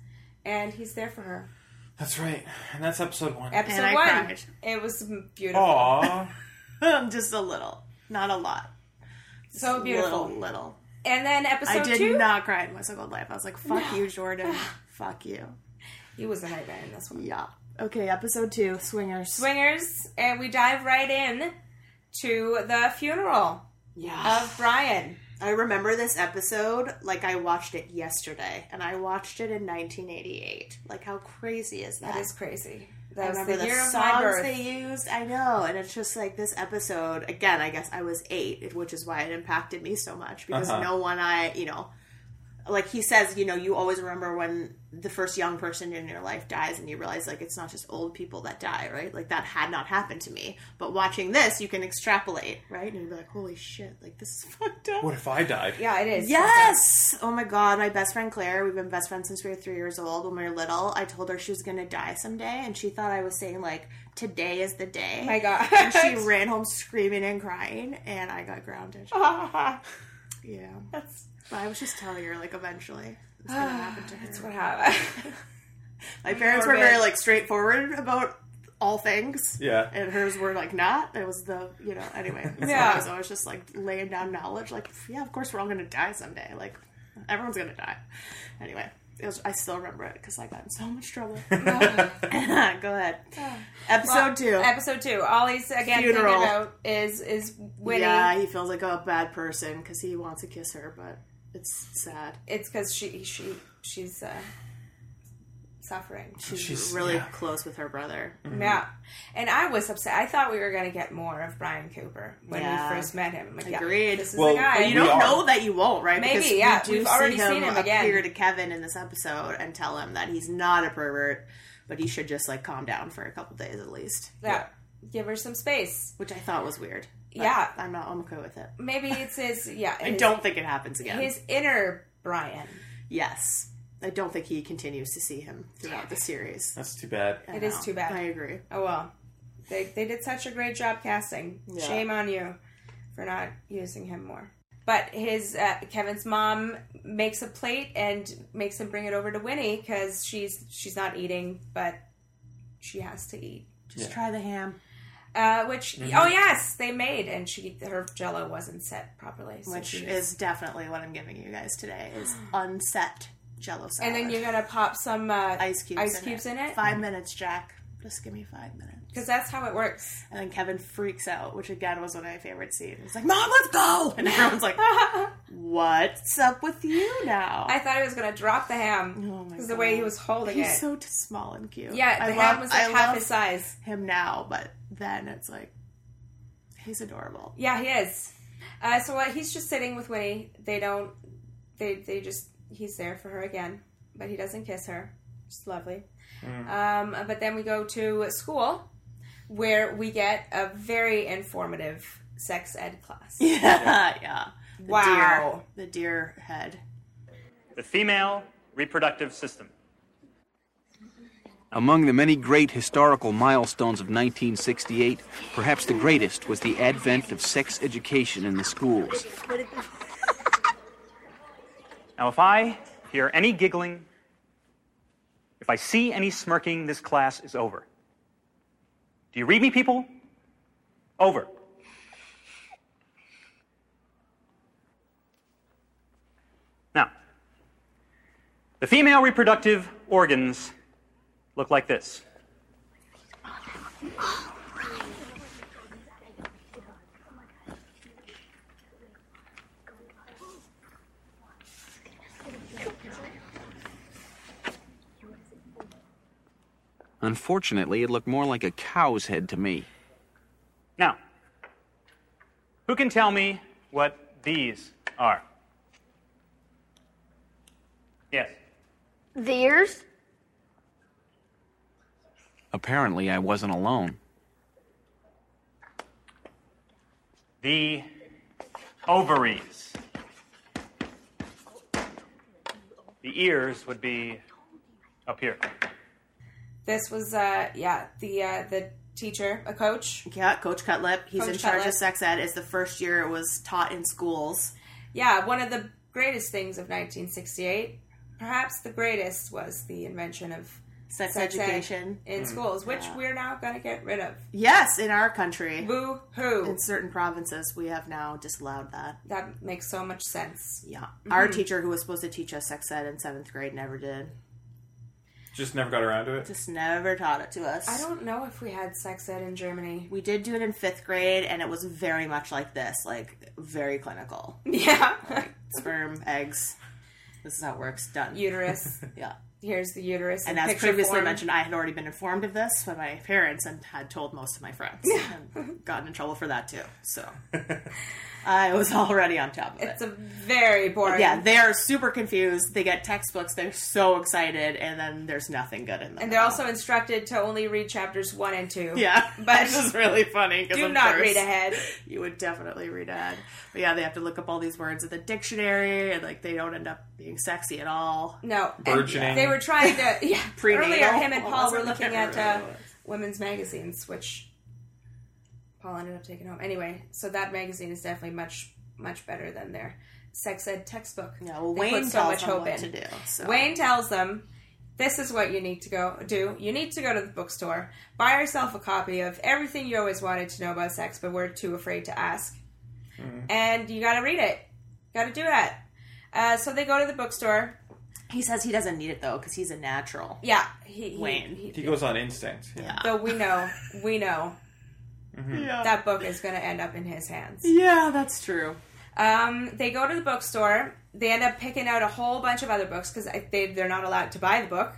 [SPEAKER 2] and he's there for her.
[SPEAKER 3] That's right, and that's episode one.
[SPEAKER 2] Episode
[SPEAKER 4] I
[SPEAKER 2] one.
[SPEAKER 4] cried.
[SPEAKER 2] It was beautiful.
[SPEAKER 3] Aww.
[SPEAKER 4] Just a little. Not a lot.
[SPEAKER 2] So
[SPEAKER 4] Just
[SPEAKER 2] beautiful.
[SPEAKER 4] Little, little.
[SPEAKER 2] And then episode
[SPEAKER 4] I did
[SPEAKER 2] two.
[SPEAKER 4] not cry in my single life. I was like, fuck
[SPEAKER 2] No. <laughs>
[SPEAKER 4] you, Jordan. fuck you.
[SPEAKER 2] He was a nightmare in this one.
[SPEAKER 4] Yeah. Okay, episode two, Swingers.
[SPEAKER 2] Swingers, and we dive right in to the funeral
[SPEAKER 4] Yeah.
[SPEAKER 2] of Brian.
[SPEAKER 4] I remember this episode like I watched it yesterday, and I watched it in 1988. Like, how crazy is that?
[SPEAKER 2] That is crazy. That
[SPEAKER 4] I
[SPEAKER 2] was
[SPEAKER 4] remember
[SPEAKER 2] the
[SPEAKER 4] the,
[SPEAKER 2] year of my
[SPEAKER 4] songs
[SPEAKER 2] birth.
[SPEAKER 4] they used. I know, and it's just like this episode. Again, I guess I was eight, which is why it impacted me so much because
[SPEAKER 12] Uh-huh.
[SPEAKER 4] no one I, you know, like he says, you know, you always remember when the first young person in your life dies, and you realize like it's not just old people that die, right? Like that had not happened to me. But watching this, you can extrapolate, right? And you'd be like, holy shit, like this is <laughs> fucked up.
[SPEAKER 3] What if I died?
[SPEAKER 2] Yeah, it is. <laughs>
[SPEAKER 4] Yes. Oh my god, my best friend Claire. We've been best friends since we were three years old. When we were little, I told her she was gonna die someday, and she thought I was saying like, "Today is the day."
[SPEAKER 2] My God.
[SPEAKER 4] And she ran home screaming and crying, and I got grounded.
[SPEAKER 2] Uh-huh.
[SPEAKER 4] yeah. But I was just telling her like, eventually, it's gonna happen
[SPEAKER 2] <sighs>
[SPEAKER 4] to her. That's
[SPEAKER 2] what happened.
[SPEAKER 4] my parents were
[SPEAKER 2] Morbid.
[SPEAKER 4] very like straightforward about all things.
[SPEAKER 3] Yeah.
[SPEAKER 4] And hers were like not. It was the you know
[SPEAKER 2] <laughs>
[SPEAKER 4] anyway.
[SPEAKER 2] Yeah.
[SPEAKER 4] yeah. I was always just like laying down knowledge. Like yeah, of course we're all gonna die someday. Like everyone's gonna die. Anyway, it was, I still remember it because I got in so much
[SPEAKER 2] <laughs>
[SPEAKER 4] trouble. <laughs> Go ahead. Episode
[SPEAKER 2] Well,
[SPEAKER 4] two.
[SPEAKER 2] Episode two. All he's again
[SPEAKER 4] Funeral.
[SPEAKER 2] thinking about is is Winnie.
[SPEAKER 4] Yeah, he feels like a bad person because he wants to kiss her, but it's sad.
[SPEAKER 2] It's because she she she's uh, suffering.
[SPEAKER 4] She's,
[SPEAKER 2] She's-
[SPEAKER 4] really
[SPEAKER 2] yeah.
[SPEAKER 4] close with her brother.
[SPEAKER 2] Yeah. And I was upset. I thought we were going to get more of Brian Cooper when
[SPEAKER 4] Yeah.
[SPEAKER 2] we first met him. I'm Like, yeah,
[SPEAKER 4] Agreed.
[SPEAKER 2] this is
[SPEAKER 4] Well,
[SPEAKER 2] the guy.
[SPEAKER 4] but you don't know that you won't, right?
[SPEAKER 2] Maybe,
[SPEAKER 4] Because we
[SPEAKER 2] yeah.
[SPEAKER 4] do
[SPEAKER 2] We've already
[SPEAKER 4] see
[SPEAKER 2] seen him again.
[SPEAKER 4] appear to Kevin in this episode and tell him that he's not a pervert, but he should just like calm down for a couple days at least.
[SPEAKER 2] Yeah. Give her some space.
[SPEAKER 4] Which I thought was weird. but
[SPEAKER 2] Yeah.
[SPEAKER 4] I'm not. I'm okay with it.
[SPEAKER 2] Maybe it's his, yeah.
[SPEAKER 4] I
[SPEAKER 2] his-
[SPEAKER 4] don't think it happens again.
[SPEAKER 2] His inner Brian.
[SPEAKER 4] yes, I don't think he continues to see him throughout the series.
[SPEAKER 3] That's too bad.
[SPEAKER 4] I
[SPEAKER 2] It is
[SPEAKER 4] know.
[SPEAKER 2] too bad.
[SPEAKER 4] I agree.
[SPEAKER 2] Oh, well. They, they did such a great job casting.
[SPEAKER 4] Yeah.
[SPEAKER 2] Shame on you for not using him more. But his uh, Kevin's mom makes a plate and makes him bring it over to Winnie because she's she's not eating, but she has to eat.
[SPEAKER 4] Just try the ham.
[SPEAKER 2] Uh, which
[SPEAKER 4] Mhm.
[SPEAKER 2] oh yes, they made, and she her Jello wasn't set properly, so
[SPEAKER 4] which
[SPEAKER 2] she-
[SPEAKER 4] is definitely what I'm giving you guys today
[SPEAKER 2] <gasps>
[SPEAKER 4] is unset Jello salad.
[SPEAKER 2] And then you're gonna pop some uh, ice
[SPEAKER 4] cubes
[SPEAKER 2] ice
[SPEAKER 4] in
[SPEAKER 2] cubes
[SPEAKER 4] it.
[SPEAKER 2] in it
[SPEAKER 4] Five minutes, Jack. Just give me five minutes.
[SPEAKER 2] because that's how it works.
[SPEAKER 4] And then Kevin freaks out, which again was one of my favorite scenes. He's like, "Mom, let's go!" And <laughs> everyone's like, "What's up with you now?"
[SPEAKER 2] I thought he was gonna drop the ham because the way he was holding
[SPEAKER 4] Oh He's
[SPEAKER 2] it.
[SPEAKER 4] so t- small and cute.
[SPEAKER 2] Yeah, the ham was, like, half his size.
[SPEAKER 4] Him now, but then it's like he's adorable. <laughs>
[SPEAKER 2] Yeah, he is. Uh, so uh, he's just sitting with Winnie. They don't. They they just he's there for her again, but he doesn't kiss her. It's lovely. Um, but then we go to school, where we get a very informative sex ed class.
[SPEAKER 4] Yeah, yeah. The
[SPEAKER 2] Wow.
[SPEAKER 4] deer, the deer head.
[SPEAKER 17] The female reproductive system.
[SPEAKER 11] Among the many great historical milestones of 1968, perhaps the greatest was the advent of sex education in the schools.
[SPEAKER 17] Now, if I hear any giggling, if I see any smirking, this class is over. Do you read me, people? Over. Now, the female reproductive organs look like this.
[SPEAKER 11] Unfortunately, it looked more like a cow's head to me.
[SPEAKER 17] Now, who can tell me what these are? Yes.
[SPEAKER 14] The ears?
[SPEAKER 11] Apparently, I wasn't alone.
[SPEAKER 17] The ovaries. The ears would be up here.
[SPEAKER 2] This was uh yeah the uh, the teacher a coach
[SPEAKER 4] yeah Coach Cutlip. He's in
[SPEAKER 2] Coach
[SPEAKER 4] charge
[SPEAKER 2] Cutlip.
[SPEAKER 4] of sex ed. Is the first year it was taught in schools.
[SPEAKER 2] yeah one of the greatest things of 1968 perhaps the greatest was the invention of
[SPEAKER 4] Sex
[SPEAKER 2] ed
[SPEAKER 4] education.
[SPEAKER 2] in
[SPEAKER 4] Mm.
[SPEAKER 2] schools which we're now going to get rid of
[SPEAKER 4] Yes, in our country.
[SPEAKER 2] Boo hoo.
[SPEAKER 4] In certain provinces, we have now disallowed that.
[SPEAKER 2] That makes so much sense.
[SPEAKER 4] Yeah. Our
[SPEAKER 2] Mhm.
[SPEAKER 4] teacher who was supposed to teach us sex ed in seventh grade never did.
[SPEAKER 3] Just never got around to it.
[SPEAKER 4] Just never taught it to us.
[SPEAKER 2] i don't know if we had sex ed in
[SPEAKER 4] <laughs>
[SPEAKER 2] germany
[SPEAKER 4] We did do it in fifth grade, and it was very much like this, like very clinical. <laughs>
[SPEAKER 2] Yeah.
[SPEAKER 4] Like, sperm, eggs. This is how it works. Done.
[SPEAKER 2] Uterus.
[SPEAKER 4] yeah.
[SPEAKER 2] here's the uterus
[SPEAKER 4] And
[SPEAKER 2] in
[SPEAKER 4] as
[SPEAKER 2] picture
[SPEAKER 4] previously
[SPEAKER 2] form.
[SPEAKER 4] mentioned, I had already been informed of this by my parents and had told most of my friends.
[SPEAKER 2] <laughs>
[SPEAKER 4] And gotten in trouble for that too. So I was already on top of it.
[SPEAKER 2] it's a very boring
[SPEAKER 4] Yeah, they are super confused. They get textbooks. They're so excited, and then there's nothing good in them.
[SPEAKER 2] and they're also instructed to only read chapters one and two
[SPEAKER 4] yeah,
[SPEAKER 2] but
[SPEAKER 4] this is really funny. 'cause
[SPEAKER 2] do
[SPEAKER 4] of
[SPEAKER 2] not
[SPEAKER 4] course
[SPEAKER 2] read ahead
[SPEAKER 4] You would definitely read ahead, but yeah, they have to look up all these words in the dictionary, and like they don't end up being sexy at all.
[SPEAKER 2] No, and
[SPEAKER 4] Burgeoning.
[SPEAKER 2] They were trying to. <laughs> Yeah,
[SPEAKER 4] <laughs> Prenatal. Oh,
[SPEAKER 2] earlier him and
[SPEAKER 4] What
[SPEAKER 2] Paul
[SPEAKER 4] was it?
[SPEAKER 2] were
[SPEAKER 4] I
[SPEAKER 2] looking
[SPEAKER 4] can't
[SPEAKER 2] at uh,
[SPEAKER 4] remember what it
[SPEAKER 2] women's magazines, which Paul ended up taking home. Anyway, so that magazine is definitely much much better than their sex ed textbook. No,
[SPEAKER 4] well, Wayne tells them what to do, so.
[SPEAKER 2] Wayne tells them. This is what you need to go do. You need to go to the bookstore, buy yourself a copy of everything you always wanted to know about sex, but were too afraid to ask and you gotta read it. Gotta do that. Uh, so they go to the bookstore.
[SPEAKER 4] He says he doesn't need it though because he's a natural.
[SPEAKER 2] Yeah, he, he
[SPEAKER 4] Wayne.
[SPEAKER 2] He,
[SPEAKER 3] He goes on instinct. Yeah.
[SPEAKER 2] though we know, we know
[SPEAKER 4] Mm-hmm.
[SPEAKER 3] Mhm.
[SPEAKER 2] that book is gonna end up in his hands.
[SPEAKER 4] Yeah, that's true.
[SPEAKER 2] Um, they go to the bookstore. They end up picking out a whole bunch of other books because they they're not allowed to buy the book.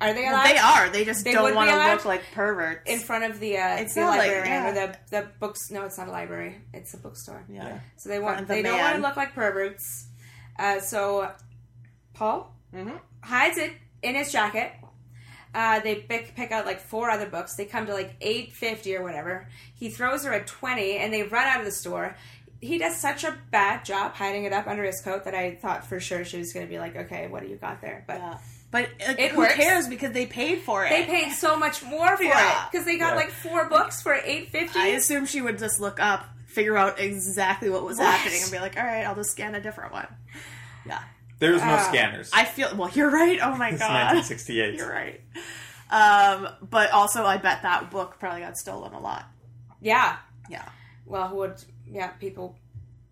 [SPEAKER 2] Are they
[SPEAKER 4] Well,
[SPEAKER 2] allowed?
[SPEAKER 4] they are. They just don't
[SPEAKER 2] would be
[SPEAKER 4] wanna look
[SPEAKER 2] allowed
[SPEAKER 4] like perverts
[SPEAKER 2] in front of the uh,
[SPEAKER 4] It's
[SPEAKER 2] the
[SPEAKER 4] not like-
[SPEAKER 2] librarian
[SPEAKER 4] yeah.
[SPEAKER 2] or the the books. No, it's not a library. It's a bookstore.
[SPEAKER 4] Yeah.
[SPEAKER 2] So they
[SPEAKER 4] Front
[SPEAKER 2] want
[SPEAKER 4] of the
[SPEAKER 2] they don't want to
[SPEAKER 4] man.
[SPEAKER 2] look like perverts. Uh, so Paul hides it in his jacket. Uh, they pick, pick out like four other books. They come to like eight fifty or whatever. He throws her a twenty, and they run out of the store. He does such a bad job hiding it up under his coat that I thought for sure she was going to be like, "Okay, what do you got there?" But
[SPEAKER 4] But like,
[SPEAKER 2] It
[SPEAKER 4] who
[SPEAKER 2] works.
[SPEAKER 4] cares because they paid for it.
[SPEAKER 2] They paid so much more for it because they got like four books for eight fifty.
[SPEAKER 4] I assume she would just look up, figure out exactly what was
[SPEAKER 2] What?
[SPEAKER 4] happening, and be like, "All right, I'll just scan a different one." Yeah,
[SPEAKER 3] There's no
[SPEAKER 4] Uh,
[SPEAKER 3] scanners.
[SPEAKER 4] I feel well. You're right. Oh my
[SPEAKER 3] It's
[SPEAKER 4] god,
[SPEAKER 3] 1968.
[SPEAKER 4] You're right. Um, but also, I bet that book probably got stolen a lot.
[SPEAKER 2] Yeah.
[SPEAKER 4] <laughs> Yeah.
[SPEAKER 2] Well, who would? Yeah, people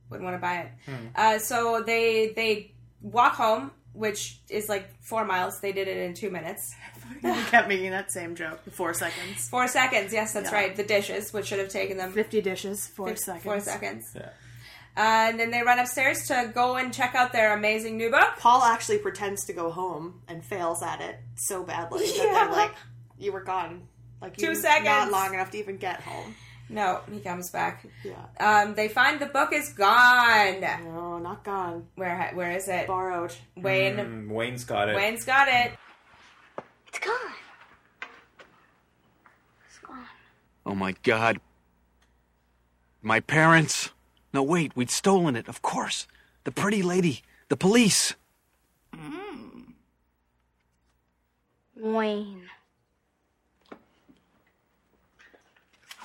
[SPEAKER 2] would want to buy it. Uh, so they they walk home, which is like four miles. They did it in two minutes.
[SPEAKER 4] We kept making that same joke. Four seconds.
[SPEAKER 2] Four seconds. Yes, that's
[SPEAKER 4] Yeah.
[SPEAKER 2] right. The dishes, which should have taken them
[SPEAKER 4] fifty dishes. Four seconds.
[SPEAKER 2] Four seconds. Uh, and then they run upstairs to go and check out their amazing new book.
[SPEAKER 4] Paul actually pretends to go home and fails at it so badly that
[SPEAKER 2] Yeah.
[SPEAKER 4] they're like, "You were gone." Like
[SPEAKER 2] Two
[SPEAKER 4] you-
[SPEAKER 2] seconds.
[SPEAKER 4] Not long enough to even get home.
[SPEAKER 2] No, he comes back.
[SPEAKER 4] Yeah.
[SPEAKER 2] Um, they find the book is gone.
[SPEAKER 4] No, not gone.
[SPEAKER 2] Where ha- where is it?
[SPEAKER 4] Borrowed.
[SPEAKER 2] Wayne.
[SPEAKER 3] Mm, Wayne's got it.
[SPEAKER 2] Wayne's got it.
[SPEAKER 14] It's gone.
[SPEAKER 11] Oh my god. My parents. No, wait, we'd stolen it, of course. The pretty lady, the police.
[SPEAKER 14] Wayne.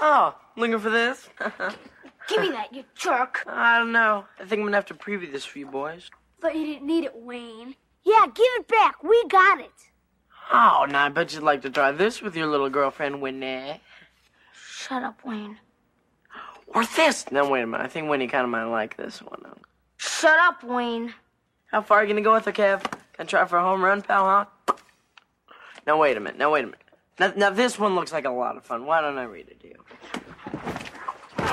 [SPEAKER 18] Oh, looking for this?
[SPEAKER 14] Give me that, you jerk.
[SPEAKER 18] I don't know. I think I'm gonna have to preview this for you boys.
[SPEAKER 14] But you didn't need it, Wayne. Yeah, give it back. We got it.
[SPEAKER 18] Oh, now I bet you'd like to try this with your little girlfriend, Winnie.
[SPEAKER 14] Shut up, Wayne.
[SPEAKER 18] Or this. No, wait a minute. I think Winnie kind of might like this one.
[SPEAKER 14] Shut up, Wayne.
[SPEAKER 18] How far are you gonna go with her, Kev? Gonna try for a home run, pal, huh? Now, wait a minute. Now, wait a minute. Now, now this one looks like a lot of fun. Why don't I read it to you?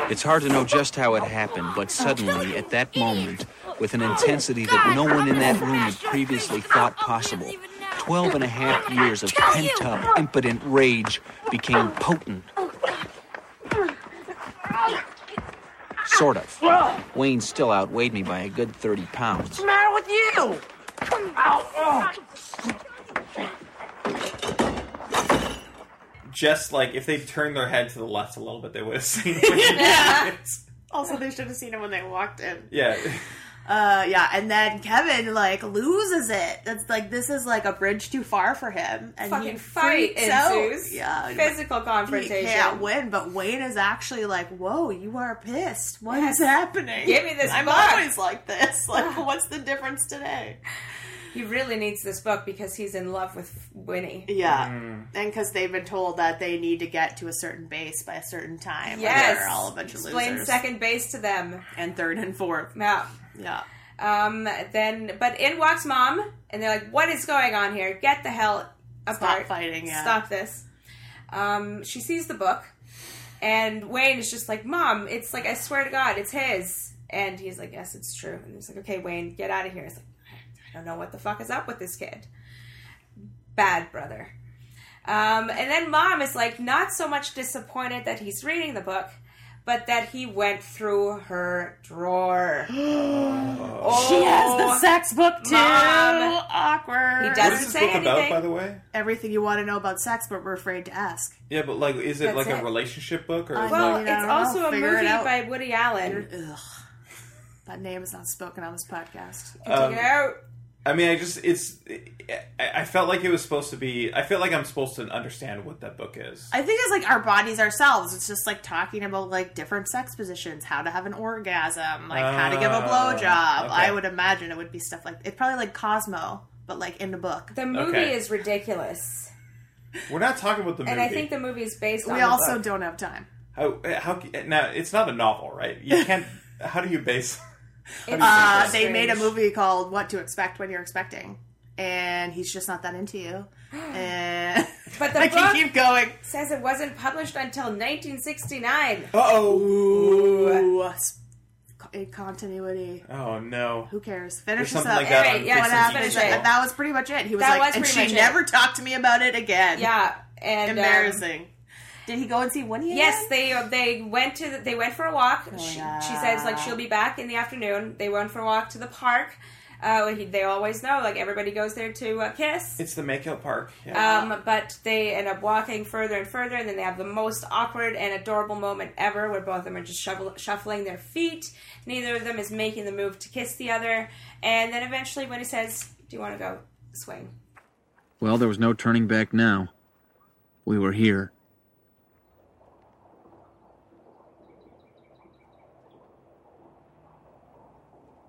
[SPEAKER 11] It's hard to know just how it happened, but suddenly, at that moment, with an intensity that no one in that room had previously thought possible, twelve and a half years of pent up, impotent rage became potent. Sort of. Wayne still outweighed me by a good 30 pounds.
[SPEAKER 18] What's the matter with you? Ow, oh.
[SPEAKER 3] Just like if they turned their head to the left a little bit, they would have seen.
[SPEAKER 4] <laughs>
[SPEAKER 3] Wayne.
[SPEAKER 4] Also, they should have seen him when they walked in.
[SPEAKER 3] yeah.
[SPEAKER 4] Uh, yeah, and then Kevin like loses it. That's like this is like a bridge too far for him, and he
[SPEAKER 2] Fucking fight
[SPEAKER 4] freaks out.
[SPEAKER 2] ensues.
[SPEAKER 4] Yeah,
[SPEAKER 2] Physical
[SPEAKER 4] He
[SPEAKER 2] confrontation.
[SPEAKER 4] can't win, but Wayne is actually like, "Whoa, you are pissed. What is happening?
[SPEAKER 2] Give me this
[SPEAKER 4] I'm
[SPEAKER 2] book." Ah.
[SPEAKER 4] always like this. <laughs> Like, what's the difference today?"
[SPEAKER 2] He really needs this book because he's in love with Winnie.
[SPEAKER 4] Yeah, and because they've been told that they need to get to a certain base by a certain time. or
[SPEAKER 2] Yes.
[SPEAKER 4] they're all a bunch of
[SPEAKER 2] Explain
[SPEAKER 4] losers.
[SPEAKER 2] second base to them.
[SPEAKER 4] And third and fourth.
[SPEAKER 2] Yeah.
[SPEAKER 4] Yeah.
[SPEAKER 2] Um, then, but in walks mom, and they're like, "What is going on here? Get the hell apart! Stop
[SPEAKER 4] fighting! yeah.
[SPEAKER 2] Stop this!" Um, she sees the book, and Wayne is just like, "Mom, it's like I swear to God, it's his." And he's like, "Yes, it's true." And he's like, "Okay, Wayne, get out of here." It's like, I don't know what the fuck is up with this kid. Bad brother. Um, and then mom is like, not so much disappointed that he's reading the book, but that he went through her
[SPEAKER 4] <gasps>
[SPEAKER 2] drawer. Oh.
[SPEAKER 4] She has the sex book too.
[SPEAKER 2] Mom.
[SPEAKER 4] Oh. Awkward.
[SPEAKER 2] He doesn't What is this say book
[SPEAKER 3] about, anything. by the way?
[SPEAKER 4] Everything you want to know about sex, but we're afraid to ask.
[SPEAKER 3] Yeah, but like, is it
[SPEAKER 4] That's
[SPEAKER 3] like
[SPEAKER 4] it. Um,
[SPEAKER 3] a relationship book or?
[SPEAKER 4] I
[SPEAKER 3] like-
[SPEAKER 4] mean, I don't know.
[SPEAKER 2] also a
[SPEAKER 4] Figure it
[SPEAKER 2] movie
[SPEAKER 4] out.
[SPEAKER 2] by Woody Allen.
[SPEAKER 4] Ugh. That name is not spoken on this podcast.
[SPEAKER 3] Um, I mean, I just it's. I, I felt like it was supposed to be. I feel like I'm supposed to understand what that book is.
[SPEAKER 4] I think it's like our bodies ourselves. It's just like talking about like different sex positions, how to have an orgasm, like how to give a
[SPEAKER 3] Oh,
[SPEAKER 4] blowjob.
[SPEAKER 3] okay.
[SPEAKER 4] I would imagine it would be stuff like it's probably like Cosmo, but like in the book.
[SPEAKER 2] The movie is ridiculous,
[SPEAKER 3] We're not talking about the movie.
[SPEAKER 2] and I think the movie is based on.
[SPEAKER 4] We
[SPEAKER 2] the
[SPEAKER 4] also
[SPEAKER 2] book.
[SPEAKER 4] don't have time.
[SPEAKER 3] how how now it's not a novel, right?
[SPEAKER 4] <laughs>
[SPEAKER 3] You can't. how do you base? how do you
[SPEAKER 4] Uh,
[SPEAKER 3] base
[SPEAKER 4] they
[SPEAKER 3] that?
[SPEAKER 4] made a movie called What to Expect When You're Expecting, and he's just not that into
[SPEAKER 2] <gasps>
[SPEAKER 4] you. And <laughs>
[SPEAKER 2] But the
[SPEAKER 4] I
[SPEAKER 2] book
[SPEAKER 4] can keep going.
[SPEAKER 2] says it
[SPEAKER 4] Oh.
[SPEAKER 2] wasn't published until 1969.
[SPEAKER 3] Uh oh.
[SPEAKER 4] Ooh. a continuity.
[SPEAKER 3] Oh no.
[SPEAKER 4] Who cares?
[SPEAKER 3] There's
[SPEAKER 4] Finish this
[SPEAKER 3] something
[SPEAKER 4] up.
[SPEAKER 3] like that on
[SPEAKER 4] what
[SPEAKER 3] Christmas
[SPEAKER 4] happened is
[SPEAKER 3] Eve.
[SPEAKER 4] that, that was pretty much it. He was
[SPEAKER 2] That
[SPEAKER 4] like,
[SPEAKER 2] was
[SPEAKER 4] and
[SPEAKER 2] pretty
[SPEAKER 4] she
[SPEAKER 2] much it.
[SPEAKER 4] never talked to me about it again.
[SPEAKER 2] Yeah, and, um,
[SPEAKER 4] embarrassing. Did he go and see Winnie?
[SPEAKER 2] Yes, they they went to the, they went for a walk. she, she says like she'll be back in the afternoon. They went for a walk to the park. Uh, he- they always know like everybody goes there to uh, kiss.
[SPEAKER 3] It's the makeout park. Yeah.
[SPEAKER 2] Um, but they end up walking further and further, and then they have the most awkward and adorable moment ever where both of them are just shovel- shuffling their feet. Neither of them is making the move to kiss the other. And then eventually, when he says, Do you want to go swing?
[SPEAKER 15] Well, there was no turning back now. We were here.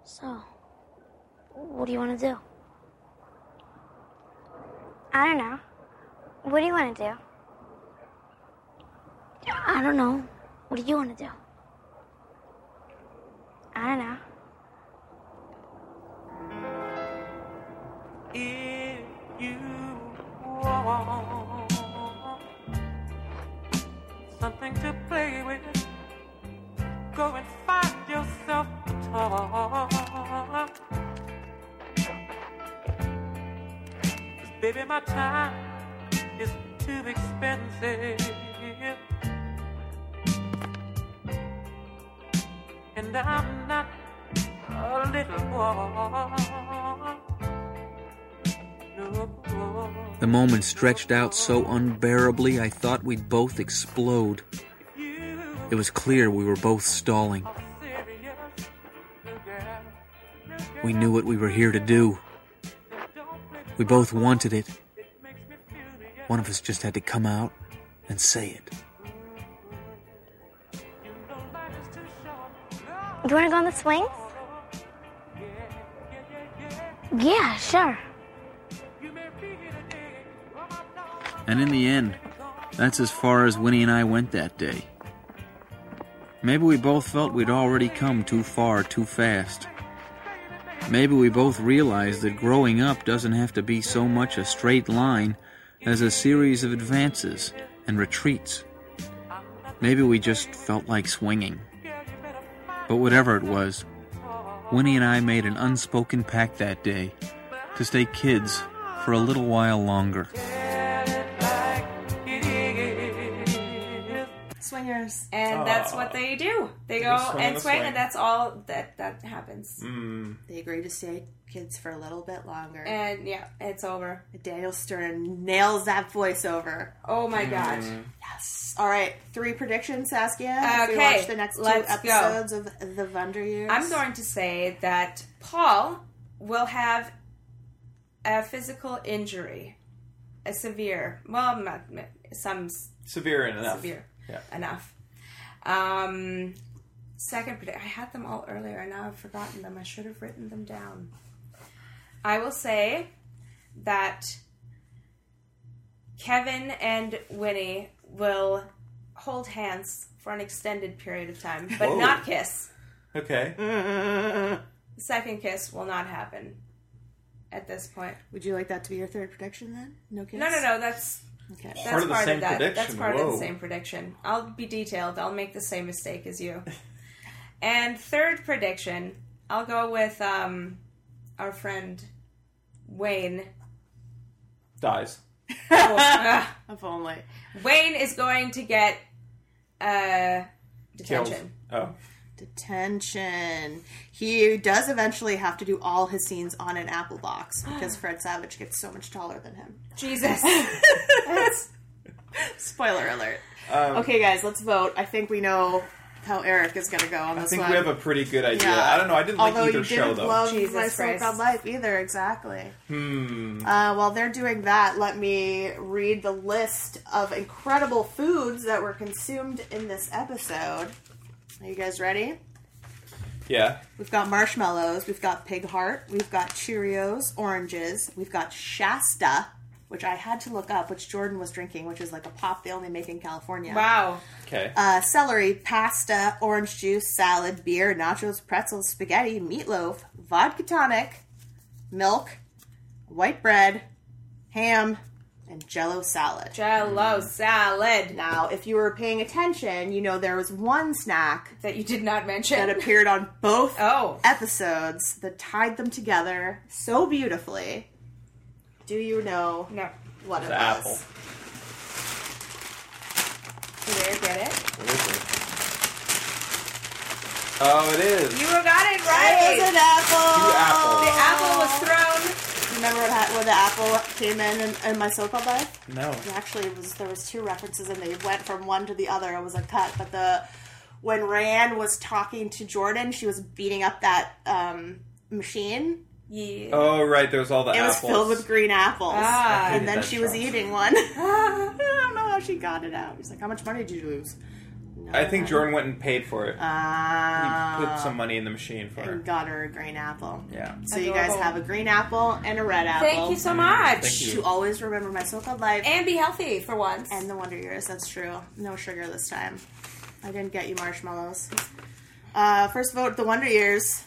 [SPEAKER 14] So, what do you want to do? I don't know. What do you want to do? I don't know. What do you want to do? I don't know.
[SPEAKER 12] If you want something to play with, go and find yourself a toy. 'Cause baby, my time is too expensive. And I'm not a little boy.
[SPEAKER 11] The moment stretched out so unbearably, I thought we'd both explode. It was clear we were both stalling. We knew what we were here to do. We both wanted it. One of us just had to come out and say it.
[SPEAKER 14] Do you want to go on the swings? Yeah, sure.
[SPEAKER 15] And in the end, that's as far as Winnie and I went that day. Maybe we both felt we'd already come too far too fast. Maybe we both realized that growing up doesn't have to be so much a straight line as a series of advances and retreats. Maybe we just felt like swinging. But whatever it was, Winnie and I made an unspoken pact that day to stay kids for a little while longer.
[SPEAKER 4] Swingers.
[SPEAKER 2] And that's what they do. They
[SPEAKER 4] They
[SPEAKER 2] go
[SPEAKER 4] swing
[SPEAKER 2] and
[SPEAKER 4] the
[SPEAKER 2] swing,
[SPEAKER 4] swing. Mm.
[SPEAKER 2] and that's all that that happens.
[SPEAKER 4] They agreed to stay kids for a little bit longer.
[SPEAKER 2] And yeah, it's over.
[SPEAKER 4] Daniel Stern nails that voiceover.
[SPEAKER 2] Oh my
[SPEAKER 4] Mm.
[SPEAKER 2] god.
[SPEAKER 4] Yes. All right. Three predictions, Saskia. If we
[SPEAKER 2] Okay,
[SPEAKER 4] watch the next two
[SPEAKER 2] let's go.
[SPEAKER 4] episodes of The Wonder Years.
[SPEAKER 2] I'm going to say that Paul will have a physical injury, a severe, well, not, some s-
[SPEAKER 3] Severe enough.
[SPEAKER 2] severe
[SPEAKER 3] Yeah.
[SPEAKER 2] enough. Um, second, predict- I had them all earlier, and now I've forgotten them. I should have written them down. I will say that Kevin and Winnie will hold hands for an extended period of time, but
[SPEAKER 3] Whoa.
[SPEAKER 2] not kiss.
[SPEAKER 3] Okay.
[SPEAKER 2] The second kiss will not happen at this point.
[SPEAKER 4] Would you like that to be your third prediction then? No kids?
[SPEAKER 2] No, no, no. That's
[SPEAKER 4] Okay.
[SPEAKER 2] that's
[SPEAKER 3] Part of the same
[SPEAKER 2] that.
[SPEAKER 3] prediction,
[SPEAKER 2] That's part of
[SPEAKER 3] whoa.
[SPEAKER 2] the same prediction. I'll be detailed. I'll make the same mistake as you. and third prediction, I'll go with um, our friend Wayne.
[SPEAKER 3] Dies.
[SPEAKER 4] if only.
[SPEAKER 2] Wayne is going to get uh, detention.
[SPEAKER 3] Oh.
[SPEAKER 4] Detention. He does eventually have to do all his scenes on an apple
[SPEAKER 2] <gasps>
[SPEAKER 4] box because Fred Savage gets so much taller than him. <laughs>
[SPEAKER 2] Jesus.
[SPEAKER 4] Spoiler alert.
[SPEAKER 3] Um,
[SPEAKER 4] okay, guys, let's vote. I think we know how Eric is going to go on
[SPEAKER 3] I
[SPEAKER 4] this
[SPEAKER 3] think
[SPEAKER 4] one.
[SPEAKER 3] we have a pretty good idea. I don't know. I didn't
[SPEAKER 4] Although
[SPEAKER 3] like either
[SPEAKER 4] you
[SPEAKER 3] show
[SPEAKER 4] didn't
[SPEAKER 3] though.
[SPEAKER 4] Love
[SPEAKER 2] Jesus
[SPEAKER 4] My So
[SPEAKER 2] Christ.
[SPEAKER 4] Bad Life either exactly.
[SPEAKER 3] Hmm.
[SPEAKER 4] Uh, while they're doing that, let me read the list of incredible foods that were consumed in this episode. Are you guys ready?
[SPEAKER 3] yeah.
[SPEAKER 4] We've got marshmallows, we've got pig heart, we've got Cheerios, oranges, we've got Shasta, which I had to look up, which Jordan was drinking, which is like a pop they only make in California.
[SPEAKER 2] Wow.
[SPEAKER 3] Okay.
[SPEAKER 4] Uh, celery, pasta, orange juice, salad, beer, nachos, pretzels, spaghetti, meatloaf, vodka tonic, milk, white bread, ham, and jello salad.
[SPEAKER 2] Jello salad.
[SPEAKER 4] Now, if you were paying attention, you know there was one snack
[SPEAKER 2] that you did not mention Oh.
[SPEAKER 4] that appeared on both episodes that tied them together so beautifully. Do you know
[SPEAKER 2] no.
[SPEAKER 4] what
[SPEAKER 3] It's
[SPEAKER 4] it
[SPEAKER 3] apple.
[SPEAKER 4] was? Did I get it?
[SPEAKER 3] What is it? Oh, it is.
[SPEAKER 2] You got it right.
[SPEAKER 4] It was an apple.
[SPEAKER 3] Two apples.
[SPEAKER 2] The apple was thrown.
[SPEAKER 4] Remember what, ha- what the apple came in in, in my soap opera?
[SPEAKER 3] No.
[SPEAKER 4] And Actually, it was there was two references, and they went from one to the other. It was a cut, but the when Rand was talking to Jordan, she was beating up that um, machine.
[SPEAKER 2] Yeah.
[SPEAKER 3] Oh, right. There's all the
[SPEAKER 4] it
[SPEAKER 3] apples.
[SPEAKER 4] was filled with green apples,
[SPEAKER 3] Ah. I hated
[SPEAKER 4] and then
[SPEAKER 3] that
[SPEAKER 4] she was
[SPEAKER 3] song.
[SPEAKER 4] eating one. <laughs> I don't know how she got it out. He's like, "How much money did you lose?"
[SPEAKER 3] I think Jordan went and paid for it.
[SPEAKER 4] Ah.
[SPEAKER 3] he put some money in the machine for her.
[SPEAKER 4] And got her a green apple.
[SPEAKER 3] Yeah.
[SPEAKER 4] So you guys
[SPEAKER 2] Adorable.
[SPEAKER 4] have a green apple and a red apple.
[SPEAKER 2] Thank you so much.
[SPEAKER 3] Thank you.
[SPEAKER 4] To always remember my so-called life
[SPEAKER 2] And be healthy for once.
[SPEAKER 4] and the Wonder Years. That's true. No sugar this time. I didn't get you marshmallows. Uh, first vote, the Wonder Years.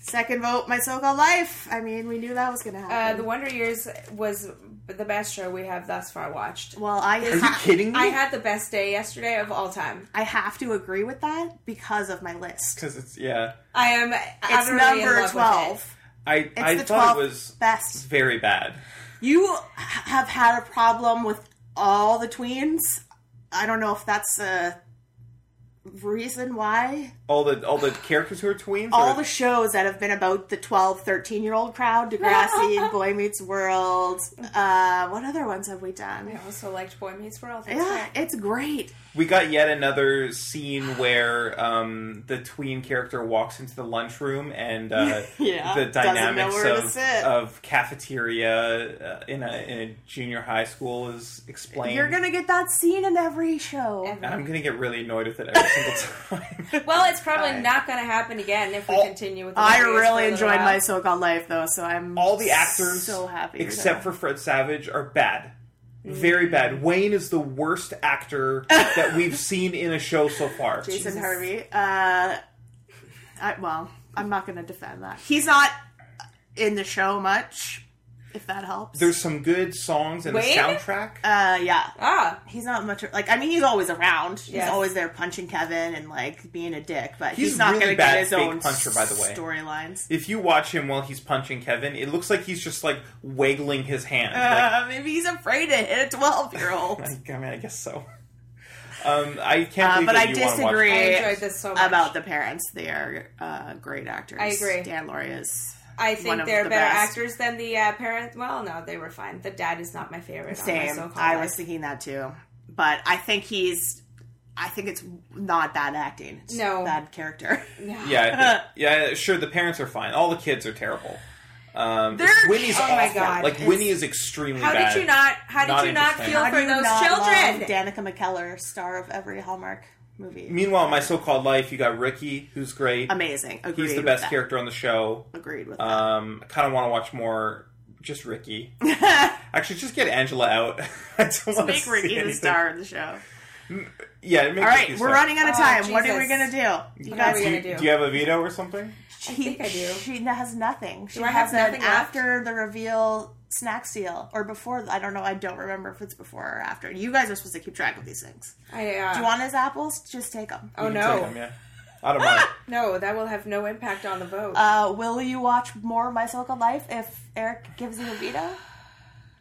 [SPEAKER 4] Second vote, my so-called life. I mean, we knew that was gonna
[SPEAKER 2] Uh,
[SPEAKER 4] happen.
[SPEAKER 2] the Wonder Years was the best show we have thus far watched.
[SPEAKER 4] well, I
[SPEAKER 2] Are you
[SPEAKER 3] kidding
[SPEAKER 2] I had the best day yesterday of all time.
[SPEAKER 4] I have to agree with that because of my list.
[SPEAKER 3] Because it's, yeah.
[SPEAKER 2] I am
[SPEAKER 4] It's
[SPEAKER 2] utterly in
[SPEAKER 4] number
[SPEAKER 2] love
[SPEAKER 4] twelve.
[SPEAKER 3] I,
[SPEAKER 4] It's
[SPEAKER 3] I
[SPEAKER 4] the
[SPEAKER 3] thought
[SPEAKER 4] 12th
[SPEAKER 3] it was
[SPEAKER 4] best.
[SPEAKER 3] very bad.
[SPEAKER 4] You h- have had a problem with all the tweens. I don't know if that's a reason why.
[SPEAKER 3] All the all the characters who are tweens?
[SPEAKER 4] All
[SPEAKER 3] or-
[SPEAKER 4] the shows that have been about the 12, 13 year old crowd Degrassi and Boy Meets World. Uh, what other ones have we
[SPEAKER 2] with
[SPEAKER 4] done?
[SPEAKER 2] it. I also liked Boy Meets World. That's
[SPEAKER 4] Yeah,
[SPEAKER 2] right.
[SPEAKER 4] it's great.
[SPEAKER 3] We got yet another scene where um, the tween character walks into the lunchroom and uh,
[SPEAKER 4] <laughs> Yeah,
[SPEAKER 3] the
[SPEAKER 4] doesn't know
[SPEAKER 3] dynamics
[SPEAKER 4] where to
[SPEAKER 3] of,
[SPEAKER 4] sit.
[SPEAKER 3] of cafeteria uh, in, a, in a junior high school is explained.
[SPEAKER 4] You're going to get that scene in every show.
[SPEAKER 3] and I'm gonna get really annoyed with it every single time.
[SPEAKER 4] <laughs>
[SPEAKER 2] Well, it's probably not going to happen again if we continue with. The
[SPEAKER 4] Oh, I
[SPEAKER 2] Wonder Years for a
[SPEAKER 4] really
[SPEAKER 2] little
[SPEAKER 4] enjoyed
[SPEAKER 2] while.
[SPEAKER 4] my so called life, though, so I'm
[SPEAKER 3] All the actors,
[SPEAKER 4] so happy. Mm. you're
[SPEAKER 3] except for Fred Savage, are bad. Very bad. Wayne is the worst actor
[SPEAKER 4] <laughs>
[SPEAKER 3] that we've seen in a show so far.
[SPEAKER 4] Jason Harvey. Uh, I, well, I'm not going to defend that. He's not in the show much, if that helps.
[SPEAKER 3] There's some good songs and the
[SPEAKER 4] Wayne?
[SPEAKER 3] soundtrack.
[SPEAKER 4] Uh, yeah.
[SPEAKER 2] Ah,
[SPEAKER 4] he's not much. Like, I mean, he's always around. He's
[SPEAKER 3] Yes.
[SPEAKER 4] always there punching Kevin and like being a dick, but he's,
[SPEAKER 3] He's
[SPEAKER 4] not
[SPEAKER 3] really
[SPEAKER 4] going to
[SPEAKER 3] bad
[SPEAKER 4] get his
[SPEAKER 3] fake
[SPEAKER 4] own
[SPEAKER 3] puncher, by the way.
[SPEAKER 4] storylines.
[SPEAKER 3] If you watch him while he's punching Kevin, it looks like he's just like waggling his hand.
[SPEAKER 4] Uh, maybe he's afraid to hit a 12 year old.
[SPEAKER 3] <laughs> Like, I mean, I guess so. Um, I can't.
[SPEAKER 4] Uh,
[SPEAKER 3] believe
[SPEAKER 4] but
[SPEAKER 3] that
[SPEAKER 4] I
[SPEAKER 3] you wanna watch
[SPEAKER 4] disagree
[SPEAKER 3] this.
[SPEAKER 4] about the parents. They are uh, great actors.
[SPEAKER 2] I agree.
[SPEAKER 4] Dan Lauria is.
[SPEAKER 2] I
[SPEAKER 4] one
[SPEAKER 2] think
[SPEAKER 4] of
[SPEAKER 2] they're
[SPEAKER 4] the
[SPEAKER 2] better
[SPEAKER 4] best.
[SPEAKER 2] actors than the uh, parent. Well, no, they were fine. The dad is not my favorite. On Oh, my
[SPEAKER 4] Same.
[SPEAKER 2] so-called
[SPEAKER 4] I
[SPEAKER 2] life.
[SPEAKER 4] was thinking that too. But I think he's. I think it's not bad acting. It's
[SPEAKER 2] No. <laughs>
[SPEAKER 4] bad character. <laughs>
[SPEAKER 3] Yeah, I think- yeah. Sure, the parents are fine. All the kids are terrible. Um,
[SPEAKER 4] They're-
[SPEAKER 3] Winnie's
[SPEAKER 4] oh
[SPEAKER 3] awful.
[SPEAKER 4] my God,
[SPEAKER 3] Like
[SPEAKER 4] it's-
[SPEAKER 3] Winnie is extremely.
[SPEAKER 2] How
[SPEAKER 3] bad.
[SPEAKER 2] did you not? How did you not
[SPEAKER 3] interesting.
[SPEAKER 2] feel
[SPEAKER 4] How do
[SPEAKER 2] for
[SPEAKER 4] you
[SPEAKER 2] those
[SPEAKER 4] not
[SPEAKER 2] children?
[SPEAKER 4] love Danica McKellar, star of every Hallmark movie.
[SPEAKER 3] Meanwhile, my so-called life, you got Ricky, who's great,
[SPEAKER 4] Amazing. Agreed
[SPEAKER 3] He's the
[SPEAKER 4] with
[SPEAKER 3] best
[SPEAKER 4] that.
[SPEAKER 3] character on the show.
[SPEAKER 4] Agreed with
[SPEAKER 3] Um, I kind of want to watch more. Just
[SPEAKER 4] <laughs>
[SPEAKER 3] Ricky. Actually, just get Angela out. <laughs> I don't
[SPEAKER 4] Just
[SPEAKER 3] wanna
[SPEAKER 4] make
[SPEAKER 3] see
[SPEAKER 4] Ricky the
[SPEAKER 3] anything.
[SPEAKER 4] star of the show.
[SPEAKER 3] Yeah. Make
[SPEAKER 4] All right,
[SPEAKER 3] Ricky
[SPEAKER 4] we're
[SPEAKER 3] star.
[SPEAKER 4] running out of
[SPEAKER 2] Oh,
[SPEAKER 4] time. what
[SPEAKER 2] Jesus.
[SPEAKER 4] are we gonna do? You
[SPEAKER 2] What
[SPEAKER 4] guys,
[SPEAKER 2] are we
[SPEAKER 3] Do
[SPEAKER 2] gonna
[SPEAKER 3] you, do you have a veto or something?
[SPEAKER 4] she,
[SPEAKER 2] think I do.
[SPEAKER 4] She has nothing. She
[SPEAKER 2] I have
[SPEAKER 4] has an
[SPEAKER 2] nothing left?
[SPEAKER 4] after the reveal snack seal or before. I don't know. I don't remember if it's before or after. You guys are supposed to keep track of these things.
[SPEAKER 2] I, uh,
[SPEAKER 4] Do you want his apples? Just take them.
[SPEAKER 2] Oh
[SPEAKER 3] You can
[SPEAKER 2] no,
[SPEAKER 3] take 'em, yeah. I don't
[SPEAKER 2] <laughs>
[SPEAKER 3] mind.
[SPEAKER 2] no, that will have no impact on the vote.
[SPEAKER 4] Uh, will you watch more of My So-Called Life if Eric gives you a veto?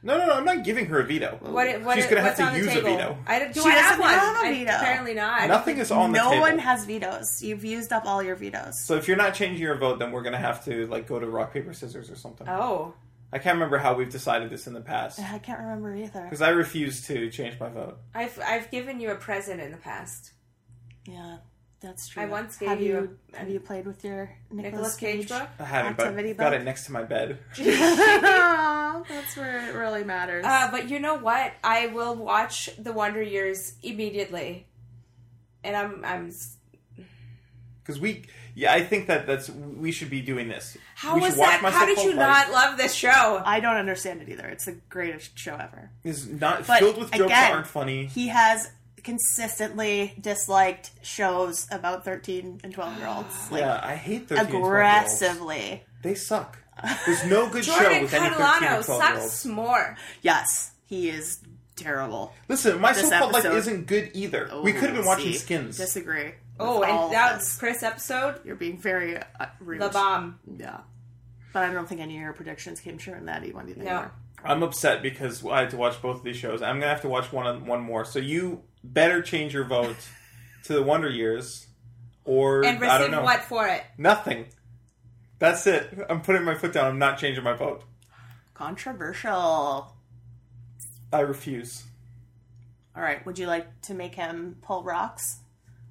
[SPEAKER 3] No, no, no. I'm not giving her a veto.
[SPEAKER 2] what? what
[SPEAKER 3] She's gonna
[SPEAKER 2] what's
[SPEAKER 3] have
[SPEAKER 2] on
[SPEAKER 3] to
[SPEAKER 2] the
[SPEAKER 3] use a
[SPEAKER 2] table?
[SPEAKER 3] veto.
[SPEAKER 2] I don't- do
[SPEAKER 4] She
[SPEAKER 2] I have
[SPEAKER 4] doesn't
[SPEAKER 2] one?
[SPEAKER 4] have a
[SPEAKER 2] I-
[SPEAKER 4] veto.
[SPEAKER 2] apparently not. I don't
[SPEAKER 3] Nothing
[SPEAKER 2] think-
[SPEAKER 3] is on the
[SPEAKER 4] no
[SPEAKER 3] table.
[SPEAKER 4] one has vetoes. You've used up all your vetoes.
[SPEAKER 3] So if you're not changing your vote, then we're gonna have to like go to rock paper scissors or something.
[SPEAKER 2] Oh, Uh-huh.
[SPEAKER 3] I can't remember how we've decided this in the past
[SPEAKER 4] I can't remember either.
[SPEAKER 3] because I refuse to change my vote.
[SPEAKER 2] I've I've given you a present in the past.
[SPEAKER 4] Yeah, that's true.
[SPEAKER 2] I once gave
[SPEAKER 4] have
[SPEAKER 2] you
[SPEAKER 4] you
[SPEAKER 2] a-
[SPEAKER 4] have you played with your
[SPEAKER 2] Nicolas
[SPEAKER 4] Nicholas
[SPEAKER 2] Cage
[SPEAKER 4] Cage,
[SPEAKER 2] book?
[SPEAKER 3] I haven't, but
[SPEAKER 4] activity
[SPEAKER 3] got
[SPEAKER 4] book?
[SPEAKER 3] it next to my bed.
[SPEAKER 2] <laughs>
[SPEAKER 4] that's where it really matters.
[SPEAKER 2] Uh, but you know what? I will watch The Wonder Years immediately, and I'm I'm.
[SPEAKER 3] Because we, yeah, I think that that's we should be doing this.
[SPEAKER 2] How
[SPEAKER 3] we should
[SPEAKER 2] was
[SPEAKER 3] watch
[SPEAKER 2] that?
[SPEAKER 3] My
[SPEAKER 2] How did
[SPEAKER 3] So-Called
[SPEAKER 2] you
[SPEAKER 3] Life.
[SPEAKER 2] not love this show?
[SPEAKER 4] I don't understand it either. It's the greatest show ever.
[SPEAKER 3] Is not
[SPEAKER 4] But
[SPEAKER 3] filled with jokes that
[SPEAKER 4] again,
[SPEAKER 3] aren't funny.
[SPEAKER 4] He has consistently disliked shows
[SPEAKER 3] <sighs>
[SPEAKER 4] about 13 and 12 year olds. Like
[SPEAKER 3] yeah, I hate those
[SPEAKER 4] aggressively.
[SPEAKER 3] They suck. There's no
[SPEAKER 2] <laughs>
[SPEAKER 3] good show
[SPEAKER 2] Jordan
[SPEAKER 3] with any 15
[SPEAKER 2] Catalano
[SPEAKER 3] or 12 year
[SPEAKER 2] sucks
[SPEAKER 3] olds.
[SPEAKER 2] more.
[SPEAKER 4] Yes, he is terrible.
[SPEAKER 3] Listen, my
[SPEAKER 4] This
[SPEAKER 3] soap called life
[SPEAKER 4] episode-
[SPEAKER 3] isn't good either. we could have been
[SPEAKER 4] Ooh,
[SPEAKER 3] watching
[SPEAKER 4] see?
[SPEAKER 3] Skins.
[SPEAKER 4] Disagree.
[SPEAKER 2] Oh,
[SPEAKER 4] With all
[SPEAKER 2] and
[SPEAKER 4] of
[SPEAKER 2] that
[SPEAKER 4] this.
[SPEAKER 2] Chris episode.
[SPEAKER 4] You're being very uh, rude.
[SPEAKER 2] The bomb.
[SPEAKER 4] Yeah, but I don't think any of your predictions came true in that E one either.
[SPEAKER 2] No.
[SPEAKER 3] I'm upset because I had to watch both of these shows. I'm gonna have to watch one one more. So you better change your
[SPEAKER 2] <laughs>
[SPEAKER 3] vote to the Wonder Years, or
[SPEAKER 2] and
[SPEAKER 3] I don't
[SPEAKER 2] receive
[SPEAKER 3] know
[SPEAKER 2] what for it?
[SPEAKER 3] Nothing. That's it. I'm putting my foot down. I'm not changing my vote.
[SPEAKER 4] Controversial.
[SPEAKER 3] I refuse.
[SPEAKER 4] All right. Would you like to make him pull rocks,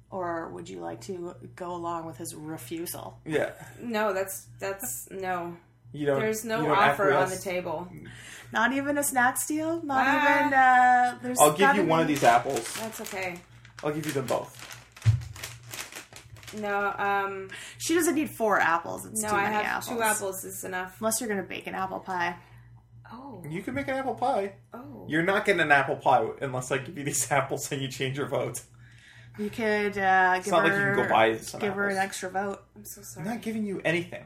[SPEAKER 4] or would you like to go along with his refusal?
[SPEAKER 3] Yeah.
[SPEAKER 2] No, that's that's no.
[SPEAKER 4] You don't-
[SPEAKER 2] There's no
[SPEAKER 4] you don't
[SPEAKER 2] offer on the
[SPEAKER 4] acquiesce?
[SPEAKER 2] table.
[SPEAKER 4] Not even a snack steal. Not
[SPEAKER 2] Ah.
[SPEAKER 4] even. Uh, there's
[SPEAKER 3] I'll give you
[SPEAKER 4] not even-
[SPEAKER 3] one of these apples.
[SPEAKER 2] That's okay.
[SPEAKER 3] I'll give you them both.
[SPEAKER 2] No, um,
[SPEAKER 4] she doesn't need four apples. It's
[SPEAKER 2] no,
[SPEAKER 4] too
[SPEAKER 2] I
[SPEAKER 4] many
[SPEAKER 2] have
[SPEAKER 4] apples.
[SPEAKER 2] two apples is enough.
[SPEAKER 4] Unless you're gonna bake an apple pie.
[SPEAKER 2] Oh.
[SPEAKER 3] You can make an apple pie.
[SPEAKER 2] Oh.
[SPEAKER 3] You're not getting an apple pie unless I give you these <laughs> apples and you change your vote.
[SPEAKER 4] You could uh,
[SPEAKER 3] It's
[SPEAKER 4] give
[SPEAKER 3] not like
[SPEAKER 4] her
[SPEAKER 3] you can go buy some
[SPEAKER 4] give her an
[SPEAKER 3] apples.
[SPEAKER 4] extra vote.
[SPEAKER 2] I'm so
[SPEAKER 3] I'm
[SPEAKER 2] sorry.
[SPEAKER 3] not giving you
[SPEAKER 2] <sighs>
[SPEAKER 3] anything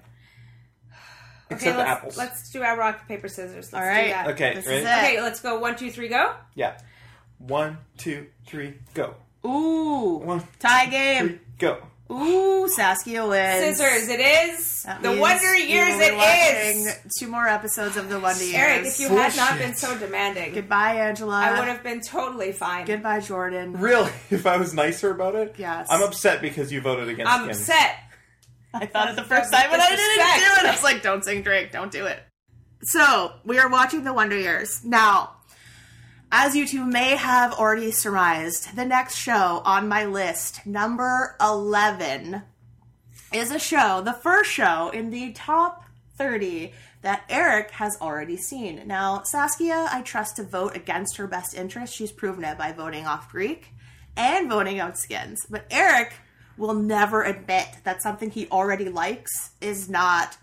[SPEAKER 2] Okay,
[SPEAKER 3] except the
[SPEAKER 2] let's,
[SPEAKER 3] apples.
[SPEAKER 2] let's do our rock paper scissors. Let's
[SPEAKER 4] All right.
[SPEAKER 2] do that.
[SPEAKER 3] Okay, This is ready? it.
[SPEAKER 2] Okay, let's go. One, two, three, go.
[SPEAKER 3] Yeah. One, two, three, go.
[SPEAKER 4] Ooh,
[SPEAKER 3] One,
[SPEAKER 4] tie game.
[SPEAKER 3] Go.
[SPEAKER 4] Ooh, Saskia wins.
[SPEAKER 2] Scissors. It is
[SPEAKER 4] That
[SPEAKER 2] the
[SPEAKER 4] means
[SPEAKER 2] Wonder
[SPEAKER 4] we
[SPEAKER 2] Years.
[SPEAKER 4] will be
[SPEAKER 2] It is.
[SPEAKER 4] watching Two more episodes of the Wonder Years.
[SPEAKER 2] Eric, if you had not been so demanding,
[SPEAKER 4] Goodbye, Angela.
[SPEAKER 2] I would have been totally fine.
[SPEAKER 4] Goodbye, Jordan.
[SPEAKER 3] Really? <laughs> If I was nicer about it?
[SPEAKER 4] Yes.
[SPEAKER 3] I'm upset because you voted against
[SPEAKER 2] I'm
[SPEAKER 3] him.
[SPEAKER 2] upset.
[SPEAKER 4] I thought it the first time, but I didn't do it. I was like, don't sing Drake, don't do it. So, we are watching The Wonder Years. Now, as you two may have already surmised, the next show on my list, number 11, is a show, the first show in the top 30 that Eric has already seen. Now, Saskia, I trust to vote against her best interest. She's proven it by voting off Greek and voting out skins. But Eric will never admit that something he already likes is not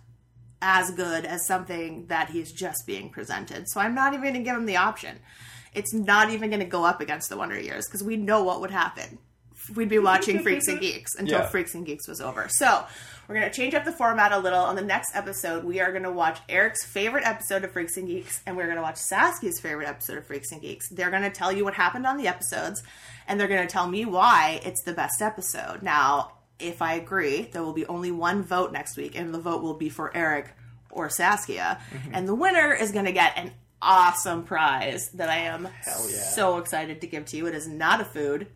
[SPEAKER 4] as good as something that he's just being presented. So I'm not even going to give him the option. It's not even going to go up against the Wonder Years because we know what would happen. We'd be watching Freaks and Geeks until
[SPEAKER 12] Yeah.
[SPEAKER 4] Freaks and Geeks was over. So we're going to change up the format a little. On the next episode, we are going to watch Eric's favorite episode of Freaks and Geeks, and we're going to watch Saskia's favorite episode of Freaks and Geeks. They're going to tell you what happened on the episodes, and they're going to tell me why it's the best episode. Now, if I agree, there will be only one vote next week, and the vote will be for Eric or Saskia.
[SPEAKER 12] Mm-hmm.
[SPEAKER 4] And the winner is going to get an awesome prize that I am
[SPEAKER 12] yeah.
[SPEAKER 4] so excited to give to you. It is not a food,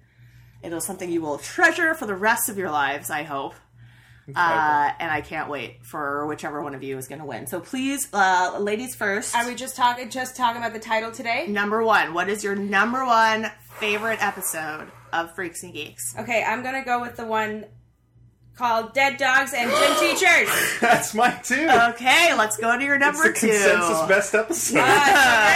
[SPEAKER 4] it is something you will treasure for the rest of your lives, I hope. Uh,
[SPEAKER 2] Incredible.
[SPEAKER 4] and I can't wait for whichever one of you is going to win. So please, uh, ladies first.
[SPEAKER 2] Are we just talking just talking about the title today?
[SPEAKER 4] Number one. What is your number one favorite episode of Freaks and Geeks?
[SPEAKER 2] Okay, I'm gonna go with the one called "Dead Dogs and
[SPEAKER 4] <gasps>
[SPEAKER 2] Gym Teachers."
[SPEAKER 3] <laughs> That's mine too.
[SPEAKER 4] Okay, let's go to your number
[SPEAKER 3] it's
[SPEAKER 4] two.
[SPEAKER 3] the consensus best episode.
[SPEAKER 4] <laughs>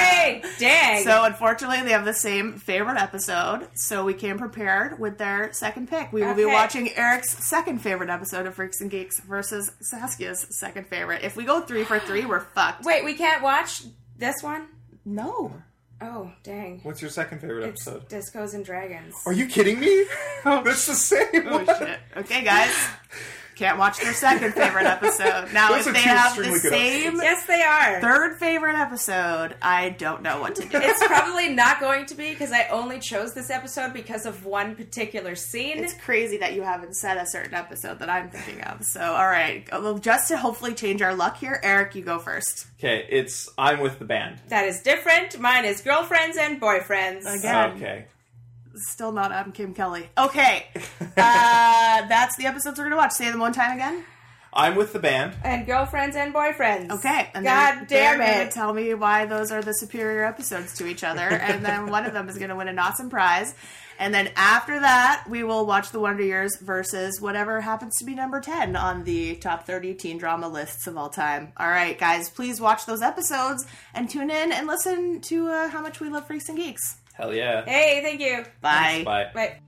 [SPEAKER 2] Dang.
[SPEAKER 4] So unfortunately, they have the same favorite episode, so we came prepared with their second pick. We will be
[SPEAKER 2] Okay.
[SPEAKER 4] watching Eric's second favorite episode of Freaks and Geeks versus Saskia's second favorite. If we go three for three, we're fucked.
[SPEAKER 2] Wait, we can't watch this one.
[SPEAKER 4] No.
[SPEAKER 2] Oh dang!
[SPEAKER 3] <laughs> What's your second favorite
[SPEAKER 2] It's
[SPEAKER 3] episode?
[SPEAKER 2] Discos and Dragons.
[SPEAKER 3] Are you kidding
[SPEAKER 2] <laughs>
[SPEAKER 3] me? That's the same.
[SPEAKER 4] Oh shit. Okay, guys. Can't watch their second favorite episode. Now,
[SPEAKER 2] Those
[SPEAKER 4] if
[SPEAKER 2] are
[SPEAKER 4] they
[SPEAKER 2] two
[SPEAKER 4] have the
[SPEAKER 2] extremely good
[SPEAKER 4] same
[SPEAKER 2] episodes. Yes, they are.
[SPEAKER 4] third favorite episode, I don't know what to do.
[SPEAKER 2] <laughs> it's probably not going to be because I only chose this episode because of one particular scene.
[SPEAKER 4] <laughs> It's crazy that you haven't said a certain episode that I'm thinking of. So, all right, Uh, well, just to hopefully change our luck here, Eric, you go first.
[SPEAKER 3] Okay, it's I'm with the band.
[SPEAKER 2] that is different. Mine is girlfriends and boyfriends.
[SPEAKER 3] Okay.
[SPEAKER 4] Still not um, Kim Kelly.
[SPEAKER 2] <laughs>
[SPEAKER 4] Okay, uh, that's the episodes we're gonna watch. Say them one time again.
[SPEAKER 3] I'm with the band.
[SPEAKER 2] And girlfriends and boyfriends.
[SPEAKER 4] Okay. And
[SPEAKER 2] God damn
[SPEAKER 4] they're Gonna
[SPEAKER 2] it.
[SPEAKER 4] tell me why those are the superior episodes to each other, and then one of them is gonna win an awesome prize. And then after that, we will watch The Wonder Years versus whatever happens to be number 10 on the top 30 teen drama lists of all time. All right, guys, please watch those episodes and tune in and listen to uh, how much we love Freaks and Geeks.
[SPEAKER 3] Hell yeah.
[SPEAKER 2] Hey, thank you.
[SPEAKER 4] Bye.
[SPEAKER 3] Bye.
[SPEAKER 2] Bye.